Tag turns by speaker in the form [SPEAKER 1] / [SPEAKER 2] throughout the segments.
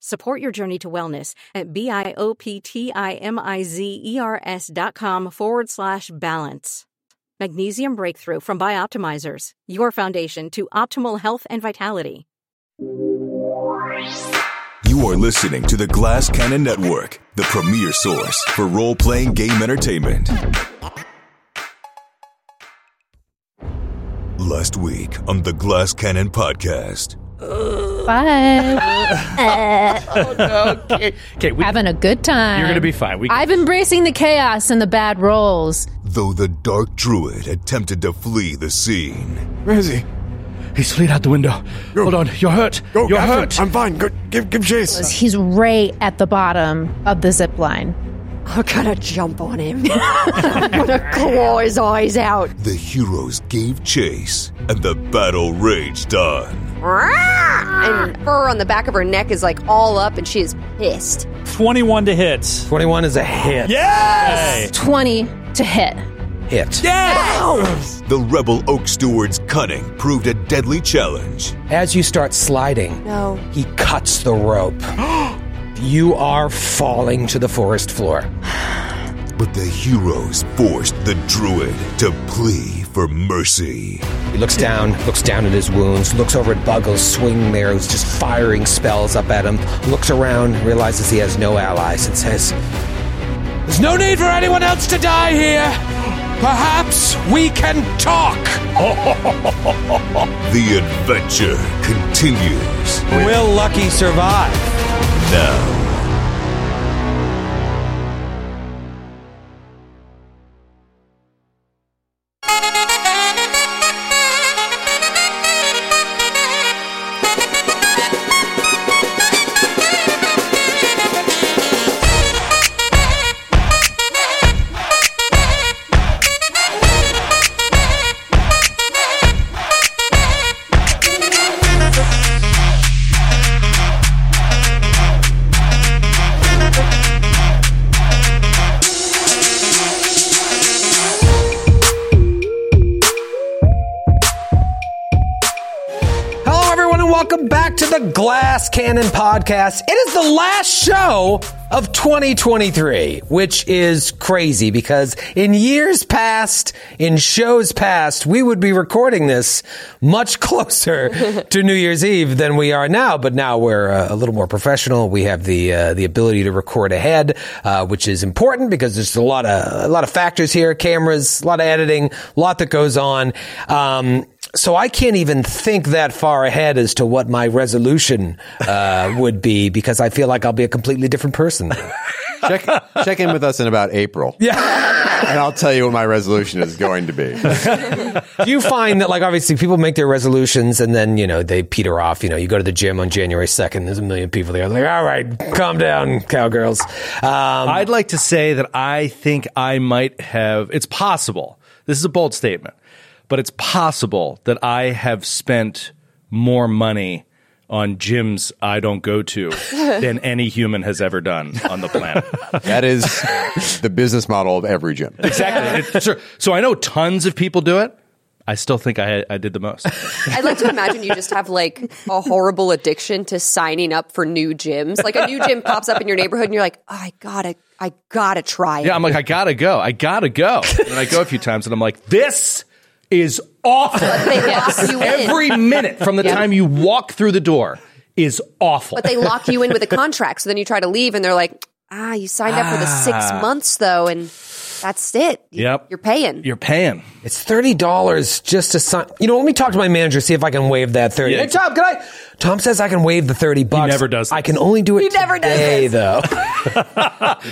[SPEAKER 1] Support your journey to wellness at B-I-O-P-T-I-M-I-Z-E-R-S E dot com forward slash balance. Magnesium Breakthrough from Bioptimizers, your foundation to optimal health and vitality.
[SPEAKER 2] You are listening to the Glass Cannon Network, the premier source for role-playing game entertainment. Last week on the Glass Cannon podcast.
[SPEAKER 3] Bye.
[SPEAKER 4] Oh, okay. Okay, we,
[SPEAKER 3] Having a good time.
[SPEAKER 4] You're gonna be fine. We-
[SPEAKER 3] I'm embracing the chaos and the bad rolls.
[SPEAKER 2] Though the dark druid attempted to flee the scene,
[SPEAKER 5] Where is he?
[SPEAKER 4] he's slid out the window. Hold on, you're hurt.
[SPEAKER 5] Go,
[SPEAKER 4] you're
[SPEAKER 5] Catherine.
[SPEAKER 4] hurt.
[SPEAKER 5] I'm fine. Go, give, give chase.
[SPEAKER 3] He's right at the bottom of the zip line.
[SPEAKER 6] I'm gonna jump on him. I'm gonna claw his eyes out.
[SPEAKER 2] the heroes gave chase and the battle raged on.
[SPEAKER 6] And fur on the back of her neck is like all up, and she is pissed.
[SPEAKER 7] 21 to hit.
[SPEAKER 8] 21 is a hit.
[SPEAKER 7] Yes!
[SPEAKER 3] 20 to hit.
[SPEAKER 8] Hit.
[SPEAKER 2] The rebel oak steward's cunning proved a deadly challenge.
[SPEAKER 8] As you start sliding,
[SPEAKER 6] No.
[SPEAKER 8] he cuts the rope. you are falling to the forest floor.
[SPEAKER 2] But the heroes forced the druid to plead for mercy.
[SPEAKER 8] He looks down, looks down at his wounds, looks over at Buggles swinging there, who's just firing spells up at him, looks around, realizes he has no allies, and says, There's no need for anyone else to die here! Perhaps we can talk!
[SPEAKER 2] The adventure continues
[SPEAKER 8] Will Lucky survive?
[SPEAKER 2] now.
[SPEAKER 8] Hello, everyone, and welcome back to the Glass Cannon Podcast. It is the last show of 2023, which is crazy because in years past, in shows past, we would be recording this much closer to New Year's Eve than we are now. But now we're uh, a little more professional. We have the uh, the ability to record ahead, uh, which is important because there's a lot of a lot of factors here: cameras, a lot of editing, a lot that goes on. Um, so I can't even think that far ahead as to what my resolution uh, would be because I feel like I'll be a completely different person.
[SPEAKER 9] check, check in with us in about April. Yeah. And I'll tell you what my resolution is going to be.
[SPEAKER 8] Do you find that, like, obviously people make their resolutions and then, you know, they peter off. You know, you go to the gym on January 2nd, there's a million people there. like, all right, calm down, cowgirls. Um,
[SPEAKER 4] I'd like to say that I think I might have. It's possible. This is a bold statement, but it's possible that I have spent more money on gyms I don't go to than any human has ever done on the planet.
[SPEAKER 9] That is the business model of every gym.
[SPEAKER 4] exactly. It's true. So I know tons of people do it. I still think I, I did the most.
[SPEAKER 6] I'd like to imagine you just have like a horrible addiction to signing up for new gyms. Like a new gym pops up in your neighborhood, and you're like, "Oh, I gotta, I gotta try it.
[SPEAKER 4] Yeah, I'm like, I gotta go. I gotta go. And I go a few times and I'm like, this is awful.
[SPEAKER 6] they lock you in.
[SPEAKER 4] Every minute from the time you walk through the door is awful.
[SPEAKER 6] but they lock
[SPEAKER 4] Ah.
[SPEAKER 6] you in with a contract. So then you try to leave, and they're like, Ah, you signed up for the six months though, and That's it.
[SPEAKER 4] Yep.
[SPEAKER 6] You're paying.
[SPEAKER 4] You're paying.
[SPEAKER 8] It's thirty dollars just to sign. You know, let me talk to my manager see if I can waive that thirty.
[SPEAKER 4] Yeah.
[SPEAKER 8] Hey, Tom, can I? Tom says I can waive the thirty bucks.
[SPEAKER 4] never does
[SPEAKER 8] I
[SPEAKER 4] this.
[SPEAKER 8] can only do it
[SPEAKER 6] He never does
[SPEAKER 8] today, though. You'd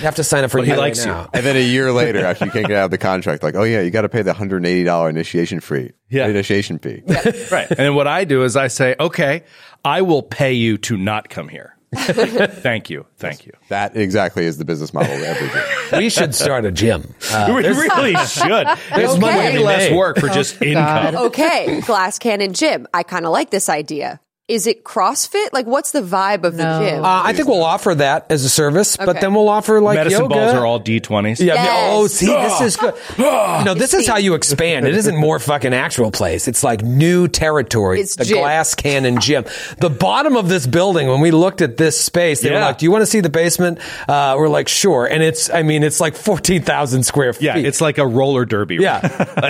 [SPEAKER 8] have to sign up for
[SPEAKER 4] But he
[SPEAKER 8] it
[SPEAKER 4] likes
[SPEAKER 8] right
[SPEAKER 4] you.
[SPEAKER 8] now.
[SPEAKER 9] And then a year later, after you can't get out of the contract, like, oh yeah, you got to pay the hundred eighty dollar initiation fee.
[SPEAKER 4] Yeah.
[SPEAKER 9] initiation fee.
[SPEAKER 4] Right. And what I do is I say, okay, I will pay you to not come here. Thank you. Thank you.
[SPEAKER 9] That exactly is the business model of everything.
[SPEAKER 8] We should start a gym. Uh,
[SPEAKER 4] we really should. There's
[SPEAKER 6] Okay. Oh, money to
[SPEAKER 4] way
[SPEAKER 6] be
[SPEAKER 4] less
[SPEAKER 8] made.
[SPEAKER 3] Oh,
[SPEAKER 4] work for just income.
[SPEAKER 6] okay, glass cannon gym. I kind of like this idea. Is it CrossFit? Like, what's the vibe of
[SPEAKER 3] No.
[SPEAKER 6] the gym?
[SPEAKER 8] uh, I think we'll offer that as a service, but
[SPEAKER 6] Okay.
[SPEAKER 8] then we'll offer like
[SPEAKER 4] Medicine
[SPEAKER 8] yoga.
[SPEAKER 4] balls are all D20s.
[SPEAKER 8] Yeah.
[SPEAKER 6] Yes.
[SPEAKER 8] Oh, see, this is good. No, this is how you expand. It isn't more fucking actual place. It's like new territory.
[SPEAKER 6] It's
[SPEAKER 8] the
[SPEAKER 6] gym.
[SPEAKER 8] glass cannon gym. The bottom of this building. When we looked at this space, they were
[SPEAKER 4] Yeah.
[SPEAKER 8] like, "Do you want to see the basement?" Uh, we're like, "Sure." And it's, I mean, it's like fourteen thousand square feet.
[SPEAKER 4] Yeah, it's like a roller derby.
[SPEAKER 8] yeah.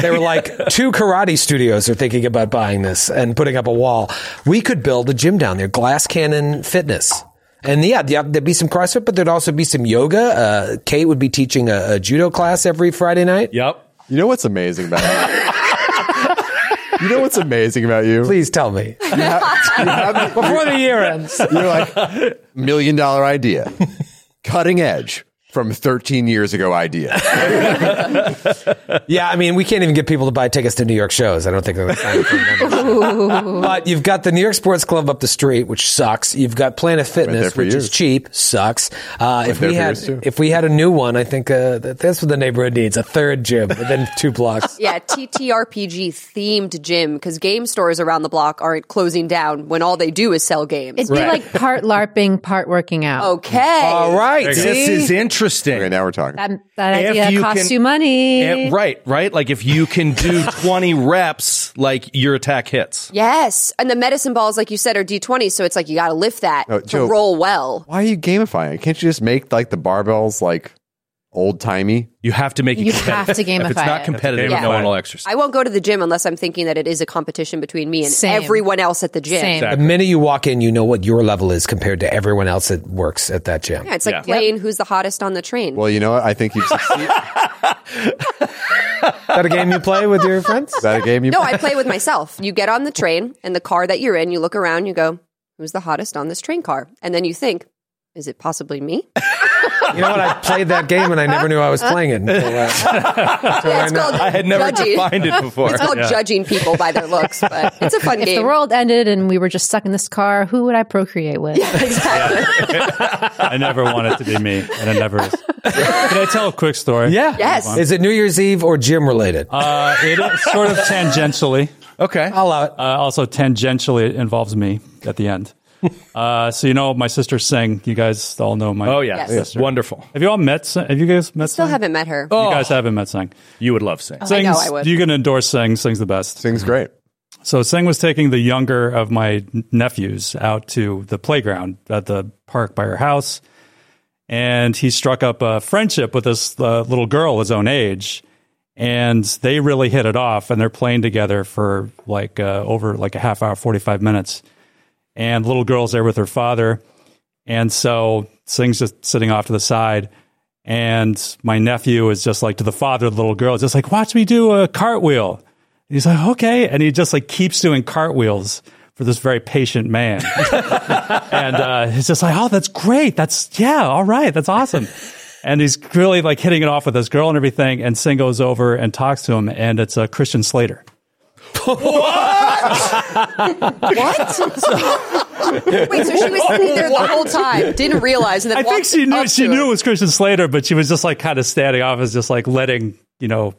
[SPEAKER 8] they were like, two karate studios are thinking about buying this and putting up a wall. We could build a gym down there, Glass Cannon Fitness. And yeah, the- there'd be some CrossFit, but there'd also be some yoga. Uh, Kate would be teaching a, a judo class every Friday night.
[SPEAKER 4] Yep.
[SPEAKER 9] You know what's amazing about you? you know what's amazing about you?
[SPEAKER 8] Please tell me.
[SPEAKER 9] You have
[SPEAKER 8] Before the year ends.
[SPEAKER 9] You're like million dollar idea, cutting edge from 13 years ago idea.
[SPEAKER 8] Yeah, I mean, we can't even get people to buy tickets to New York shows. I don't think they're going to sign up for a membership. But you've got the New York Sports Club up the street, which sucks. You've got Planet
[SPEAKER 9] there
[SPEAKER 8] Fitness,
[SPEAKER 9] for
[SPEAKER 8] which
[SPEAKER 9] years.
[SPEAKER 8] is cheap, sucks. Uh, if
[SPEAKER 9] there
[SPEAKER 8] we
[SPEAKER 9] for
[SPEAKER 8] had
[SPEAKER 9] years, too.
[SPEAKER 8] if we had a new one, I think uh, that- that's what the neighborhood needs: a third gym within two blocks.
[SPEAKER 6] yeah, TTRPG themed gym because game stores around the block aren't closing down when all they do is sell games.
[SPEAKER 3] It'd be like part LARPing, part working out.
[SPEAKER 6] okay.
[SPEAKER 4] Oh.
[SPEAKER 8] All right,
[SPEAKER 4] This
[SPEAKER 8] see?
[SPEAKER 4] is interesting.
[SPEAKER 9] Okay, now we're talking.
[SPEAKER 3] That, that
[SPEAKER 4] If
[SPEAKER 3] idea
[SPEAKER 4] you
[SPEAKER 3] costs
[SPEAKER 4] can-
[SPEAKER 3] you money.
[SPEAKER 4] Eh, right, right. Like if you can do 20 reps, like your attack hits.
[SPEAKER 6] Yes, and the medicine balls, like you said, are D20, so it's like you got to lift that
[SPEAKER 9] Oh,
[SPEAKER 6] to
[SPEAKER 9] Joe-
[SPEAKER 6] roll well.
[SPEAKER 9] Why are you gamifying? it? Can't you just make like the barbells like old timey?
[SPEAKER 4] You have to make it
[SPEAKER 3] You have
[SPEAKER 4] competitive.
[SPEAKER 3] to gamify
[SPEAKER 4] If it's not
[SPEAKER 3] it.
[SPEAKER 4] competitive,
[SPEAKER 6] Yeah.
[SPEAKER 4] no one will exercise.
[SPEAKER 6] I won't go to the gym unless I'm thinking that it is a competition between me and
[SPEAKER 3] Same.
[SPEAKER 6] everyone else at the gym.
[SPEAKER 3] Same.
[SPEAKER 8] The minute you walk in, you know what your level is compared to everyone else that works at that gym.
[SPEAKER 6] Yeah, it's like
[SPEAKER 4] Yeah.
[SPEAKER 6] playing who's the hottest on the train.
[SPEAKER 9] Well, you know what? I think you've succeeded.
[SPEAKER 8] Is that a game you play with your friends?
[SPEAKER 9] Is that a game you
[SPEAKER 6] no, I play with myself. You get on the train and the car that you're in, you look around, you go, who's the hottest on this train car? And then you think, is it possibly me?
[SPEAKER 8] You know what? I played that game and I never knew I was playing it. Until, uh, until
[SPEAKER 6] Yeah,
[SPEAKER 8] right
[SPEAKER 6] it's
[SPEAKER 8] now.
[SPEAKER 6] called
[SPEAKER 4] I had never
[SPEAKER 6] judging.
[SPEAKER 4] defined it before.
[SPEAKER 6] It's called
[SPEAKER 4] Yeah.
[SPEAKER 6] judging people by their looks, but it's a fun
[SPEAKER 3] If
[SPEAKER 6] game.
[SPEAKER 3] the world ended and we were just stuck in this car, who would I procreate with?
[SPEAKER 7] I never want it to be me, and it never is. Can I tell a quick story?
[SPEAKER 8] Yeah.
[SPEAKER 6] Yes.
[SPEAKER 8] Is it New Year's Eve or gym related?
[SPEAKER 7] Uh, it is sort of tangentially.
[SPEAKER 4] Okay.
[SPEAKER 8] I'll allow it.
[SPEAKER 7] Uh, also, tangentially, it involves me at the end. Uh, so you know, my sister sang. You guys all know my.
[SPEAKER 4] oh, yeah.
[SPEAKER 6] Yes.
[SPEAKER 4] Yes. Wonderful.
[SPEAKER 7] Have you all met? Sang- Have you guys met?
[SPEAKER 6] Still
[SPEAKER 7] Sang?
[SPEAKER 6] haven't met her.
[SPEAKER 7] You guys haven't met Sang.
[SPEAKER 4] Oh. You would love seeing.
[SPEAKER 6] Oh, I know
[SPEAKER 7] Sing's-
[SPEAKER 6] I would.
[SPEAKER 7] You can endorse Sing. Sing's the best.
[SPEAKER 9] Things great.
[SPEAKER 7] So Singh was taking the younger of my nephews out to the playground at the park by her house, and he struck up a friendship with this uh, little girl his own age, and they really hit it off, and they're playing together for like uh, over like a half hour, forty five minutes, and the little girl's there with her father, and so Singh's just sitting off to the side. And my nephew is just like to the father of the little girl, just like, watch me do a cartwheel. And he's like, okay. And he just like keeps doing cartwheels for this very patient man. and uh, he's just like, oh, that's great. That's, yeah, all right. That's awesome. And he's really like hitting it off with this girl and everything. And Singh goes over and talks to him. And it's uh, Christian Slater.
[SPEAKER 6] What? Wait, so she was sitting there the whole time, didn't realize, and then
[SPEAKER 7] I think
[SPEAKER 6] walked
[SPEAKER 7] she knew
[SPEAKER 6] up
[SPEAKER 7] she
[SPEAKER 6] to
[SPEAKER 7] knew
[SPEAKER 6] him.
[SPEAKER 7] it was Christian Slater, but she was just like kind of standing off as just like letting you know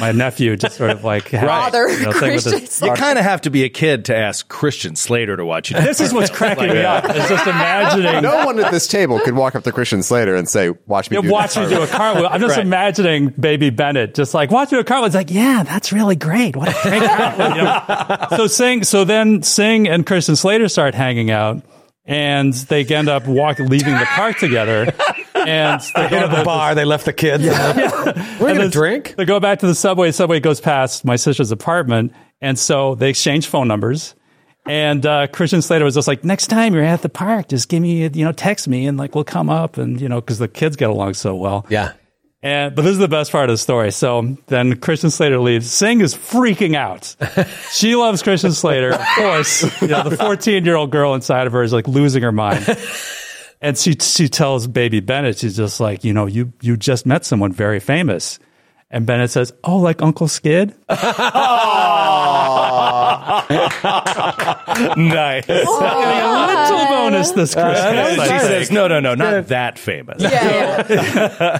[SPEAKER 7] my nephew just sort of like have,
[SPEAKER 6] Father
[SPEAKER 7] you know, thing with his-
[SPEAKER 6] Christian
[SPEAKER 4] You
[SPEAKER 6] Slater.
[SPEAKER 4] kind of have to be a kid to ask Christian Slater to watch you.
[SPEAKER 7] This is what's cracking me up. It's just imagining.
[SPEAKER 9] No one at this table could walk up to Christian Slater and say, "Watch me."
[SPEAKER 7] Yeah,
[SPEAKER 9] do
[SPEAKER 7] watch me
[SPEAKER 9] this.
[SPEAKER 7] do a cartwheel. I'm just
[SPEAKER 4] Right.
[SPEAKER 7] imagining baby Bennett just like watch me do a cartwheel. It's like, yeah, that's really great. What a great cartwheel. you know? So Sing, so then Sing and Kristen Slater start hanging out, and they end up walk leaving the park together, and they
[SPEAKER 8] They
[SPEAKER 7] go
[SPEAKER 8] hit
[SPEAKER 7] to
[SPEAKER 8] up the
[SPEAKER 7] the
[SPEAKER 8] bar. They left the kids. We're
[SPEAKER 7] And
[SPEAKER 8] gonna
[SPEAKER 7] the-
[SPEAKER 8] drink.
[SPEAKER 7] They go back to the subway. Subway goes past my sister's apartment, and so they exchange phone numbers. And uh, Christian Slater was just like, "Next time you're at the park, just give me, you know, text me, and like we'll come up, and you know, because the kids get along so well."
[SPEAKER 8] Yeah.
[SPEAKER 7] And but this is the best part of the story. So then Christian Slater leaves. Singh is freaking out. She loves Christian Slater, of course. You know, the 14 year old girl inside of her is like losing her mind. And she she tells baby Bennett, she's just like, you know, you you just met someone very famous. And Bennett says, Oh, like Uncle Skid?
[SPEAKER 4] nice.
[SPEAKER 7] Little bonus this Christmas. I
[SPEAKER 4] she
[SPEAKER 7] think.
[SPEAKER 4] says, no, no, no, not that famous.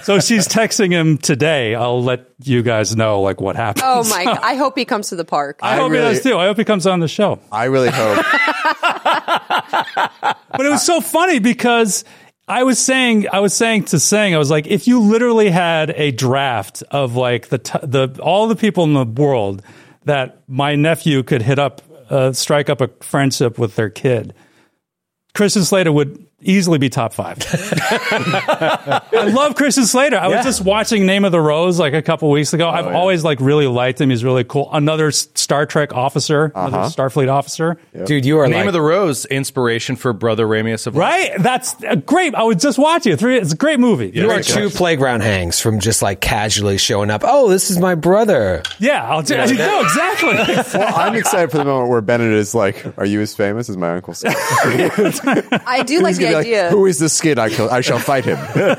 [SPEAKER 7] so she's texting him today. I'll let you guys know like what happened.
[SPEAKER 6] Oh my! God. I hope he comes to the park.
[SPEAKER 7] I, hope
[SPEAKER 9] really-
[SPEAKER 7] he does too. I hope he comes on the show.
[SPEAKER 9] I really hope.
[SPEAKER 7] But it was so funny because I was saying, I was saying to Singh, I was like, if you literally had a draft of like the t- the all the people in the world that my nephew could hit up, uh, strike up a friendship with their kid, Christian Slater would easily be top five. I love Christian Slater. I was just watching Name of the Rose like a couple weeks ago.
[SPEAKER 4] Oh,
[SPEAKER 7] I've always like really liked him. He's really cool. Another S- Star Trek officer, another Starfleet officer.
[SPEAKER 8] Dude, you are
[SPEAKER 4] Uh-huh. Name
[SPEAKER 8] like,
[SPEAKER 4] of the Rose, inspiration for Brother Ramius of
[SPEAKER 7] Right? That's uh, great. I was just watching it. Three- It's a great movie.
[SPEAKER 8] you are two playground hangs from just like casually showing up. Oh, this is my brother.
[SPEAKER 7] Yeah, I'll do No, exactly.
[SPEAKER 9] Well, I'm excited for the moment where Bennett is like, "Are you as famous as my uncle?" Skid?"
[SPEAKER 6] I do like
[SPEAKER 9] He's
[SPEAKER 6] the
[SPEAKER 9] gonna be
[SPEAKER 6] idea.
[SPEAKER 9] like, "Who is this skid? I kill. I shall fight him."
[SPEAKER 6] I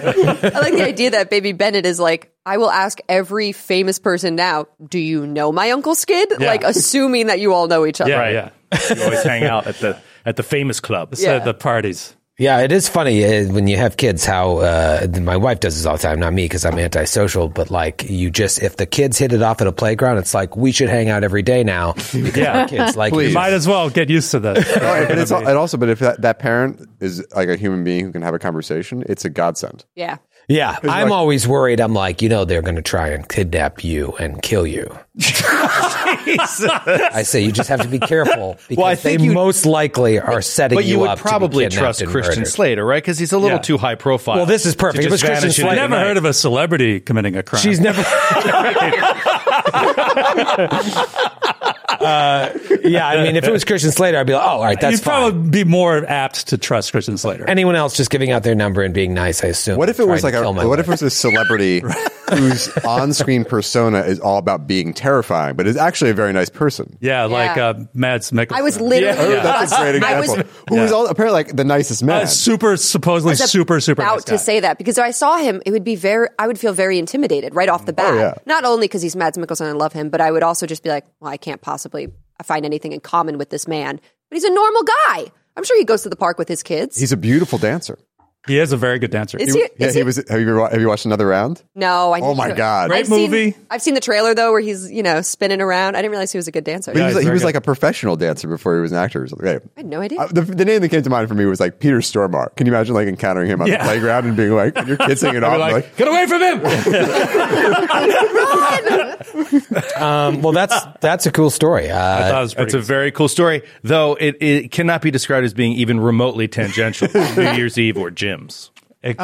[SPEAKER 6] like the idea that Baby Bennett is like, I will ask every famous person now, do you know my Uncle Skid?
[SPEAKER 4] Yeah.
[SPEAKER 6] Like, assuming that you all know each other.
[SPEAKER 7] Yeah,
[SPEAKER 4] Right.
[SPEAKER 7] yeah.
[SPEAKER 4] You always hang out at the at the famous club.
[SPEAKER 7] So
[SPEAKER 6] Yeah.
[SPEAKER 7] the parties.
[SPEAKER 8] Yeah, it is funny uh, when you have kids how uh, my wife does this all the time, not me because I'm antisocial, but like you just, if the kids hit it off at a playground, it's like we should hang out every day now because
[SPEAKER 7] Yeah.
[SPEAKER 8] our kids like
[SPEAKER 9] Please.
[SPEAKER 8] you.
[SPEAKER 7] Might as well get used to
[SPEAKER 9] No,
[SPEAKER 7] that.
[SPEAKER 9] but it's al- it also, but if that, that parent is like a human being who can have a conversation, it's a godsend.
[SPEAKER 6] Yeah.
[SPEAKER 8] Yeah, I'm always worried. I'm like, you know, they're going to try and kidnap you and kill you. I say you just have to be careful because
[SPEAKER 4] I
[SPEAKER 8] they
[SPEAKER 4] think you-
[SPEAKER 8] most likely are setting
[SPEAKER 4] But
[SPEAKER 8] you,
[SPEAKER 4] you would
[SPEAKER 8] up. to be
[SPEAKER 4] probably
[SPEAKER 8] kidnapped
[SPEAKER 4] trust
[SPEAKER 8] and
[SPEAKER 4] Christian
[SPEAKER 8] murdered.
[SPEAKER 4] Slater, right? Because he's a little
[SPEAKER 7] Yeah.
[SPEAKER 4] too high profile.
[SPEAKER 8] Well, this is
[SPEAKER 4] to
[SPEAKER 8] perfect. It
[SPEAKER 4] just
[SPEAKER 8] was
[SPEAKER 4] vanish into
[SPEAKER 8] Christian
[SPEAKER 7] I
[SPEAKER 4] the
[SPEAKER 8] Slater.
[SPEAKER 7] never
[SPEAKER 4] night.
[SPEAKER 7] heard of a celebrity committing a crime.
[SPEAKER 8] She's never. Uh, yeah, I mean, if it was Christian Slater, I'd be like, oh, all right, that's
[SPEAKER 7] You'd
[SPEAKER 8] fine.
[SPEAKER 7] probably be more apt to trust Christian Slater.
[SPEAKER 8] Anyone else just giving out their number and being nice, I assume.
[SPEAKER 9] What if it
[SPEAKER 8] Trying
[SPEAKER 9] was
[SPEAKER 8] to
[SPEAKER 9] like a
[SPEAKER 8] kill my
[SPEAKER 9] what if it
[SPEAKER 8] wife.
[SPEAKER 9] was a celebrity whose on-screen persona is all about being terrifying, but is actually a very nice person?
[SPEAKER 7] yeah, like
[SPEAKER 6] Yeah.
[SPEAKER 7] uh, Mads Mikkelsen.
[SPEAKER 6] I was literally
[SPEAKER 9] Oh, that's a great
[SPEAKER 6] I was
[SPEAKER 9] example. Who is all, apparently like the nicest man?
[SPEAKER 7] Uh, super, supposedly
[SPEAKER 6] was
[SPEAKER 7] super, super
[SPEAKER 6] about
[SPEAKER 7] nice
[SPEAKER 6] to
[SPEAKER 7] guy.
[SPEAKER 6] say that because if I saw him, it would be very. I would feel very intimidated right off the bat.
[SPEAKER 9] Mm. Oh, yeah.
[SPEAKER 6] Not only because he's Mads Mikkelsen, I love him, but I would also just be like, well, I can't possibly find anything in common with this man. But he's a normal guy. I'm sure he goes to the park with his kids.
[SPEAKER 9] He's a beautiful dancer.
[SPEAKER 7] He is a very good dancer.
[SPEAKER 6] Is he?
[SPEAKER 9] yeah,
[SPEAKER 6] is
[SPEAKER 9] he was. Have you been wa- have you watched another round?
[SPEAKER 6] No, I.
[SPEAKER 9] Oh my god!
[SPEAKER 7] Great
[SPEAKER 6] I've seen-
[SPEAKER 7] movie.
[SPEAKER 6] I've seen the trailer though, where he's you know spinning around. I didn't realize he was a good dancer.
[SPEAKER 9] But he was,
[SPEAKER 7] he's
[SPEAKER 9] like, he
[SPEAKER 7] very
[SPEAKER 9] was
[SPEAKER 7] good.
[SPEAKER 9] like a professional dancer before he was an actor. Or something. Right.
[SPEAKER 6] I had no idea.
[SPEAKER 9] Uh, the, the name that came to mind for me was like Peter Stormare. Can you imagine like encountering him on the
[SPEAKER 7] Yeah.
[SPEAKER 9] playground and being like, when your kid's singing off, like, like,
[SPEAKER 4] Get away from him!
[SPEAKER 8] Um, well, that's that's a cool story. Uh,
[SPEAKER 7] That was
[SPEAKER 4] That's
[SPEAKER 7] pretty
[SPEAKER 4] a very cool story, though it, it cannot be described as being even remotely tangential to New Year's Eve or gyms.
[SPEAKER 7] it-
[SPEAKER 3] Oh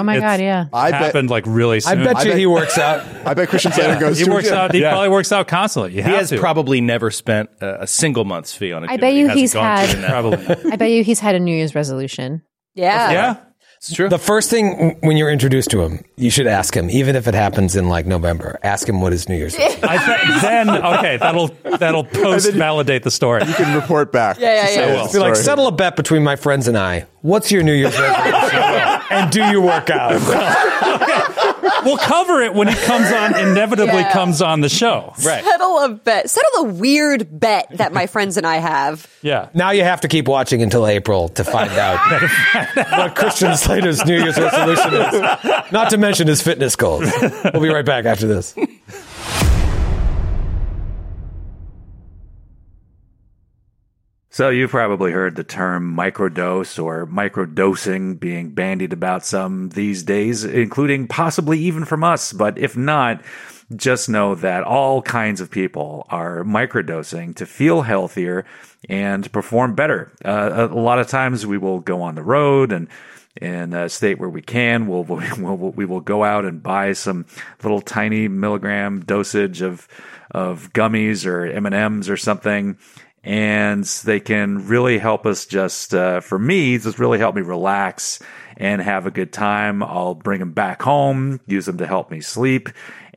[SPEAKER 3] my
[SPEAKER 7] it's
[SPEAKER 3] God, yeah.
[SPEAKER 9] I bet-
[SPEAKER 7] happened like really
[SPEAKER 8] I
[SPEAKER 7] soon.
[SPEAKER 8] bet you
[SPEAKER 9] bet-
[SPEAKER 8] he works out.
[SPEAKER 9] I bet Christian Slater goes.
[SPEAKER 7] he
[SPEAKER 9] to a
[SPEAKER 7] works
[SPEAKER 9] gym.
[SPEAKER 7] out. He probably works out constantly. You
[SPEAKER 4] He
[SPEAKER 7] have
[SPEAKER 4] has
[SPEAKER 7] to.
[SPEAKER 4] probably never spent a, a single month's fee on a gym.
[SPEAKER 3] I bet
[SPEAKER 4] that he
[SPEAKER 3] you
[SPEAKER 4] hasn't
[SPEAKER 3] he's
[SPEAKER 4] gone to
[SPEAKER 3] had-
[SPEAKER 4] in that-
[SPEAKER 7] probably.
[SPEAKER 3] I bet you he's had a New Year's resolution.
[SPEAKER 6] yeah.
[SPEAKER 7] yeah.
[SPEAKER 4] It's true.
[SPEAKER 8] The first thing w- when you're introduced to him, you should ask him, even if it happens in like November, ask him what his New Year's is.
[SPEAKER 7] I th- then okay, that'll that'll post validate the story.
[SPEAKER 9] You can report back.
[SPEAKER 6] yeah,
[SPEAKER 9] Just
[SPEAKER 6] yeah.
[SPEAKER 9] say
[SPEAKER 6] I
[SPEAKER 9] it's
[SPEAKER 8] Be like,
[SPEAKER 9] story.
[SPEAKER 8] settle a bet between my friends and I. What's your New Year's resolution? and do your workout.
[SPEAKER 7] We'll cover it when it comes on. Inevitably
[SPEAKER 6] Yeah.
[SPEAKER 7] comes on the show.
[SPEAKER 4] right.
[SPEAKER 6] Settle a bet. Settle a weird bet that my friends and I have.
[SPEAKER 7] Yeah.
[SPEAKER 8] Now you have to keep watching until April to find out what Christian Slater's New Year's resolution is. Not to mention his fitness goals. We'll be right back after this.
[SPEAKER 10] So you've probably heard the term microdose or microdosing being bandied about some these days, including possibly even from us. But if not, just know that all kinds of people are microdosing to feel healthier and perform better. Uh, a a lot of times we will go on the road and in a state where we can, we'll, we'll, we'll we will go out and buy some little tiny milligram dosage of of gummies or M and M's or something,
[SPEAKER 7] and they can really help us just uh, for me just really help me relax and have a good time i'll bring them back home use them to help me sleep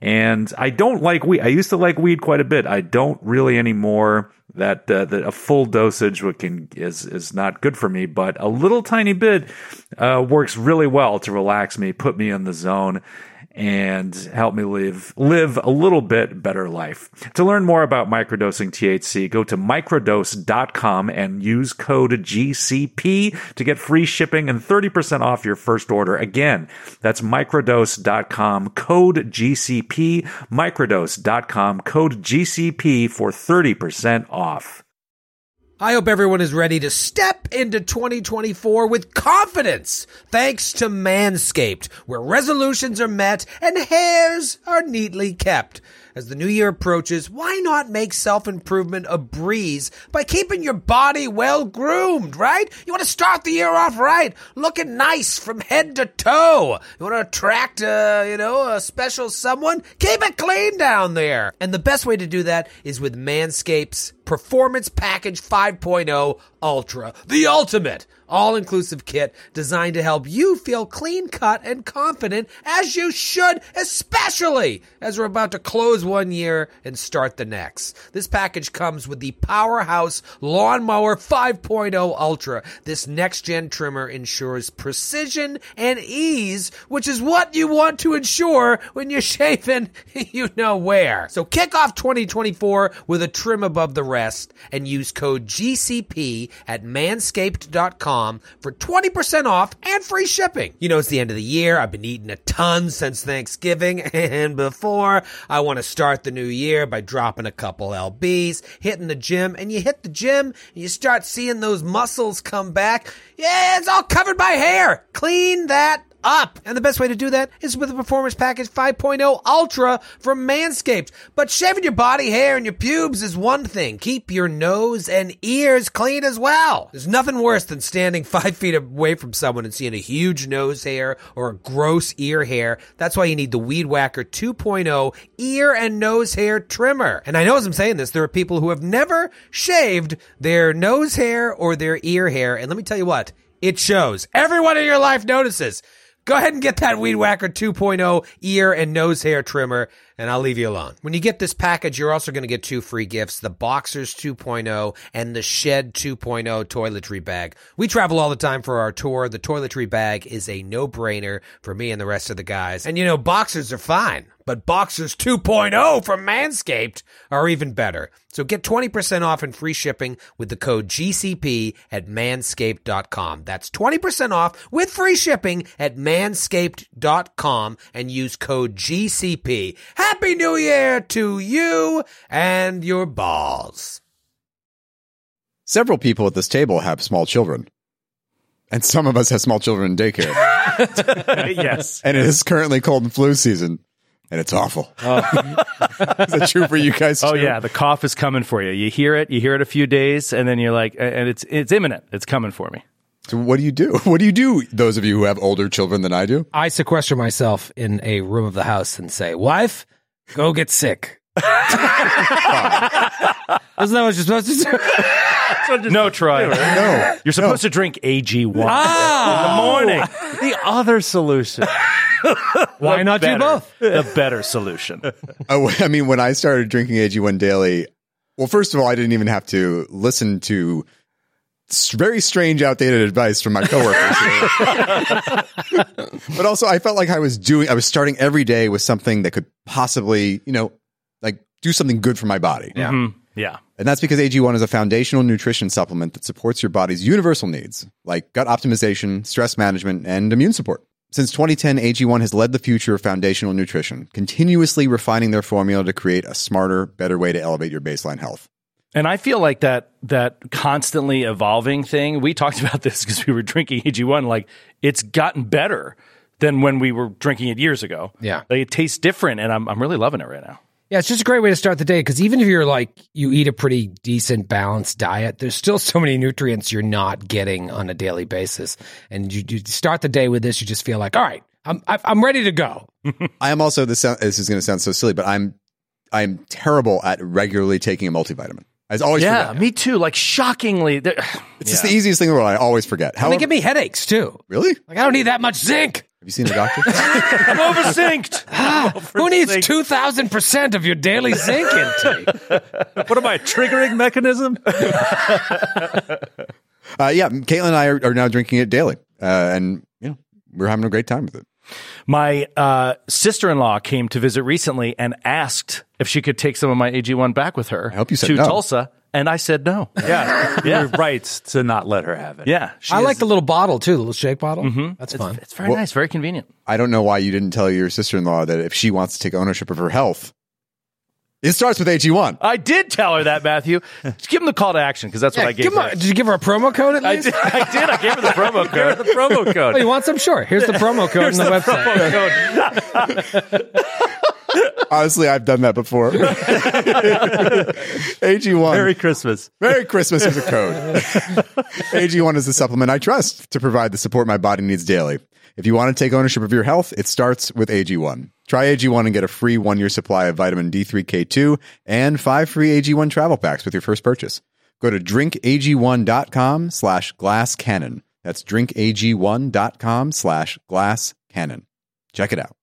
[SPEAKER 7] and i don't like weed i used to like weed quite a bit i don't really anymore that uh, that a full dosage would can is is not good for me but a little tiny bit uh, works really well to relax me put me in the zone and help me live live a little bit better life. To learn more about microdosing THC, go to microdose.com and use code GCP to get free shipping and 30% off your first order. Again, that's microdose.com code GCP, microdose.com code GCP for 30% off.
[SPEAKER 8] I hope everyone is ready to step into 2024 with confidence, thanks to Manscaped, where resolutions are met and hairs are neatly kept. As the new year approaches, why not make self improvement a breeze by keeping your body well groomed, right? You want to start the year off right, looking nice from head to toe. You want to attract, uh, you know, a special someone? Keep it clean down there. And the best way to do that is with Manscaped's Performance Package 5.0 Ultra, the ultimate all inclusive kit designed to help you feel clean cut and confident as you should, especially as we're about to close one year and start the next. This package comes with the Powerhouse Lawnmower 5.0 Ultra. This next gen trimmer ensures precision and ease, which is what you want to ensure when you're shaving, you know where. So kick off 2024 with a trim above the rest and use code GCP at manscaped.com for 20% off and free shipping. You know, it's the end of the year. I've been eating a ton since Thanksgiving and before. I want to start the new year by dropping a couple LBs, hitting the gym, and you hit the gym and you start seeing those muscles come back. Yeah, it's all covered by hair. Clean that up. And the best way to do that is with the Performance Package 5.0 Ultra from Manscaped. But shaving your body hair and your pubes is one thing. Keep your nose and ears clean as well. There's nothing worse than standing five feet away from someone and seeing a huge nose hair or a gross ear hair. That's why you need the Weed Whacker 2.0 ear and nose hair trimmer. And I know as I'm saying this, there are people who have never shaved their nose hair or their ear hair. And let me tell you what, it shows. Everyone in your life notices. Go ahead and get that Weed Whacker 2.0 ear and nose hair trimmer, and I'll leave you alone. When you get this package, you're also going to get two free gifts the Boxers 2.0 and the Shed 2.0 toiletry bag. We travel all the time for our tour. The toiletry bag is a no brainer for me and the rest of the guys. And you know, boxers are fine, but Boxers 2.0 from Manscaped are even better. So get 20% off and free shipping with the code GCP at manscaped.com. That's 20% off with free shipping at manscaped.com and use code GCP. Happy New Year to you and your balls.
[SPEAKER 9] Several people at this table have small children. And some of us have small children in daycare.
[SPEAKER 7] yes.
[SPEAKER 9] and it is currently cold and flu season. And it's awful. is that true for you guys?
[SPEAKER 4] Oh
[SPEAKER 9] too?
[SPEAKER 4] yeah, the cough is coming for you. You hear it, you hear it a few days, and then you're like, and it's it's imminent. It's coming for me.
[SPEAKER 9] So what do you do? What do you do? Those of you who have older children than I do.
[SPEAKER 8] I sequester myself in a room of the house and say, Wife, go get sick. Isn't that what you're supposed to do?
[SPEAKER 4] No, Troy.
[SPEAKER 9] No,
[SPEAKER 4] You're supposed to drink AG one in the morning. The other solution. Why
[SPEAKER 8] not do both?
[SPEAKER 4] The better solution.
[SPEAKER 9] Oh, I mean, when I started drinking AG1 daily, well, first of all, I didn't even have to listen to s- very strange, outdated advice from my coworkers. but also, I felt like I was doing, I was starting every day with something that could possibly, you know, like do something good for my body. Yeah.
[SPEAKER 4] Mm-hmm.
[SPEAKER 5] Mm-hmm.
[SPEAKER 4] Yeah.
[SPEAKER 9] And that's because AG1 is a foundational nutrition supplement that supports your body's universal needs, like gut optimization, stress management, and immune support. Since 2010, AG1 has led the future of foundational nutrition, continuously refining their formula to create a smarter, better way to elevate your baseline health.
[SPEAKER 4] And I feel like that that constantly evolving thing. We talked about this because we were drinking AG1. Like it's gotten better than when we were drinking it years ago.
[SPEAKER 8] Yeah.
[SPEAKER 4] like, it tastes different, and I'm I'm really loving it right now.
[SPEAKER 11] Yeah, it's just a great way to start the day because even if you're like you eat a pretty decent balanced diet, there's still so many nutrients you're not getting on a daily basis, and you, you start the day with this, you just feel like, all right, I'm I- I'm ready to go.
[SPEAKER 9] I am also this. sound- This is going to sound so silly, but I'm I'm terrible at regularly taking a multivitamin. I I always
[SPEAKER 4] yeah,
[SPEAKER 9] forget.
[SPEAKER 4] me too. Like shockingly, it's
[SPEAKER 9] It's just the easiest thing in the world. I always forget.
[SPEAKER 5] How they give me headaches too.
[SPEAKER 9] Really?
[SPEAKER 5] Like I don't need that much zinc.
[SPEAKER 9] Have you seen the doctor?
[SPEAKER 5] I'm overzinked.
[SPEAKER 8] Ah,
[SPEAKER 5] Who needs two thousand percent of your daily zinc intake?
[SPEAKER 7] what am I triggering mechanism?
[SPEAKER 9] Uh, yeah, Caitlin and I are, are now drinking it daily, uh, and you know we're having a great time with it.
[SPEAKER 4] My uh, sister in law came to visit recently and asked if she could take some of my AG1 back with her. I hope
[SPEAKER 9] you said
[SPEAKER 4] to
[SPEAKER 9] no.
[SPEAKER 4] Tulsa, and I said no.
[SPEAKER 7] Yeah,
[SPEAKER 4] Yeah.
[SPEAKER 7] you're right to not let her have it.
[SPEAKER 4] Yeah,
[SPEAKER 5] I like the little bottle too, the little shake bottle. That's fun.
[SPEAKER 4] It's very
[SPEAKER 9] Well-
[SPEAKER 4] nice, very convenient.
[SPEAKER 9] I don't know why you didn't tell your sister in law that if she wants to take ownership of her health, it starts with AG one.
[SPEAKER 4] I did tell her that, Matthew. Just give him the call to action because that's
[SPEAKER 5] Yeah,
[SPEAKER 4] what I
[SPEAKER 5] give
[SPEAKER 4] gave
[SPEAKER 5] her-
[SPEAKER 4] her.
[SPEAKER 5] did you give her a promo code at
[SPEAKER 4] I
[SPEAKER 5] least?
[SPEAKER 4] did, I did. I gave her the promo code.
[SPEAKER 7] The promo
[SPEAKER 5] Oh, you
[SPEAKER 7] code.
[SPEAKER 5] want some? Sure. Here's the promo code on the, website.
[SPEAKER 8] Oh
[SPEAKER 9] Honestly, I've done that before. AG one.
[SPEAKER 7] Merry Christmas.
[SPEAKER 9] Merry Christmas is a code. AG1 is the supplement I trust to provide the support my body needs daily. If you want to take ownership of your health, it starts with AG1. Try AG1 and get a free one year supply of vitamin D3K2 and five free AG1 travel packs with your first purchase. Go to drinkag1.com slash glass cannon. That's drinkag1.com slash glass cannon. Check it out.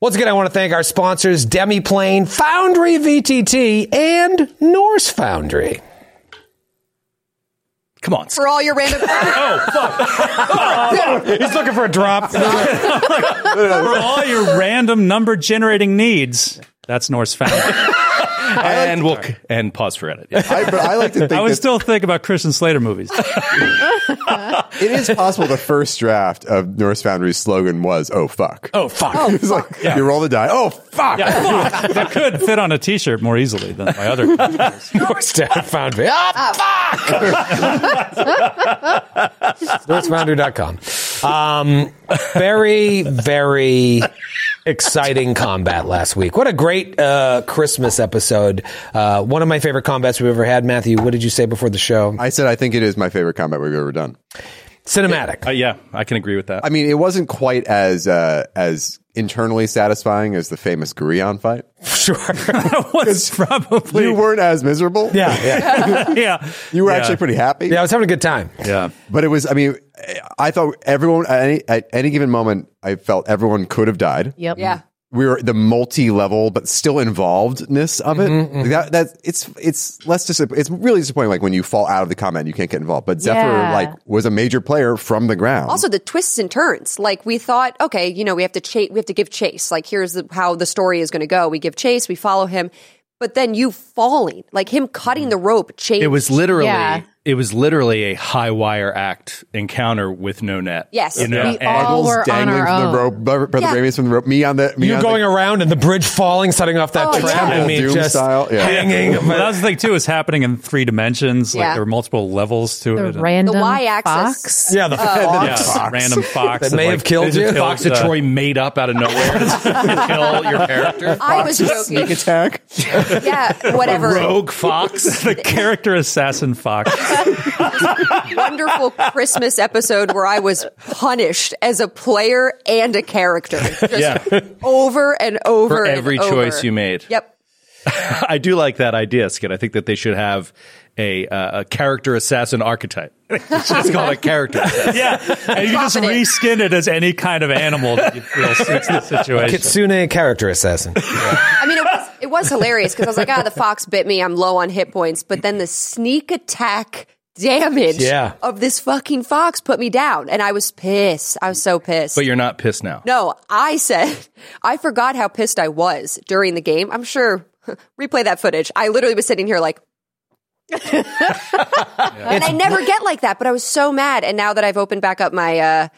[SPEAKER 8] Once again, I want to thank our sponsors, Demiplane, Foundry VTT, and Norse Foundry.
[SPEAKER 4] Come on.
[SPEAKER 6] For all your random.
[SPEAKER 4] Oh,
[SPEAKER 8] He's looking for a drop.
[SPEAKER 7] For all your random number generating needs, that's Norse Foundry.
[SPEAKER 4] And we'll and pause for edit. Yeah.
[SPEAKER 9] I, but I like to think
[SPEAKER 7] I
[SPEAKER 9] that
[SPEAKER 7] would still think about Christian Slater movies.
[SPEAKER 9] it is possible the first draft of Norse Foundry's slogan was, oh, fuck.
[SPEAKER 7] Oh fuck!
[SPEAKER 9] It's like, you roll the die. Oh, fuck.
[SPEAKER 7] Yeah, fuck. that could fit on a T-shirt more easily than my other.
[SPEAKER 5] North Star Foundry. Ah, fuck!
[SPEAKER 8] NorseFoundry.com. Um, very, very exciting combat last week. What a great uh, Christmas episode. Uh, one of my favorite combats we've ever had. Matthew, what did you say before the show?
[SPEAKER 9] I said I think it is my favorite combat we've ever done.
[SPEAKER 8] Cinematic.
[SPEAKER 4] Uh, yeah, I can agree with that.
[SPEAKER 9] I mean, it wasn't quite as uh, as internally satisfying as the famous Gurion fight.
[SPEAKER 7] that was probably
[SPEAKER 9] You weren't as miserable.
[SPEAKER 7] yeah yeah yeah.
[SPEAKER 9] you were actually pretty happy.
[SPEAKER 8] Yeah, I was having a good time.
[SPEAKER 7] yeah.
[SPEAKER 9] but it was. I mean, I thought everyone at any, at any given moment, I felt everyone could have died.
[SPEAKER 3] Yep.
[SPEAKER 6] yeah.
[SPEAKER 9] We were the multi-level, but still involvedness of it.
[SPEAKER 8] Mm-hmm,
[SPEAKER 9] Like that that it's it's less disapp- It's really disappointing. Like when you fall out of the combat, and you can't get involved. But Zephyr
[SPEAKER 3] Yeah.
[SPEAKER 9] like was a major player from the ground.
[SPEAKER 6] Also, the twists and turns. Like we thought, okay, you know, we have to chase. We have to give chase. Like here's the, how the story is going to go. We give chase. We follow him. But then you falling, like him cutting the rope. Chase.
[SPEAKER 4] it was literally
[SPEAKER 3] Yeah.
[SPEAKER 4] it was literally a high wire act encounter with no net.
[SPEAKER 6] Yes.
[SPEAKER 4] You know,
[SPEAKER 3] We
[SPEAKER 4] and-
[SPEAKER 3] all
[SPEAKER 9] Michael's
[SPEAKER 3] were on
[SPEAKER 9] dangling
[SPEAKER 3] our
[SPEAKER 9] from
[SPEAKER 3] own.
[SPEAKER 9] the rope, Brother Brother
[SPEAKER 6] Yeah.
[SPEAKER 9] Ramius from the rope. Me on the me
[SPEAKER 8] You
[SPEAKER 9] on
[SPEAKER 8] going
[SPEAKER 9] the,
[SPEAKER 8] around and the bridge falling, setting off that
[SPEAKER 6] Oh,
[SPEAKER 8] trap,
[SPEAKER 6] yeah.
[SPEAKER 8] and me
[SPEAKER 9] Doom
[SPEAKER 8] just
[SPEAKER 9] style, yeah.
[SPEAKER 8] hanging.
[SPEAKER 7] Well, that was the thing too. Is happening in three dimensions. Like
[SPEAKER 6] Yeah.
[SPEAKER 7] there were multiple levels to
[SPEAKER 3] The
[SPEAKER 7] it.
[SPEAKER 3] random
[SPEAKER 6] y-axis. Oh.
[SPEAKER 3] fox.
[SPEAKER 8] Yeah, the
[SPEAKER 7] yeah, random fox
[SPEAKER 8] That may
[SPEAKER 7] like,
[SPEAKER 8] have killed you.
[SPEAKER 4] Fox
[SPEAKER 7] uh,
[SPEAKER 4] that Troy made up out of nowhere to kill your character.
[SPEAKER 6] I was joking.
[SPEAKER 9] attack.
[SPEAKER 6] Yeah. Whatever.
[SPEAKER 4] Rogue Fox.
[SPEAKER 7] the character assassin fox.
[SPEAKER 6] Wonderful Christmas episode where I was punished as a player and a character. Just Over and over.
[SPEAKER 4] For
[SPEAKER 6] and
[SPEAKER 4] every
[SPEAKER 6] over.
[SPEAKER 4] choice you made.
[SPEAKER 6] Yep.
[SPEAKER 4] I do like that idea, Skid. I think that they should have a uh, a character assassin archetype. it's just called a character. assassin.
[SPEAKER 7] yeah, and you can just
[SPEAKER 6] Confident.
[SPEAKER 7] reskin it as any kind of animal that you feel suits the situation.
[SPEAKER 8] Kitsune character assassin.
[SPEAKER 6] I mean, it was, it was hilarious because I was like, ah, the fox bit me. I'm low on hit points. But then the sneak attack damage
[SPEAKER 8] Yeah.
[SPEAKER 6] of this fucking fox put me down. And I was pissed. I was so pissed.
[SPEAKER 4] But you're not pissed now.
[SPEAKER 6] no, I said, I forgot how pissed I was during the game. I'm sure, replay that footage. I literally was sitting here like, and I never get like that, but I was so mad. And now that I've opened back up my uh,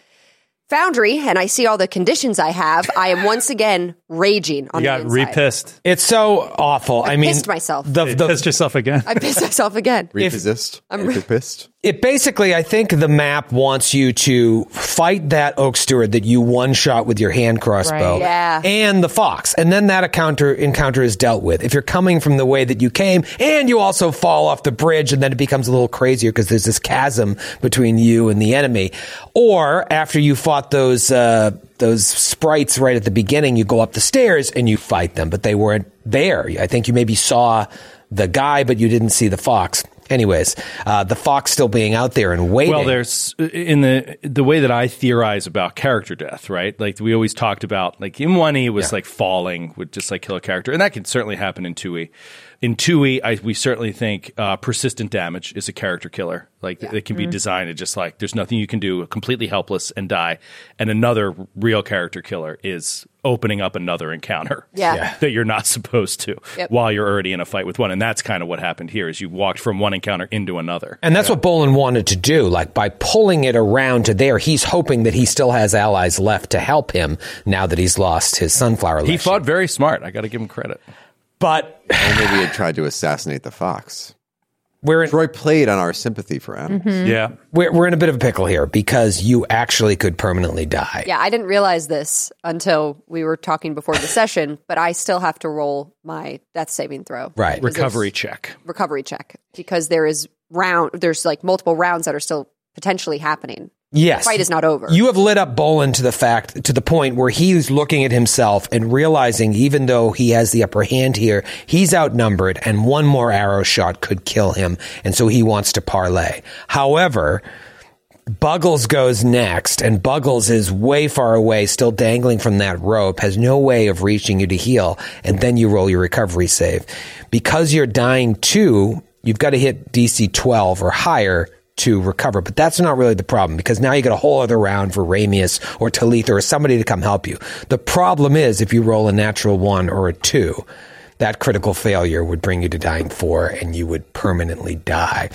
[SPEAKER 6] foundry and I see all the conditions I have, I am once again raging on
[SPEAKER 7] You got
[SPEAKER 6] the inside.
[SPEAKER 7] repissed.
[SPEAKER 8] It's so awful. I, mean,
[SPEAKER 6] pissed myself.
[SPEAKER 8] The,
[SPEAKER 7] You
[SPEAKER 8] the-
[SPEAKER 7] pissed yourself again.
[SPEAKER 6] I pissed myself again.
[SPEAKER 9] Resist. I'm pissed.
[SPEAKER 8] it basically, I think the map wants you to fight that oak steward that you one shot with your hand crossbow,
[SPEAKER 3] Right.
[SPEAKER 6] Yeah.
[SPEAKER 8] and the fox, and then that encounter encounter is dealt with. If you're coming from the way that you came, and you also fall off the bridge, and then it becomes a little crazier because there's this chasm between you and the enemy. Or after you fought those uh, those sprites right at the beginning, you go up the stairs and you fight them, but they weren't there. I think you maybe saw the guy, but you didn't see the fox. Anyways, uh, the fox still being out there and waiting.
[SPEAKER 4] Well, there's in the the way that I theorize about character death, right? Like we always talked about, like in one E it was like falling would just like kill a character, and that can certainly happen in two E. In two E, I we certainly think uh, persistent damage is a character killer. Like it can be
[SPEAKER 5] Mhm.
[SPEAKER 4] designed to just like there's nothing you can do, completely helpless and die. And another real character killer is opening up another encounter
[SPEAKER 5] Yeah. Yeah.
[SPEAKER 4] that you're not supposed to
[SPEAKER 5] Yep.
[SPEAKER 4] while you're already in a fight with one. And that's kind of what happened here is you walked from one encounter into another.
[SPEAKER 8] And that's what Bolin wanted to do. Like by pulling it around to there, he's hoping that he still has allies left to help him now that he's lost his sunflower.
[SPEAKER 4] He fought very smart. I got to give him credit.
[SPEAKER 8] But
[SPEAKER 9] maybe he had tried to assassinate the fox.
[SPEAKER 8] Where
[SPEAKER 9] Troy played on our sympathy for animals.
[SPEAKER 6] Mhm.
[SPEAKER 8] Yeah. We're, we're in a bit of a pickle here because you actually could permanently die.
[SPEAKER 6] Yeah, I didn't realize this until we were talking before the session, but I still have to roll my death saving throw. Because
[SPEAKER 8] Right.
[SPEAKER 6] there's-
[SPEAKER 4] Recovery check.
[SPEAKER 6] Recovery check because there is round there's like multiple rounds that are still potentially happening.
[SPEAKER 8] Yes.
[SPEAKER 6] The fight is not over.
[SPEAKER 8] You have lit up Bolin to the fact, to the point where he's looking at himself and realizing, even though he has the upper hand here, he's outnumbered and one more arrow shot could kill him. And so he wants to parlay. However, Buggles goes next, and Buggles is way far away, still dangling from that rope, has no way of reaching you to heal, and then you roll your recovery save. Because you're dying two, you've got to hit DC 12 or higher to recover, but that's not really the problem because now you get a whole other round for Ramius or Talitha or somebody to come help you. The problem is if you roll a natural one or a two, that critical failure would bring you to dying four and you would permanently die.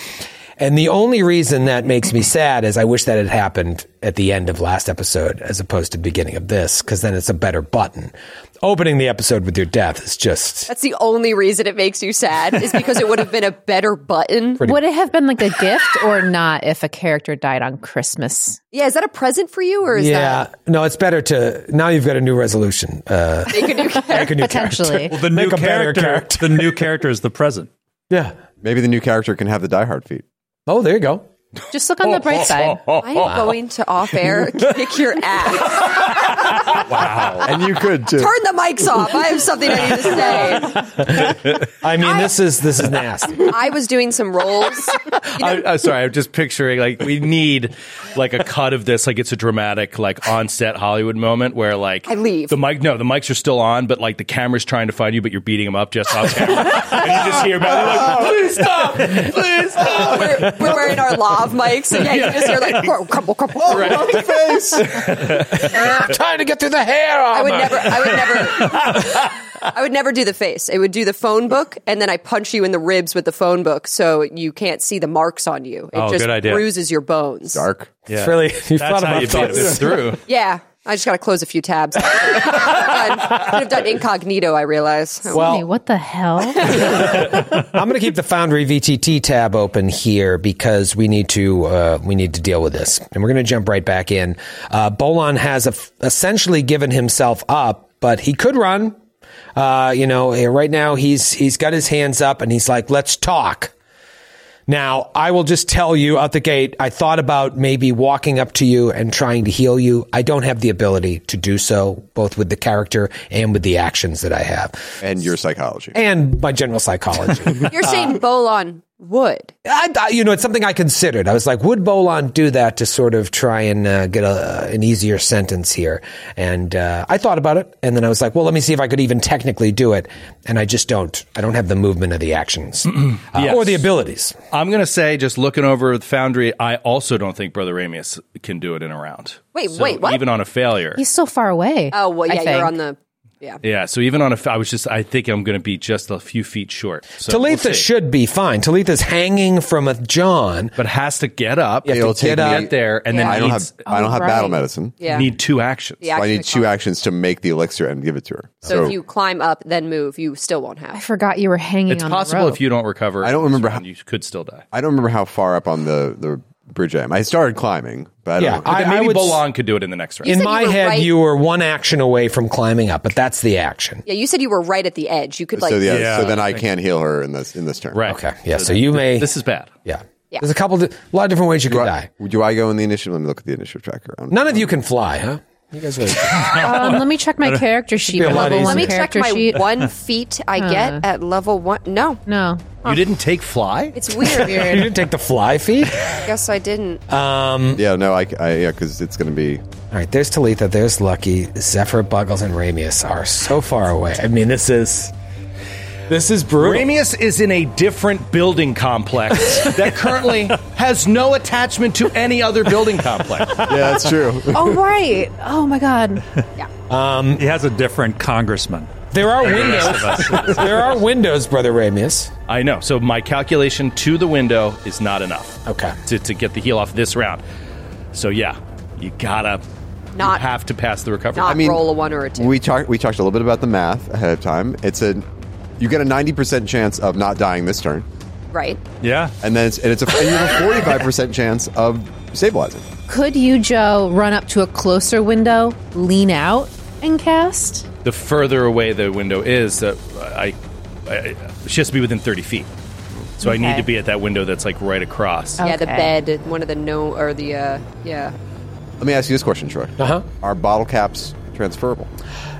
[SPEAKER 8] And the only reason that makes me sad is I wish that had happened at the end of last episode as opposed to the beginning of this, because then it's a better button. Opening the episode with your death is just
[SPEAKER 6] That's the only reason it makes you sad is because it would have been a better button.
[SPEAKER 3] Would it have been like a gift or not if a character died on Christmas?
[SPEAKER 6] Yeah, is that a present for you or is that
[SPEAKER 8] yeah. No, it's better to now you've got a new resolution. Uh,
[SPEAKER 6] make a new
[SPEAKER 8] make a new character.
[SPEAKER 7] Well, the new
[SPEAKER 8] Make a better
[SPEAKER 7] character, The new character is the present.
[SPEAKER 8] Yeah.
[SPEAKER 9] Maybe the new character can have the diehard feet.
[SPEAKER 8] Oh, there you go.
[SPEAKER 3] Just look on the bright side.
[SPEAKER 6] I am going to off air kick your ass.
[SPEAKER 9] Wow. and you could too.
[SPEAKER 6] Turn the mics off. I have something I need to say.
[SPEAKER 8] I mean, this is this is nasty.
[SPEAKER 6] I was doing some rolls.
[SPEAKER 4] I, I'm sorry. I'm just picturing like we need like a cut of this. Like it's a dramatic like on-set Hollywood moment where like I
[SPEAKER 6] leave
[SPEAKER 4] the mic. No, the mics are still on, but like the camera's trying to find you, but you're beating them up just off
[SPEAKER 8] Uh,
[SPEAKER 4] camera. and you just hear
[SPEAKER 8] Oh,
[SPEAKER 4] about it like, please stop, please stop.
[SPEAKER 6] We're, we're wearing our lav mics, and yeah, you just hear like crumble, crumble, crumble.
[SPEAKER 4] Oh,
[SPEAKER 8] trying to get through the hair.
[SPEAKER 6] I would never. I would never. I would never do the face. It would do the phone book, and then I punch you in the ribs with the phone book, so you can't see the marks on you. It
[SPEAKER 9] Oh,
[SPEAKER 6] just
[SPEAKER 9] good idea.
[SPEAKER 6] bruises your bones.
[SPEAKER 9] Dark.
[SPEAKER 4] Yeah.
[SPEAKER 8] It's really- you
[SPEAKER 9] That's
[SPEAKER 8] thought
[SPEAKER 9] how
[SPEAKER 8] about
[SPEAKER 9] you beat
[SPEAKER 8] this.
[SPEAKER 9] this through.
[SPEAKER 6] Yeah, I just got to close a few tabs. Could have done- could have done incognito. I realize.
[SPEAKER 3] Well, what the hell?
[SPEAKER 8] I'm going to keep the Foundry VTT tab open here because we need to uh, we need to deal with this, and we're going to jump right back in. Uh, Bolon has eff- essentially given himself up, but he could run. Uh, you know, eh, right now he's he's got his hands up and he's like, "Let's talk." Now, I will just tell you out the gate, I thought about maybe walking up to you and trying to heal you. I don't have the ability to do so, both with the character and with the actions that I have.
[SPEAKER 9] And your psychology.
[SPEAKER 8] And my general psychology.
[SPEAKER 6] You're saying Bolon would.
[SPEAKER 8] I, I, you know, it's something I considered. I was like, would Bolon do that to sort of try and uh, get a, an easier sentence here? And uh, I thought about it, and then I was like, well, let me see if I could even technically do it. And I just don't. I don't have the movement of the actions uh, or the abilities.
[SPEAKER 4] I'm gonna say, just looking over the foundry, I also don't think Brother Ramius can do it in a round.
[SPEAKER 6] Wait,
[SPEAKER 4] So
[SPEAKER 6] wait, what?
[SPEAKER 4] Even on a failure.
[SPEAKER 3] He's so far away.
[SPEAKER 6] Oh well,
[SPEAKER 3] I
[SPEAKER 6] yeah,
[SPEAKER 3] think.
[SPEAKER 6] you're on the. Yeah.
[SPEAKER 4] Yeah, so even on a, fa- I was just, I think I'm going to be just a few feet short. So
[SPEAKER 8] Talitha should be fine. Talitha's hanging from a John,
[SPEAKER 4] but has to get up.
[SPEAKER 8] You
[SPEAKER 9] It'll
[SPEAKER 8] have to
[SPEAKER 9] take
[SPEAKER 8] get
[SPEAKER 9] me-
[SPEAKER 8] up
[SPEAKER 4] there, and
[SPEAKER 9] Yeah.
[SPEAKER 4] then
[SPEAKER 9] I don't have
[SPEAKER 4] needs-
[SPEAKER 9] I don't have battle medicine.
[SPEAKER 6] Oh, Yeah. Need
[SPEAKER 4] two actions.
[SPEAKER 6] The action
[SPEAKER 9] so I need
[SPEAKER 6] to
[SPEAKER 9] two actions to make the elixir and give it to her.
[SPEAKER 6] So, if you climb up, then move, you still won't have. I
[SPEAKER 3] forgot you were hanging
[SPEAKER 9] It's
[SPEAKER 3] on
[SPEAKER 9] possible
[SPEAKER 3] the
[SPEAKER 9] if
[SPEAKER 3] rope.
[SPEAKER 4] If you don't recover,
[SPEAKER 9] I don't remember how
[SPEAKER 4] you could still die.
[SPEAKER 9] I don't remember how far up on the, the bridge I am. I started climbing, but I
[SPEAKER 8] Yeah,
[SPEAKER 9] don't know.
[SPEAKER 8] I- But then I maybe would s-
[SPEAKER 4] Bolon could do it in the next
[SPEAKER 8] In my head, you were one action away from climbing up, but that's the action.
[SPEAKER 6] Yeah, you said you were right at the edge. You could like.
[SPEAKER 9] so yeah, so then I can't heal her in this in this turn. Right.
[SPEAKER 8] Okay. Yeah. So, you may. This
[SPEAKER 4] is bad.
[SPEAKER 8] Yeah.
[SPEAKER 6] Yeah.
[SPEAKER 8] There's a couple, di- a lot of different ways you could die.
[SPEAKER 9] Do I go in the initiative? Let me look at the initiative tracker.
[SPEAKER 8] None of you can fly, huh? You guys really.
[SPEAKER 3] Um, let me check my character sheet. my Level one
[SPEAKER 6] Let me check
[SPEAKER 3] character
[SPEAKER 6] my
[SPEAKER 3] sheet.
[SPEAKER 6] one feat I
[SPEAKER 3] Huh.
[SPEAKER 6] get at level one. No,
[SPEAKER 3] no.
[SPEAKER 8] You didn't take fly?
[SPEAKER 6] It's weird.
[SPEAKER 8] you didn't take the fly feed?
[SPEAKER 6] Guess I didn't.
[SPEAKER 8] Um,
[SPEAKER 9] yeah, no, I, I yeah, because it's going to be.
[SPEAKER 8] All right, there's Talitha, there's Lucky, Zephyr, Buggles, and Ramius are so far away. I mean, this is this is brutal.
[SPEAKER 4] Ramius is in a different building complex that currently has no attachment to any other building complex.
[SPEAKER 9] Yeah, that's true.
[SPEAKER 3] Oh right. Oh my god.
[SPEAKER 7] Um, he has a different congressman.
[SPEAKER 8] There are
[SPEAKER 7] windows.
[SPEAKER 8] there are windows, brother Ramius.
[SPEAKER 4] I know. So my calculation to the window is not enough.
[SPEAKER 8] Okay.
[SPEAKER 4] To, to get the heal off this round. So yeah, you gotta
[SPEAKER 6] Not-
[SPEAKER 4] you have to pass the recovery.
[SPEAKER 6] Not roll a one or a two.
[SPEAKER 9] We talked. We talked a little bit about the math ahead of time. It's a you get a ninety percent chance of not dying this turn,
[SPEAKER 6] Right.
[SPEAKER 7] Yeah,
[SPEAKER 9] and then it's, and it's a and you have a forty five percent chance of stabilizing.
[SPEAKER 3] Could you, Joe, run up to a closer window, lean out, and cast?
[SPEAKER 4] The further away the window is, that I, I she has to be within thirty feet. So I need
[SPEAKER 6] Okay.
[SPEAKER 4] to be at that window that's like right across.
[SPEAKER 6] Yeah, the bed, one of the no, or the uh, yeah.
[SPEAKER 9] Let me ask you this question, Troy. Uh-huh. Are bottle caps transferable?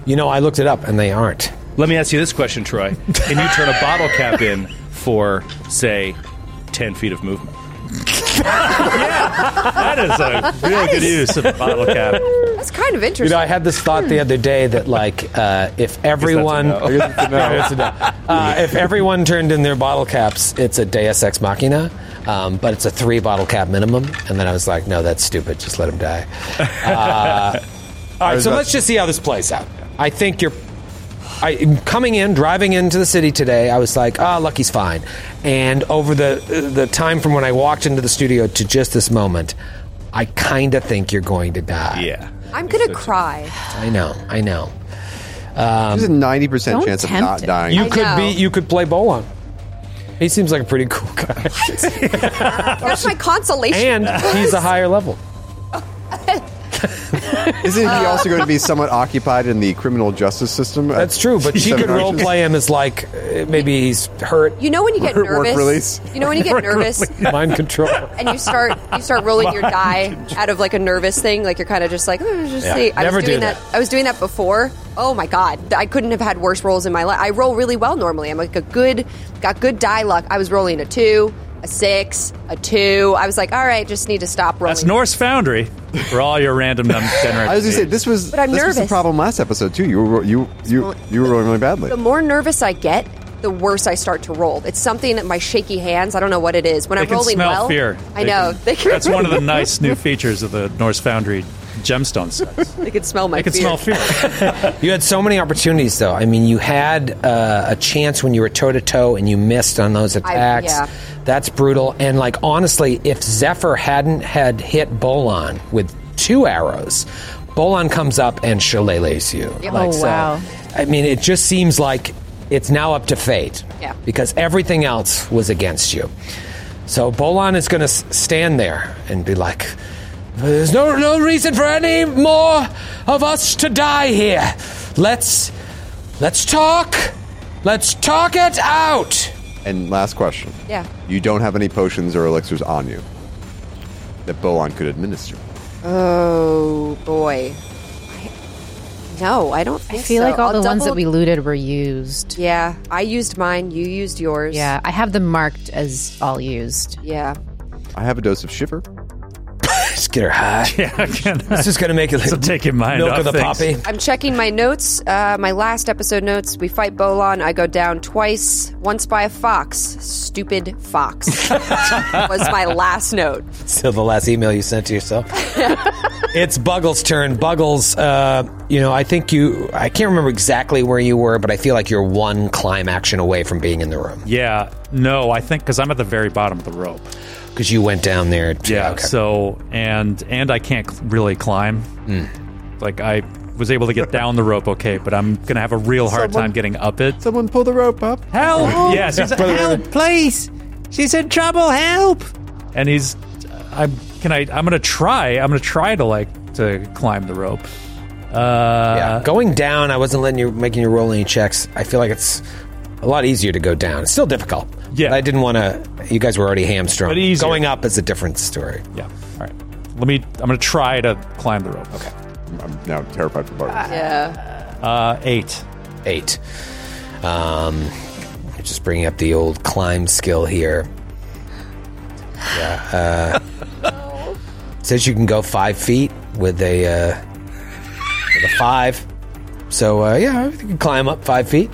[SPEAKER 8] You know, I looked it up, and they aren't.
[SPEAKER 4] Let me ask you this question, Troy. Can you turn a bottle cap in for, say, 10 feet of movement?
[SPEAKER 7] That is a real good use of a bottle cap.
[SPEAKER 6] That's kind of
[SPEAKER 8] You
[SPEAKER 6] interesting.
[SPEAKER 8] know, I had this thought the other day that like uh, if everyone
[SPEAKER 9] no. I guess it's a no.
[SPEAKER 8] Yeah, it's a no. Uh, if everyone turned in their bottle caps, it's a Deus Ex Machina, um, but it's a three bottle cap minimum. And then I was like, no, that's stupid. Just let him die. Uh, all right, so let's just see how this plays out. I think you're. I coming in, driving into the city today. I was like, "Ah, Lucky's fine." And over the the time from when I walked into the studio to just this moment, I kind of think you're going to die.
[SPEAKER 4] Yeah,
[SPEAKER 6] I'm gonna cry.
[SPEAKER 8] I know, I know. Um,
[SPEAKER 9] There's a ninety percent
[SPEAKER 6] Don't
[SPEAKER 9] chance of
[SPEAKER 6] tempt
[SPEAKER 9] not
[SPEAKER 6] it.
[SPEAKER 9] dying.
[SPEAKER 8] You
[SPEAKER 6] I
[SPEAKER 8] could
[SPEAKER 6] know.
[SPEAKER 8] be. You could play Bolon. He seems like a pretty cool guy,
[SPEAKER 6] That's my consolation.
[SPEAKER 8] and he's a higher level.
[SPEAKER 9] Isn't he also going to be somewhat occupied in the criminal justice system?
[SPEAKER 8] That's true, but she could role play him as like uh, maybe he's hurt.
[SPEAKER 6] You know when you get
[SPEAKER 9] Work
[SPEAKER 6] nervous.
[SPEAKER 9] release.
[SPEAKER 6] You know when you get nervous.
[SPEAKER 8] mind control.
[SPEAKER 6] And you start you start rolling your die out of like a nervous thing, like you're kind of just like "Oh, just
[SPEAKER 8] Yeah,
[SPEAKER 6] see. I
[SPEAKER 8] never
[SPEAKER 6] was
[SPEAKER 8] do
[SPEAKER 6] doing
[SPEAKER 8] that.
[SPEAKER 6] I was doing that before. Oh my god, I couldn't have had worse rolls in my life. I roll really well normally. I'm like a good got good die luck. I was rolling a two, a six, a two. I was like, all right, just need to stop rolling.
[SPEAKER 7] That's Norse Foundry for all your random num- generated.
[SPEAKER 9] I was going to say this was
[SPEAKER 6] But I'm
[SPEAKER 9] this was the
[SPEAKER 6] nervous.
[SPEAKER 9] problem last episode too. You were you you you were rolling really badly.
[SPEAKER 6] The more nervous I get, the worse I start to roll. It's something that my shaky hands. I don't know what it is. When
[SPEAKER 7] they
[SPEAKER 6] I'm
[SPEAKER 7] can
[SPEAKER 6] rolling
[SPEAKER 7] smell
[SPEAKER 6] well,
[SPEAKER 7] fear.
[SPEAKER 6] I know
[SPEAKER 7] can-
[SPEAKER 6] they can.
[SPEAKER 7] That's one of the nice new features of the Norse Foundry gemstone sets.
[SPEAKER 6] They can smell my.
[SPEAKER 7] They can
[SPEAKER 6] fear.
[SPEAKER 7] smell fear.
[SPEAKER 8] You had so many opportunities, though. I mean, you had uh, a chance when you were toe to toe and you missed on those attacks.
[SPEAKER 6] yeah.
[SPEAKER 8] That's brutal. And, like, honestly, if Zephyr hadn't had hit Bolon with two arrows, Bolon comes up and shillelaghs you.
[SPEAKER 6] Yep.
[SPEAKER 8] Like,
[SPEAKER 6] Oh, wow.
[SPEAKER 8] I mean, it just seems like it's now up to fate.
[SPEAKER 6] Yeah.
[SPEAKER 8] Because everything else was against you. So Bolon is going to s- stand there and be like, there's no, no reason for any more of us to die here. Let's let's talk. Let's talk it out.
[SPEAKER 9] And last question.
[SPEAKER 6] Yeah.
[SPEAKER 9] You don't have any potions or elixirs on you that Bolon could administer.
[SPEAKER 6] Oh boy. I, no, I don't
[SPEAKER 3] I
[SPEAKER 6] think
[SPEAKER 3] feel
[SPEAKER 6] so.
[SPEAKER 3] like all
[SPEAKER 6] I'll
[SPEAKER 3] the ones that
[SPEAKER 6] double-
[SPEAKER 3] we looted were used.
[SPEAKER 6] Yeah, I used mine, you used yours.
[SPEAKER 3] Yeah, I have them marked as all used.
[SPEAKER 6] Yeah.
[SPEAKER 9] I have a dose of shiver.
[SPEAKER 8] Let's get her high. This is going to make it
[SPEAKER 7] So take your mind
[SPEAKER 8] milk
[SPEAKER 7] off
[SPEAKER 8] of the
[SPEAKER 7] things.
[SPEAKER 8] poppy.
[SPEAKER 6] I'm checking my notes, uh, my last episode notes. We fight Bolon. I go down twice, once by a fox. Stupid fox. was my last note.
[SPEAKER 8] So the last email you sent to yourself. it's Buggles' turn. Buggles, uh, you know, I think you. I can't remember exactly where you were, but I feel like you're one climb action away from being in the room
[SPEAKER 7] Yeah, no, I think because I'm at the very bottom of the rope.
[SPEAKER 8] because you went down there. To,
[SPEAKER 7] Yeah.
[SPEAKER 8] okay.
[SPEAKER 7] So and and I can't cl- really climb.
[SPEAKER 8] Hmm.
[SPEAKER 7] Like I was able to get down the rope, okay, but I'm gonna have a real hard time getting up it.
[SPEAKER 9] Someone pull the rope up.
[SPEAKER 5] Oh,
[SPEAKER 7] Help! Yes, he's help, please. She's in trouble. Help! And he's, uh, I'm. Can I? I'm gonna try. I'm gonna try to like to climb the rope.
[SPEAKER 8] Yeah,
[SPEAKER 7] Uh,
[SPEAKER 8] going down, I wasn't letting you making you roll any checks. I feel like it's a lot easier to go down. It's still difficult.
[SPEAKER 7] Yeah.
[SPEAKER 8] but I didn't want to. You guys were already hamstrung.
[SPEAKER 7] But easier.
[SPEAKER 8] Going up is a different story.
[SPEAKER 7] yeah. All right. Let me. I'm gonna try to climb the rope. Okay.
[SPEAKER 9] I'm, I'm now terrified for Bart.
[SPEAKER 6] Yeah.
[SPEAKER 7] Uh, eight.
[SPEAKER 8] Eight. Um, just bringing up the old climb skill here. Yeah. Uh, says you can go five feet with a uh, with a five. So uh, yeah, you can climb up five feet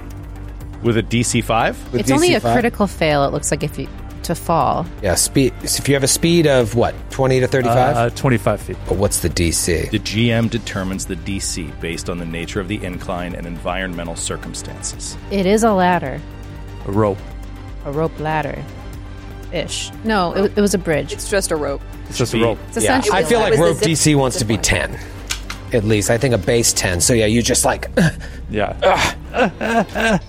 [SPEAKER 4] with a DC five.
[SPEAKER 3] it's only a critical fail. It looks like if you to fall.
[SPEAKER 8] Yeah, speed. If you have a speed of what, twenty to thirty-five?
[SPEAKER 4] Uh,
[SPEAKER 7] twenty-five feet.
[SPEAKER 8] But what's the DC?
[SPEAKER 4] The GM determines the DC based on the nature of the incline and environmental circumstances.
[SPEAKER 3] It is a ladder,
[SPEAKER 7] A rope.
[SPEAKER 3] a rope ladder, ish. No, it, it was a bridge. It's
[SPEAKER 6] just a rope.
[SPEAKER 7] It's just a rope.
[SPEAKER 3] It's essentially
[SPEAKER 8] I feel
[SPEAKER 3] that was
[SPEAKER 8] like
[SPEAKER 3] the
[SPEAKER 8] rope
[SPEAKER 3] zip-
[SPEAKER 8] DC wants to be ten, at least. I think a base ten. So yeah, you just like.
[SPEAKER 7] yeah.
[SPEAKER 3] Oh.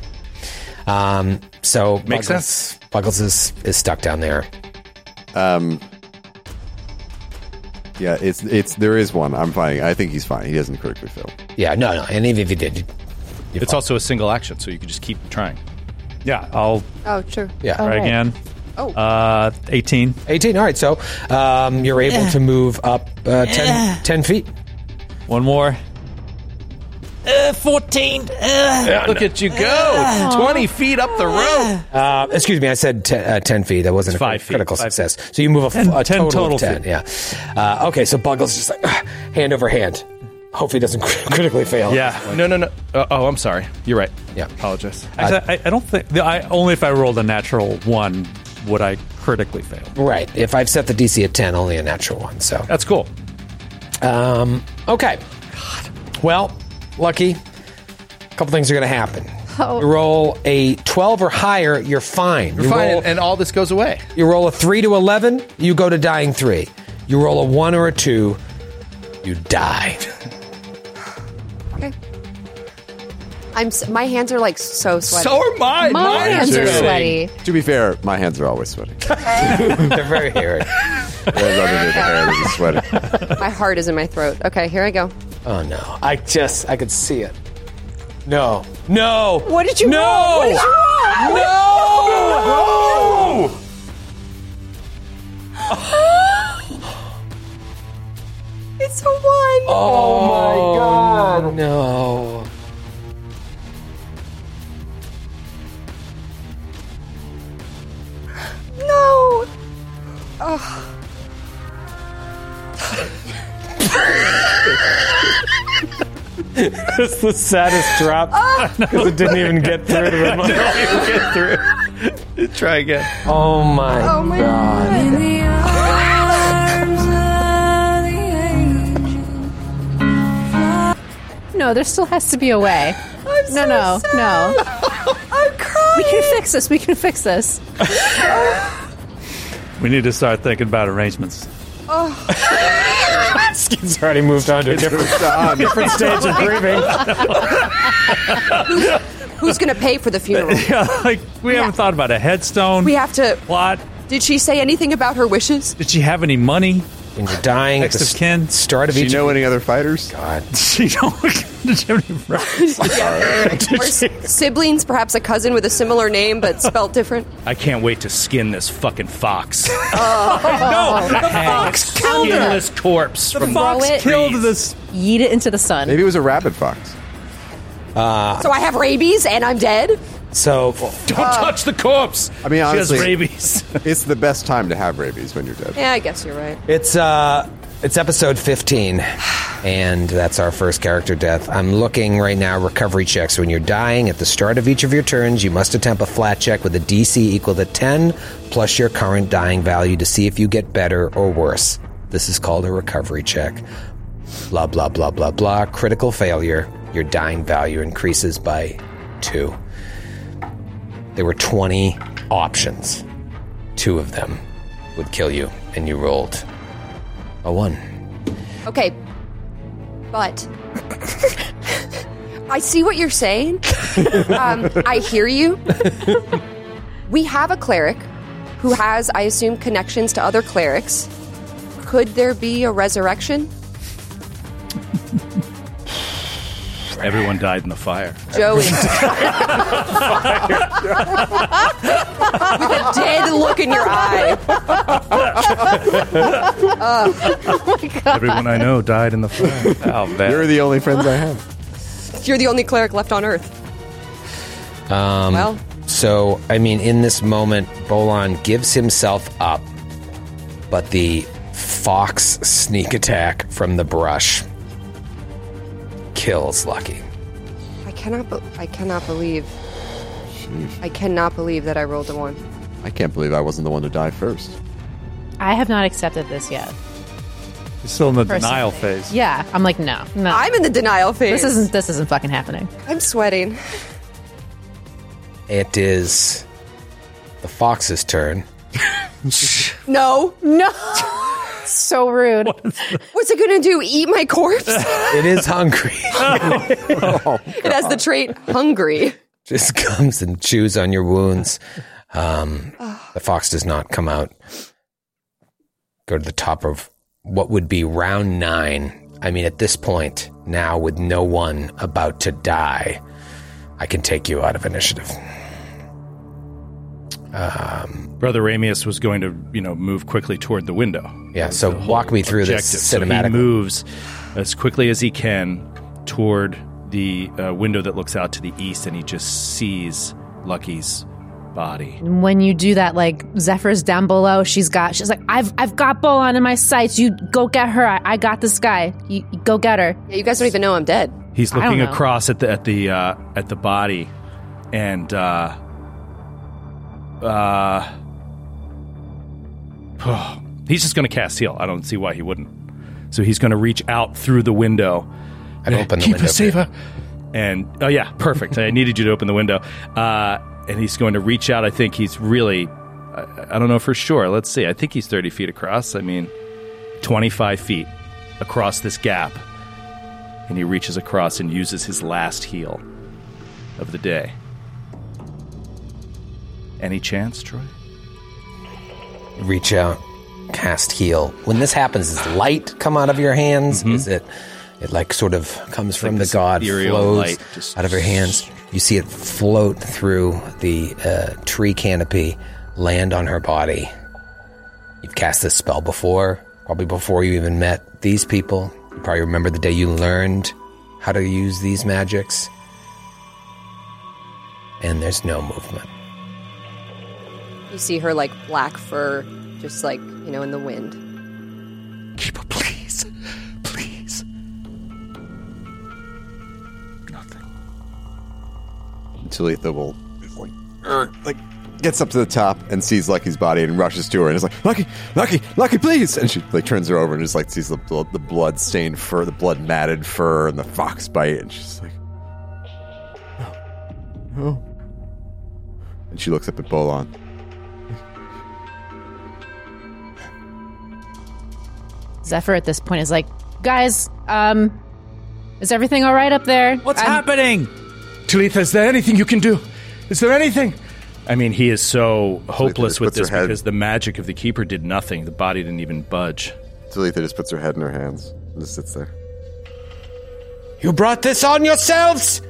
[SPEAKER 8] Um, so
[SPEAKER 4] Makes
[SPEAKER 8] Buggles, Buggles is, is stuck down there.
[SPEAKER 9] Um, yeah, it's it's there is one. I'm fine. I think he's fine. He doesn't critically fail.
[SPEAKER 8] Yeah, no, no. And even if he did,
[SPEAKER 4] it's also a single action, so you can just keep trying.
[SPEAKER 7] Yeah, I'll
[SPEAKER 6] Oh, true.
[SPEAKER 7] try again.
[SPEAKER 6] Oh.
[SPEAKER 7] Uh, eighteen.
[SPEAKER 8] Eighteen. All right. So um, you're able
[SPEAKER 7] Yeah.
[SPEAKER 8] to move up uh, 10,
[SPEAKER 7] Yeah.
[SPEAKER 8] 10 feet.
[SPEAKER 7] One more.
[SPEAKER 5] Uh, 14. Uh,
[SPEAKER 4] Look at you go!
[SPEAKER 5] Ah.
[SPEAKER 4] 20 feet up the rope!
[SPEAKER 8] Uh, excuse me, I said te- uh, 10 feet. That wasn't a
[SPEAKER 4] Five
[SPEAKER 8] cri-
[SPEAKER 4] feet.
[SPEAKER 8] critical
[SPEAKER 4] Five
[SPEAKER 8] success. So you move a, f-
[SPEAKER 4] 10
[SPEAKER 8] a
[SPEAKER 4] 10
[SPEAKER 8] total,
[SPEAKER 4] total
[SPEAKER 8] of 10.
[SPEAKER 4] feet.
[SPEAKER 8] Yeah. Uh, okay, so Buggles just like hand over hand. Hopefully doesn't cri- critically fail.
[SPEAKER 4] Yeah. No, no, no. Uh, oh, I'm sorry. You're right.
[SPEAKER 8] Yeah. Uh,
[SPEAKER 4] Apologize.
[SPEAKER 7] Actually, I, I don't think. I only if I rolled a natural one would I critically fail.
[SPEAKER 8] Right. If I've set the DC at 10, only a natural one. So
[SPEAKER 4] that's cool.
[SPEAKER 8] Um, okay. Well, lucky. A couple things are going to happen. You roll a 12 or higher, you're fine.
[SPEAKER 4] Oh. You're
[SPEAKER 8] You
[SPEAKER 4] fine,
[SPEAKER 8] roll-
[SPEAKER 4] and, and all this goes away.
[SPEAKER 8] You roll a 3 to 11, you go to dying 3. You roll a 1 or a 2, you die.
[SPEAKER 3] Oh,
[SPEAKER 6] I'm. s- My hands are like so sweaty.
[SPEAKER 4] So are mine.
[SPEAKER 6] My
[SPEAKER 9] Mine too. To be fair, my hands are always sweaty.
[SPEAKER 8] They're very hairy.
[SPEAKER 9] There's nothing to the hair that is sweaty.
[SPEAKER 6] My heart is in my throat. Okay, here I go.
[SPEAKER 8] Oh no. I just I could see it. No. No.
[SPEAKER 6] What did you
[SPEAKER 8] No.
[SPEAKER 6] roll? What did you roll?
[SPEAKER 8] No.
[SPEAKER 6] It's a one.
[SPEAKER 8] Oh, my god. No.
[SPEAKER 6] No. Oh.
[SPEAKER 7] it's the saddest drop
[SPEAKER 4] Oh,
[SPEAKER 7] because it didn't even get through to the
[SPEAKER 4] get through. Try again.
[SPEAKER 8] Oh my,
[SPEAKER 5] oh my god.
[SPEAKER 3] No, there still has to be a way. no, no, no.
[SPEAKER 6] I'm crying.
[SPEAKER 3] We can fix this. We can fix this.
[SPEAKER 7] We need to start thinking about arrangements.
[SPEAKER 6] Oh.
[SPEAKER 8] Skid's already moved on to a different,
[SPEAKER 7] different stage of grieving.
[SPEAKER 6] Who's gonna pay for the funeral?
[SPEAKER 7] yeah, like we haven't thought about a headstone.
[SPEAKER 6] We have to.
[SPEAKER 7] Plot.
[SPEAKER 6] Did she say anything about her wishes?
[SPEAKER 7] Did she have any money?
[SPEAKER 8] When you're dying,
[SPEAKER 7] next of kin.
[SPEAKER 8] Start of
[SPEAKER 7] She
[SPEAKER 8] each.
[SPEAKER 7] know
[SPEAKER 9] any other fighters?
[SPEAKER 8] God.
[SPEAKER 7] She don't. Did she have any friends?
[SPEAKER 6] Or s- siblings, perhaps a cousin with a similar name but spelt different.
[SPEAKER 4] I can't wait to skin this fucking fox.
[SPEAKER 6] Oh.
[SPEAKER 4] The fox killed
[SPEAKER 3] her.
[SPEAKER 4] Skinless corpse. from
[SPEAKER 3] fox Throw it. killed
[SPEAKER 7] this.
[SPEAKER 3] Yeet it into the sun.
[SPEAKER 9] Maybe it was a rabid fox.
[SPEAKER 8] Uh,
[SPEAKER 6] So I have rabies and I'm dead.
[SPEAKER 8] so
[SPEAKER 4] Don't touch the corpse.
[SPEAKER 9] Uh, I
[SPEAKER 4] She
[SPEAKER 9] mean,
[SPEAKER 4] has
[SPEAKER 9] honestly,
[SPEAKER 4] rabies.
[SPEAKER 9] it's the best time to have rabies when you're dead.
[SPEAKER 6] Yeah, I guess you're right.
[SPEAKER 8] It's uh it's episode 15 and that's our first character death. I'm looking right now recovery checks when you're dying at the start of each of your turns, you must attempt a flat check with a DC equal to 10 plus your current dying value to see if you get better or worse. This is called a recovery check. Blah blah blah blah blah critical failure, your dying value increases by 2. There were 20 options. Two of them would kill you, and you rolled a one.
[SPEAKER 6] Okay, but I see what you're saying. Um, I hear you. We have a cleric who has, I assume, connections to other clerics. Could there be a resurrection?
[SPEAKER 4] Everyone died in the fire.
[SPEAKER 6] Joey. With a dead look in your eye. oh my god.
[SPEAKER 4] Everyone I know died in the fire. Oh, man.
[SPEAKER 9] You're the only friends I have.
[SPEAKER 6] You're the only cleric left on Earth.
[SPEAKER 8] Um,
[SPEAKER 6] Well.
[SPEAKER 8] So, I mean, in this moment, Bolan gives himself up, but the fox sneak attack from the brush kills Lucky.
[SPEAKER 6] I cannot. Be- I cannot believe. I cannot believe that I rolled a one.
[SPEAKER 9] I can't believe I wasn't the one to die first.
[SPEAKER 3] I have not accepted this yet.
[SPEAKER 7] You're still in the
[SPEAKER 3] Personally.
[SPEAKER 7] denial phase.
[SPEAKER 3] Yeah, I'm like no, no. I'm
[SPEAKER 6] in the denial phase.
[SPEAKER 3] This isn't this isn't fucking happening.
[SPEAKER 6] I'm sweating.
[SPEAKER 8] It is the fox's turn.
[SPEAKER 6] No.
[SPEAKER 3] No. so rude.
[SPEAKER 6] What's it gonna do? Eat my corpse?
[SPEAKER 8] It is hungry.
[SPEAKER 6] it has the trait hungry.
[SPEAKER 8] Just comes and chews on your wounds. Um, the fox does not come out. Go to the top of what would be round nine. I mean, at this point, now with no one about to die, I can take you out of initiative. Um,
[SPEAKER 4] Brother Ramius was going to, you know, move quickly toward the window.
[SPEAKER 8] Yeah, so walk me through this
[SPEAKER 4] So he
[SPEAKER 8] cinematically.
[SPEAKER 4] moves as quickly as he can toward the uh, window that looks out to the east, and he just sees Lucky's body.
[SPEAKER 3] And when you do that, like Zephyr's down below, she's got she's like, I've I've got Bolan in my sights. You go get her. I, I got this guy. You, you go get her.
[SPEAKER 6] Yeah, you guys don't even know I'm dead.
[SPEAKER 4] He's
[SPEAKER 3] I don't
[SPEAKER 4] looking
[SPEAKER 3] know.
[SPEAKER 4] across at the at the uh, at the body, and uh, uh, he's just going to cast heal. I don't see why he wouldn't. So he's going to reach out through the window.
[SPEAKER 8] I've opened the
[SPEAKER 4] Keep
[SPEAKER 8] window,
[SPEAKER 4] us safe, uh, And oh yeah, perfect. I needed you to open the window. Uh, and he's going to reach out. I think he's really. I, I don't know for sure. Let's see. I think he's thirty feet across. I mean, twenty-five feet across this gap and he reaches across and uses his last heal of the day. Any chance, Troy?
[SPEAKER 8] reach out, cast heal. When this happens, does light come out of your hands?
[SPEAKER 4] Mm-hmm.
[SPEAKER 8] Is it? It like sort of comes from the god,
[SPEAKER 4] ethereal
[SPEAKER 8] flows
[SPEAKER 4] light just-
[SPEAKER 8] out of your hands. You see it float through the uh, tree canopy, land on her body. You've cast this spell before, probably before you even met these people. You probably remember the day you learned how to use these magics. And there's no movement.
[SPEAKER 6] You see her like black fur, just like you know, in the wind.
[SPEAKER 5] Keeper, please. Please.
[SPEAKER 9] Talitha will like, er, like gets up to the top and sees Lucky's body and rushes to her and is like, "Lucky, Lucky, Lucky, please!" And she like turns her over and just like sees the blood, the blood stained fur, the blood matted fur, and the fox bite, and she's like, "No, no." And she looks up at Bolon.
[SPEAKER 3] Zephyr at this point is like, guys, um, is everything all right up there? What's
[SPEAKER 4] happening? Talitha, is there anything you can do? Is there anything? I mean, he is so hopeless with
[SPEAKER 9] puts her
[SPEAKER 4] this
[SPEAKER 9] head-
[SPEAKER 4] because the magic of the keeper did nothing. The body didn't even budge.
[SPEAKER 9] Talitha just puts her head in her hands and just sits there.
[SPEAKER 8] You brought this on yourselves!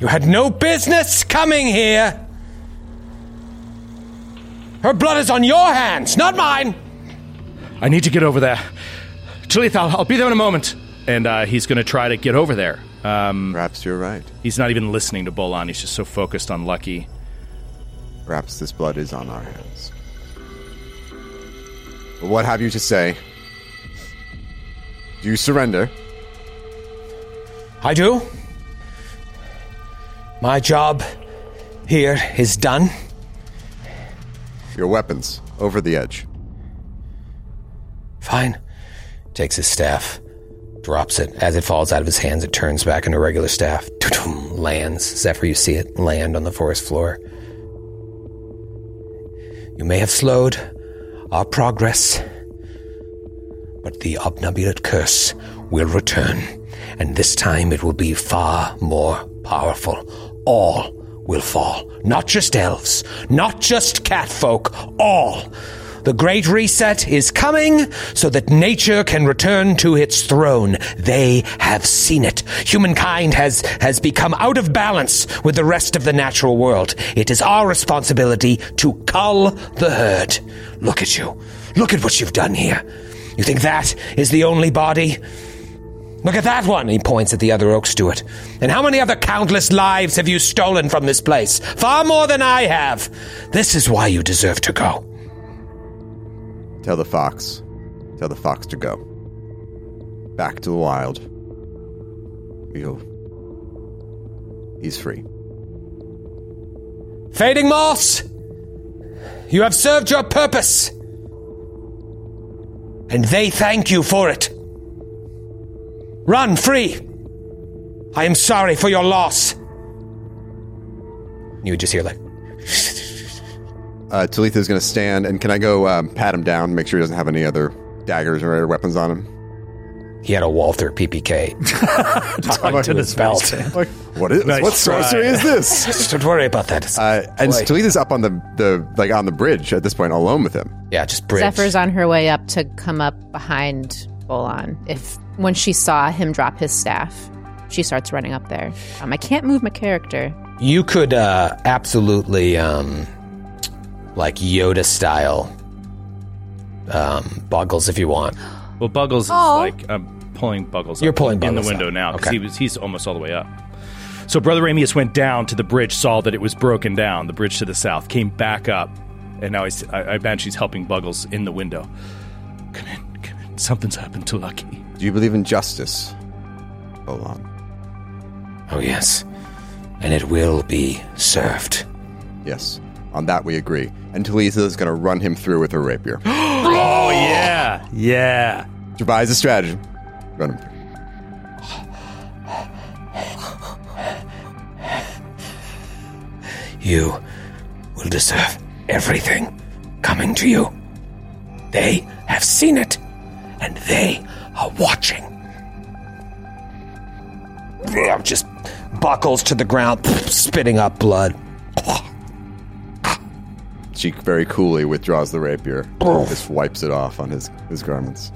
[SPEAKER 8] You had no business coming here! Her blood is on your hands, not mine!
[SPEAKER 4] I need to get over there. Talitha, I'll, I'll be there in a moment. And uh, he's going to try to get over there. Um,
[SPEAKER 9] Perhaps you're right.
[SPEAKER 4] He's not even listening to Bolan. He's just so focused on Lucky.
[SPEAKER 9] Perhaps this blood is on our hands. But what have you to say? Do you surrender?
[SPEAKER 8] I do. My job here is done.
[SPEAKER 9] Your weapons over the edge.
[SPEAKER 8] Fine. Takes his staff, drops it. As it falls out of his hands, it turns back into regular staff. Tutum, Lands. Zephyr, you see it land on the forest floor. You may have slowed our progress, but the obnubilate curse will return, and this time it will be far more powerful. All will fall. Not just elves, not just catfolk, all. The great reset is coming so that nature can return to its throne. They have seen it. Humankind has, has become out of balance with the rest of the natural world. It is our responsibility to cull the herd. Look at you. Look at what you've done here. You think that is the only body? Look at that one, he points at the other oak steward. And how many other countless lives have you stolen from this place? Far more than I have. This is why you deserve to go.
[SPEAKER 9] Tell the fox. Tell the fox to go. Back to the wild. He'll. He's free.
[SPEAKER 8] Fading moths, you have served your purpose. And they thank you for it. Run free! I am sorry for your loss. You would just hear like.
[SPEAKER 9] Uh, Talitha's going to stand, and can I go um, pat him down, make sure he doesn't have any other daggers or other weapons on him?
[SPEAKER 8] He had a Walther PPK.
[SPEAKER 9] Tucked in his belt. what is
[SPEAKER 8] Nice
[SPEAKER 9] what
[SPEAKER 8] try.
[SPEAKER 9] sorcery is this?
[SPEAKER 8] Don't worry about that.
[SPEAKER 9] Uh, and
[SPEAKER 8] Boy.
[SPEAKER 9] Talitha's up on the, the like on the bridge at this point, alone with him.
[SPEAKER 8] Yeah, just
[SPEAKER 3] Zephyr's on her way up to come up behind Bolon. If when she saw him drop his staff, she starts running up there. Um, I can't move my character.
[SPEAKER 8] You could uh, absolutely, um, like Yoda style, um, Buggles if you want.
[SPEAKER 4] Well, Buggles
[SPEAKER 8] Aw.
[SPEAKER 4] is like I'm pulling Buggles.
[SPEAKER 8] You're
[SPEAKER 4] up
[SPEAKER 8] pulling
[SPEAKER 4] in
[SPEAKER 8] Buggles
[SPEAKER 4] the window
[SPEAKER 8] up.
[SPEAKER 4] now because
[SPEAKER 8] Okay.
[SPEAKER 4] he was he's almost all the way up. So Brother Amius went down to the bridge, saw that it was broken down, the bridge to the south, came back up, and now he's, I, I imagine he's helping Buggles in the window. Come in, come in. Something's happened to Lucky.
[SPEAKER 9] Do you believe in justice? Hold on.
[SPEAKER 8] Oh, yes. And it will be served.
[SPEAKER 9] Yes. On that we agree. And Talitha's going to run him through with her rapier.
[SPEAKER 4] oh, yeah. Yeah.
[SPEAKER 9] Devise a strategy. Run him through.
[SPEAKER 8] You will deserve everything coming to you. They have seen it, and they are watching. Just buckles to the ground, spitting up blood.
[SPEAKER 9] She very coolly withdraws the rapier
[SPEAKER 4] Oh.
[SPEAKER 9] and just wipes it off on his, his garments.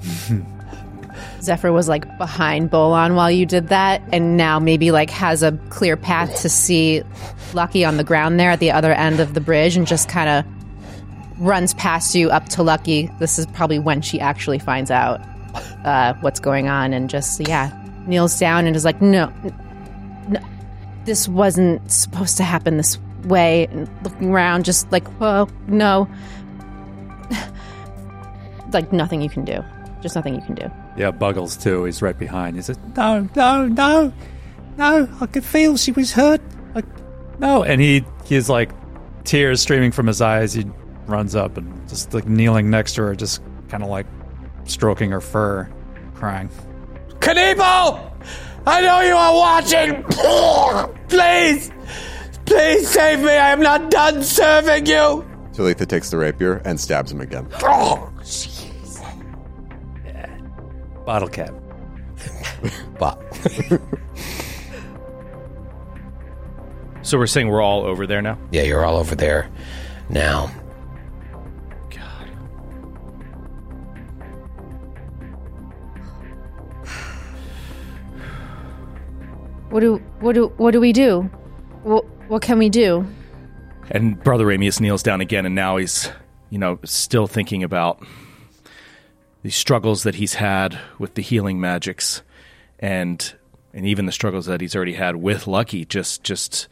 [SPEAKER 3] Zephyr was like behind Bolon while you did that, and now maybe like has a clear path to see Lucky on the ground there at the other end of the bridge, and just kind of runs past you up to Lucky. This is probably when she actually finds out uh, what's going on, and just yeah, kneels down and is like, no, no, this wasn't supposed to happen this way. And looking around, just like, whoa, no, like nothing you can do, just nothing you can do.
[SPEAKER 7] Yeah, Buggles too. He's right behind. He's like,
[SPEAKER 12] No, no, no, no! I could feel she was hurt. I,
[SPEAKER 7] no, and he he's like tears streaming from his eyes. He runs up and just like kneeling next to her, just kind of like stroking her fur, crying.
[SPEAKER 12] Kanibo! I know you are watching! Please! Please save me! I am not done serving you!
[SPEAKER 9] Talitha takes the rapier and stabs him again.
[SPEAKER 12] Oh,
[SPEAKER 7] Bottle cap.
[SPEAKER 8] Bop.
[SPEAKER 4] So we're saying we're all over there now?
[SPEAKER 8] Yeah, you're all over there now.
[SPEAKER 3] What do what do what do we do? What what can we do?
[SPEAKER 4] And Brother Amius kneels down again, and now he's, you know, still thinking about the struggles that he's had with the healing magics, and and even the struggles that he's already had with Lucky, just just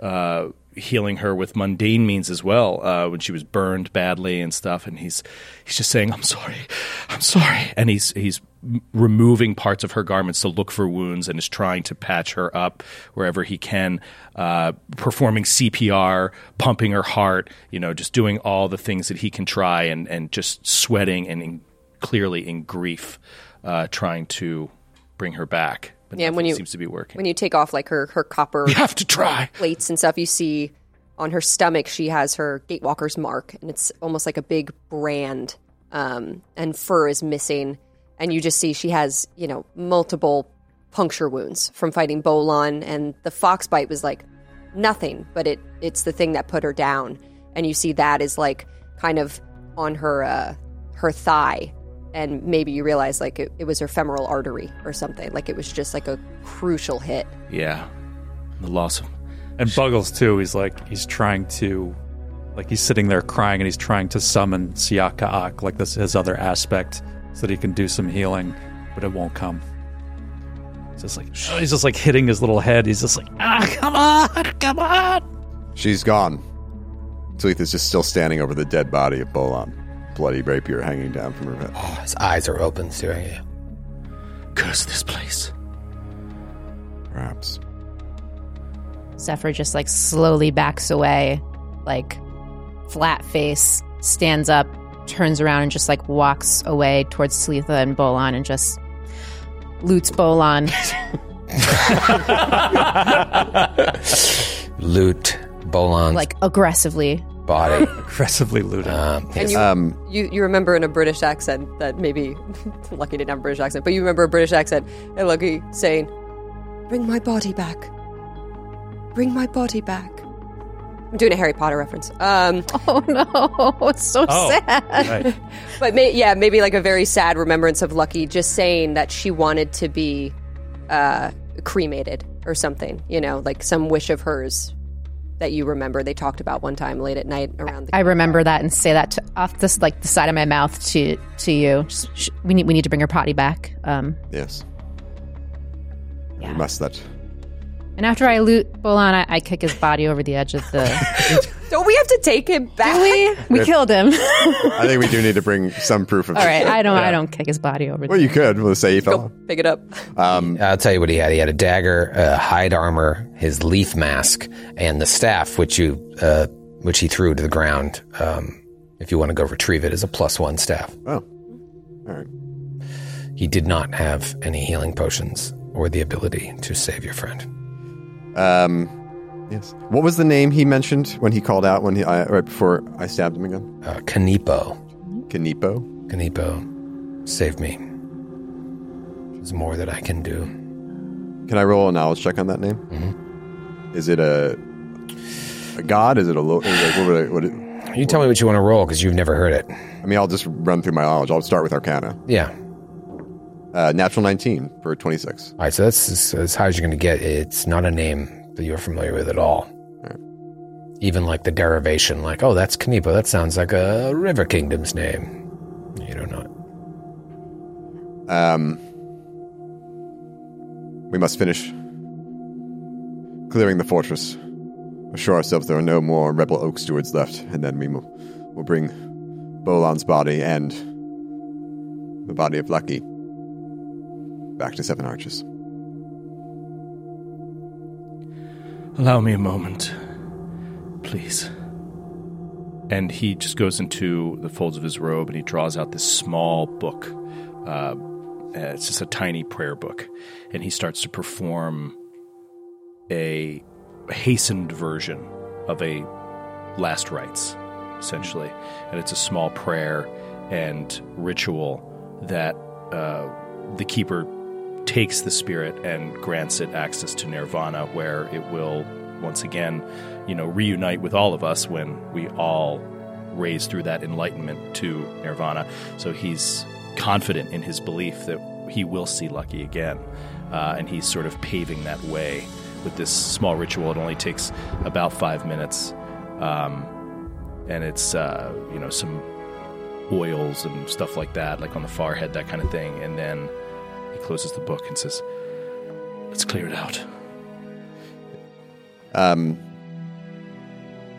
[SPEAKER 4] uh, healing her with mundane means as well, uh, when she was burned badly and stuff. And he's he's just saying, "I'm sorry, I'm sorry," and he's he's m- removing parts of her garments to look for wounds and is trying to patch her up wherever he can, uh, performing CPR, pumping her heart, you know, just doing all the things that he can try and, and just sweating and in, clearly in grief, uh, trying to bring her back. But
[SPEAKER 6] Yeah, and when
[SPEAKER 4] nothing
[SPEAKER 6] you-
[SPEAKER 4] seems to be working.
[SPEAKER 6] When you take off like her her copper,
[SPEAKER 4] You have to try.
[SPEAKER 6] plates and stuff. You see on her stomach she has her Gatewalker's mark, and it's almost like a big brand. Um, and fur is missing, and you just see she has you know multiple puncture wounds from fighting Bolon, and the fox bite was like nothing, but it it's the thing that put her down, and you see that is like kind of on her uh, her thigh, and maybe you realize like it, it was her femoral artery or something. Like it was just like a crucial hit.
[SPEAKER 4] Yeah. The loss of.
[SPEAKER 7] And Buggles, too, he's like, he's trying to, like, he's sitting there crying and he's trying to summon Siak Ka'ak, like this, his other aspect, so that he can do some healing, but it won't come. It's just like, he's just like hitting his little head. He's just like, Ah, come on, come on.
[SPEAKER 9] She's gone. Talitha's just still standing over the dead body of Bolan, bloody rapier hanging down from her head. Oh,
[SPEAKER 8] his eyes are open, staring at you.
[SPEAKER 5] Curse this place.
[SPEAKER 9] Perhaps.
[SPEAKER 3] Zephyr just like slowly backs away, like flat face, stands up, turns around, and just like walks away towards Talitha and Bolan and just loots Bolan.
[SPEAKER 8] Loot Bolan's
[SPEAKER 3] like aggressively.
[SPEAKER 8] body. Um,
[SPEAKER 7] Aggressively looted.
[SPEAKER 6] And you,
[SPEAKER 9] Um,
[SPEAKER 6] you you remember in a British accent that maybe Lucky didn't have a British accent, but you remember a British accent and Lucky saying, "Bring my body back. Bring my body back." I'm doing a Harry Potter reference. Um,
[SPEAKER 3] oh no, it's so
[SPEAKER 6] Oh,
[SPEAKER 3] sad.
[SPEAKER 6] right. but may, yeah, maybe like a very sad remembrance of Lucky just saying that she wanted to be uh, cremated or something. You know, like some wish of hers that you remember they talked about one time late at night around the.
[SPEAKER 3] I remember that and say that to, off this like the side of my mouth to to you. Just, sh- we need we need to bring her potty back. Um,
[SPEAKER 9] Yes. We must that.
[SPEAKER 3] and after I loot Bolan, I, I kick his body over the edge of the.
[SPEAKER 6] Don't we have to take him back?
[SPEAKER 3] we
[SPEAKER 9] Good.
[SPEAKER 3] killed him.
[SPEAKER 9] I think we do need to bring some proof
[SPEAKER 3] All
[SPEAKER 9] of
[SPEAKER 3] right,
[SPEAKER 9] this.
[SPEAKER 3] I don't I don't kick his body over.
[SPEAKER 9] Well, you could. We'll say he fell.
[SPEAKER 6] Pick it up.
[SPEAKER 8] Um, I'll tell you what he had. He had a dagger, uh, hide armor, his leaf mask, and the staff, which you uh, which he threw to the ground. Um, if you want to go retrieve it, is a plus one staff.
[SPEAKER 9] Oh, all right.
[SPEAKER 8] He did not have any healing potions or the ability to save your friend.
[SPEAKER 9] Um, yes. What was the name he mentioned when he called out when he I, right before I stabbed him again?
[SPEAKER 8] Uh, Kanipo.
[SPEAKER 9] Kanipo.
[SPEAKER 8] Kanipo, save me. There's more that I can do.
[SPEAKER 9] Can I roll a knowledge check on that name?
[SPEAKER 8] Mm-hmm.
[SPEAKER 9] Is it a a god? Is it a low? Like, what would I, what it,
[SPEAKER 8] you tell me what you want to roll because you've never heard it.
[SPEAKER 9] I mean, I'll just run through my knowledge. I'll start with Arcana.
[SPEAKER 8] Yeah.
[SPEAKER 9] Uh, natural nineteen for twenty six.
[SPEAKER 8] All right, so that's as, as high as you're going to get. It's not a name that you're familiar with at all. Even like the derivation, like, oh, that's Kanipo. That sounds like a River Kingdom's name. You don't know it.
[SPEAKER 9] Um, we must finish clearing the fortress, assure ourselves there are no more rebel oak stewards left, and then we will will bring Bolan's body and the body of Lucky back to Seven Arches.
[SPEAKER 4] Allow me a moment, please. And he just goes into the folds of his robe and he draws out this small book. Uh, uh, it's just a tiny prayer book. And he starts to perform a hastened version of a last rites, essentially. And it's a small prayer and ritual that uh, the keeper takes the spirit and grants it access to nirvana, where it will once again, you know, reunite with all of us when we all raise through that enlightenment to nirvana. So he's confident in his belief that he will see Lucky again, uh, and he's sort of paving that way with this small ritual. It only takes about five minutes. Um, and it's uh, you know some oils and stuff like that, like on the forehead, that kind of thing. And then he closes the book and says, "Let's clear it out."
[SPEAKER 9] Um,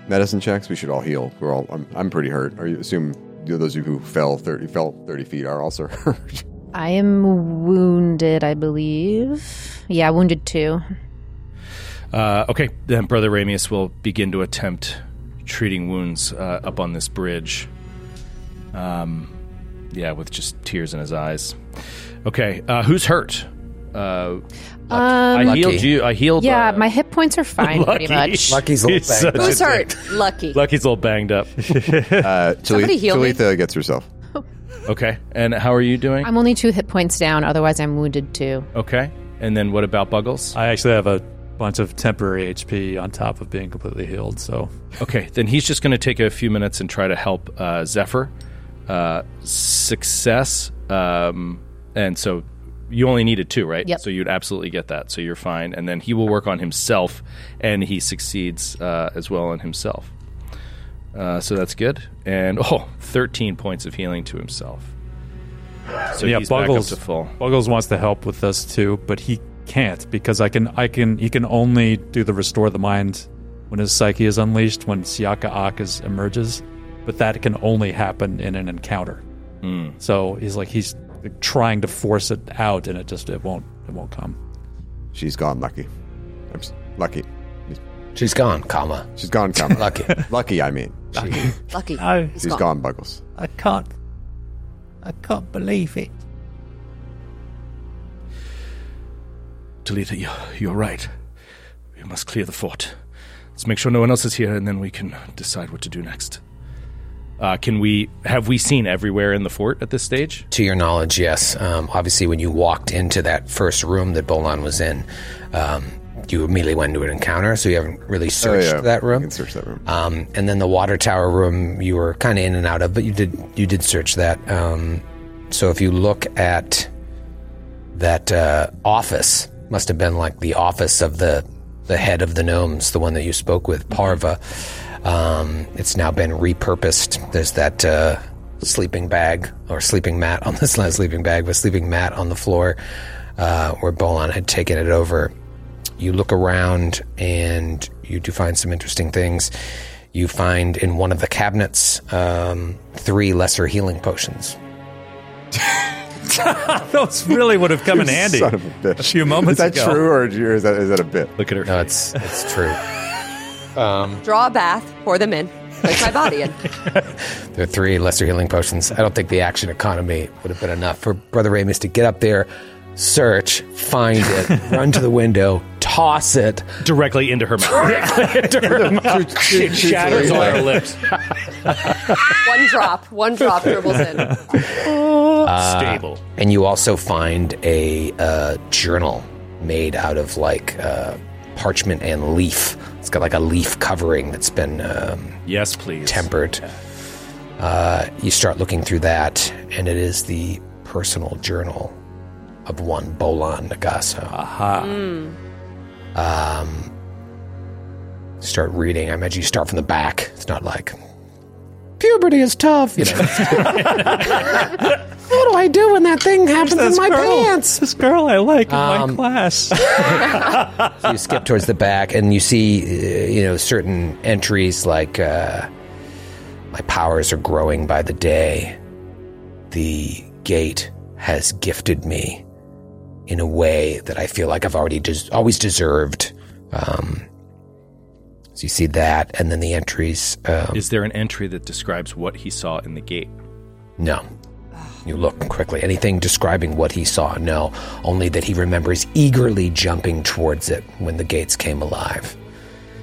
[SPEAKER 9] medicine checks. We should all heal. We're all. I'm, I'm pretty hurt. Are you assume those of you who fell thirty fell thirty feet are also hurt?
[SPEAKER 3] I am wounded, I believe. Yeah, wounded too.
[SPEAKER 4] Uh, okay, then Brother Ramius will begin to attempt treating wounds uh, up on this bridge. Um, yeah, with just tears in his eyes. Okay, uh, who's hurt? Uh, I
[SPEAKER 3] Um,
[SPEAKER 4] healed you. I healed.
[SPEAKER 3] Yeah,
[SPEAKER 4] uh,
[SPEAKER 3] my hit points are fine, pretty
[SPEAKER 4] Lucky.
[SPEAKER 3] much.
[SPEAKER 4] Lucky's a little He's banged such up. a
[SPEAKER 6] Who's hurt? Lucky.
[SPEAKER 4] Lucky's all banged up.
[SPEAKER 9] uh,
[SPEAKER 6] Somebody heal me.
[SPEAKER 9] Talitha gets herself.
[SPEAKER 4] Okay, and how are you doing?
[SPEAKER 3] I'm only two hit points down. Otherwise, I'm wounded too.
[SPEAKER 4] Okay. And then what about Buggles?
[SPEAKER 7] I actually have a bunch of temporary HP on top of being completely healed. So
[SPEAKER 4] Okay, then he's just going to take a few minutes and try to help uh, Zephyr. Uh, success. Um, and so you only needed two, right?
[SPEAKER 3] Yep.
[SPEAKER 4] So you'd absolutely get that. So you're fine. And then he will work on himself, and he succeeds uh, as well on himself. Uh, so that's good. And oh, 13 points of healing to himself. So
[SPEAKER 7] yeah,
[SPEAKER 4] he's back up
[SPEAKER 7] Buggles
[SPEAKER 4] to full.
[SPEAKER 7] Buggles wants to help with this too, but he can't because I can I can he can only do the restore the mind when his psyche is unleashed when Siaka Ak is emerges, but that can only happen in an encounter.
[SPEAKER 4] Hmm.
[SPEAKER 7] So he's like he's trying to force it out, and it just it won't it won't come.
[SPEAKER 9] She's gone, Lucky. I'm s- lucky.
[SPEAKER 8] She's gone, comma.
[SPEAKER 9] She's gone, comma.
[SPEAKER 8] lucky.
[SPEAKER 9] Lucky, I mean.
[SPEAKER 6] Lucky.
[SPEAKER 13] Oh.
[SPEAKER 9] She's
[SPEAKER 6] He's
[SPEAKER 9] gone, Buggles.
[SPEAKER 5] I can't. I can't believe it.
[SPEAKER 4] Talita, you're, you're right. We must clear the fort. Let's make sure no one else is here, and then we can decide what to do next. Uh, can we? Have we seen everywhere in the fort at this stage?
[SPEAKER 8] To your knowledge, yes. Um, obviously, when you walked into that first room that Bolan was in, um, you immediately went into an encounter, so you haven't really searched
[SPEAKER 9] Oh, yeah.
[SPEAKER 8] that room.
[SPEAKER 9] search that room.
[SPEAKER 8] Um, and then the water tower room, you were kind of in and out of, but you did you did search that. Um, so if you look at that uh, office, must have been like the office of the the head of the gnomes, the one that you spoke with, Parva. Um, it's now been repurposed. There's that uh, sleeping bag or sleeping mat on this not sleeping bag, but sleeping mat on the floor uh, where Bolan had taken it over. You look around and you do find some interesting things. You find in one of the cabinets um, three lesser healing potions.
[SPEAKER 7] Those really would have come in
[SPEAKER 9] You
[SPEAKER 7] handy.
[SPEAKER 9] son of a bitch.
[SPEAKER 7] few moments
[SPEAKER 9] Is that
[SPEAKER 7] ago.
[SPEAKER 9] true or is that, is that a bit?
[SPEAKER 4] Look at her.
[SPEAKER 8] No, it's it's true. Um,
[SPEAKER 6] Draw a bath, pour them in, place my body in.
[SPEAKER 8] there are three lesser healing potions. I don't think the action economy would have been enough for Brother Ramus to get up there, search, find it, run to the window, toss it
[SPEAKER 4] directly into her mouth.
[SPEAKER 8] It shatters on her lips.
[SPEAKER 6] One drop, one drop dribbles in.
[SPEAKER 8] Uh, And you also find a uh, journal made out of like uh, parchment and leaf. It's got like a leaf covering that's been um,
[SPEAKER 4] yes, please
[SPEAKER 8] tempered. Uh, you start looking through that, and it is the personal journal of one Bolan Nagasa. Aha. Um, start reading. I imagine you start from the back. It's not like puberty is tough. You know. what do I do when that thing happens in my pants?
[SPEAKER 7] This girl I like in
[SPEAKER 8] Um,
[SPEAKER 7] my class.
[SPEAKER 8] So you skip towards the back, and you see, uh, you know, certain entries like uh, "My powers are growing by the day." The gate has gifted me in a way that I feel like I've already des- always deserved. Um, so you see that, and then the entries. Um,
[SPEAKER 4] Is there an entry that describes what he saw in the gate?
[SPEAKER 8] No. You look quickly. Anything describing what he saw? No. Only that he remembers eagerly jumping towards it when the gates came alive.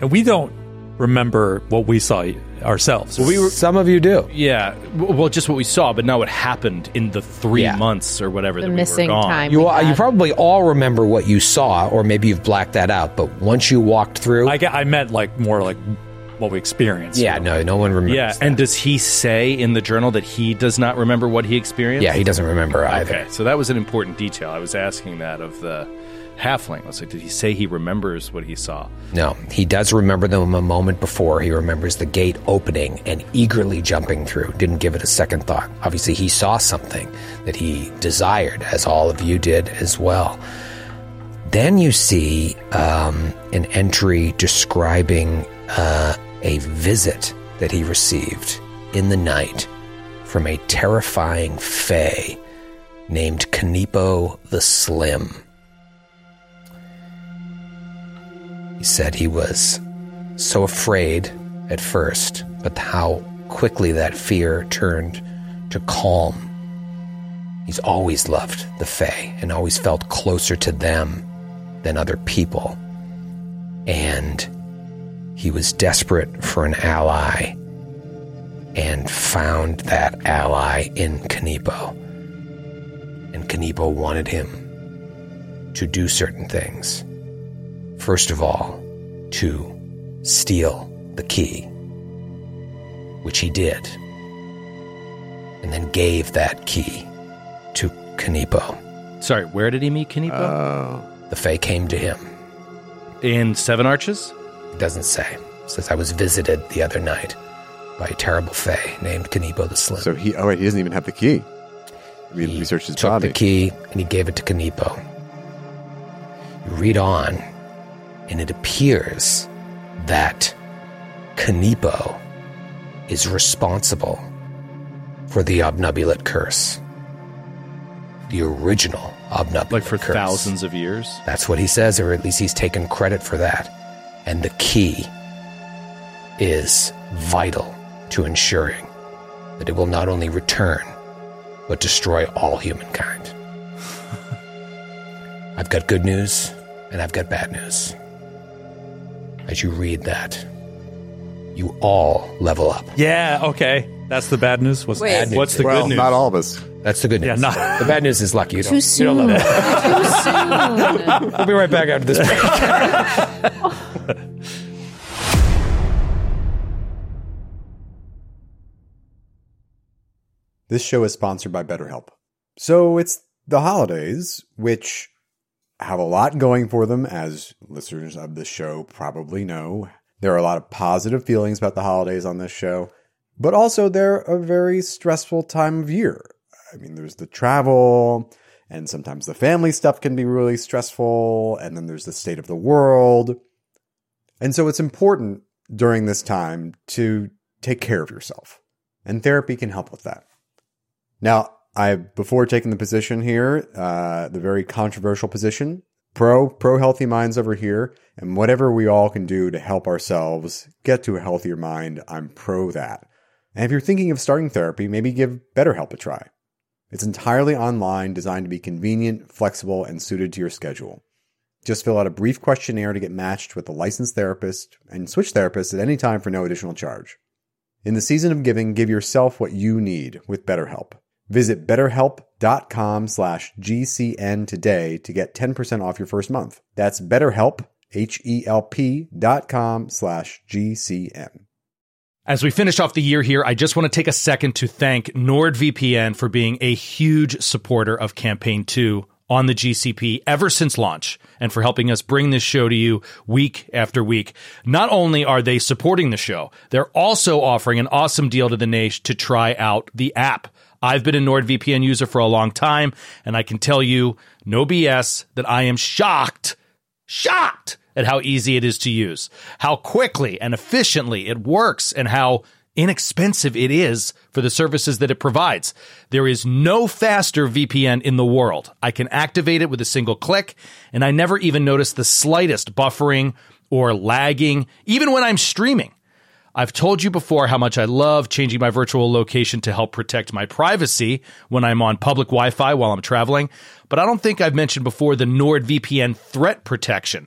[SPEAKER 7] And we don't remember what we saw ourselves.
[SPEAKER 8] we were, Some of you do.
[SPEAKER 4] Yeah, w- well, just what we saw, but not what happened in the three months or whatever that we were gone.
[SPEAKER 8] You, all- you probably all remember what you saw, or maybe you've blacked that out. But once you walked through,
[SPEAKER 7] I, get- I meant like more like what we experienced.
[SPEAKER 8] yeah, no, no one remembers.
[SPEAKER 4] yeah, and does he say in the journal that he does not remember what he experienced?
[SPEAKER 8] Yeah, he doesn't remember either.
[SPEAKER 4] Okay, so that was an important detail. I was asking that of the halfling. I was like, did he say he remembers what he saw?
[SPEAKER 8] No, he does remember them a moment before. He remembers the gate opening and eagerly jumping through. Didn't give it a second thought. Obviously, he saw something that he desired, as all of you did as well. Then you see um, an entry describing uh, a visit that he received in the night from a terrifying fae named Kanipo the Slim. He said he was so afraid at first, but how quickly that fear turned to calm. He's always loved the Fae and always felt closer to them than other people. And he was desperate for an ally and found that ally in Kanipo. And Kanipo wanted him to do certain things First of all, to steal the key, which he did, and then gave that key to Kanipo.
[SPEAKER 4] Sorry, where did he meet Kanipo?
[SPEAKER 8] Uh, the Fae came to him.
[SPEAKER 4] In Seven Arches?
[SPEAKER 8] It doesn't say. It says I was visited the other night by a terrible Fae named Kanipo the Slim.
[SPEAKER 14] So he, oh wait, he doesn't even have the key. We he researched his
[SPEAKER 8] took
[SPEAKER 14] body.
[SPEAKER 8] the key and he gave it to Kanipo. You read on, and it appears that Kanipo is responsible for the obnubulate curse. The original obnubulate like for curse.
[SPEAKER 4] Thousands of years.
[SPEAKER 8] That's what he says, or at least he's taken credit for that. And the key is vital to ensuring that it will not only return, but destroy all humankind. I've got good news and I've got bad news. As you read that, you all level up.
[SPEAKER 7] Yeah, okay. That's the bad news. What's
[SPEAKER 8] Wait.
[SPEAKER 7] the bad news?
[SPEAKER 8] What's the Well, good news? not
[SPEAKER 14] all of us.
[SPEAKER 8] That's the good news.
[SPEAKER 7] Yeah, not-
[SPEAKER 8] the bad news is lucky. You don't,
[SPEAKER 7] Too
[SPEAKER 8] you don't level up. we'll be right back after this break.
[SPEAKER 9] This show is sponsored by BetterHelp. So it's the holidays, which have a lot going for them, as listeners of the show probably know. There are a lot of positive feelings about the holidays on this show, but also they're a very stressful time of year. I mean, there's the travel, and sometimes the family stuff can be really stressful, and then there's the state of the world. And so it's important during this time to take care of yourself, and therapy can help with that. Now, I before taking the position here, uh, the very controversial position, pro pro healthy minds over here, and whatever we all can do to help ourselves get to a healthier mind, I'm pro that. And if you're thinking of starting therapy, maybe give BetterHelp a try. It's entirely online, designed to be convenient, flexible, and suited to your schedule. Just fill out a brief questionnaire to get matched with a licensed therapist and switch therapists at any time for no additional charge. In the season of giving, give yourself what you need with BetterHelp. Visit betterhelp.com slash GCN today to get 10% off your first month. That's betterhelp, H-E-L-P dot com slash GCN.
[SPEAKER 4] As we finish off the year here, I just want to take a second to thank NordVPN for being a huge supporter of Campaign 2 on the GCP ever since launch and for helping us bring this show to you week after week. Not only are they supporting the show, they're also offering an awesome deal to the nation to try out the app. I've been a NordVPN user for a long time, and I can tell you, no BS, that I am shocked shocked at how easy it is to use, how quickly and efficiently it works, and how inexpensive it is for the services that it provides. There is no faster VPN in the world. I can activate it with a single click, and I never even notice the slightest buffering or lagging, even when I'm streaming. I've told you before how much I love changing my virtual location to help protect my privacy when I'm on public Wi Fi while I'm traveling, but I don't think I've mentioned before the NordVPN threat protection.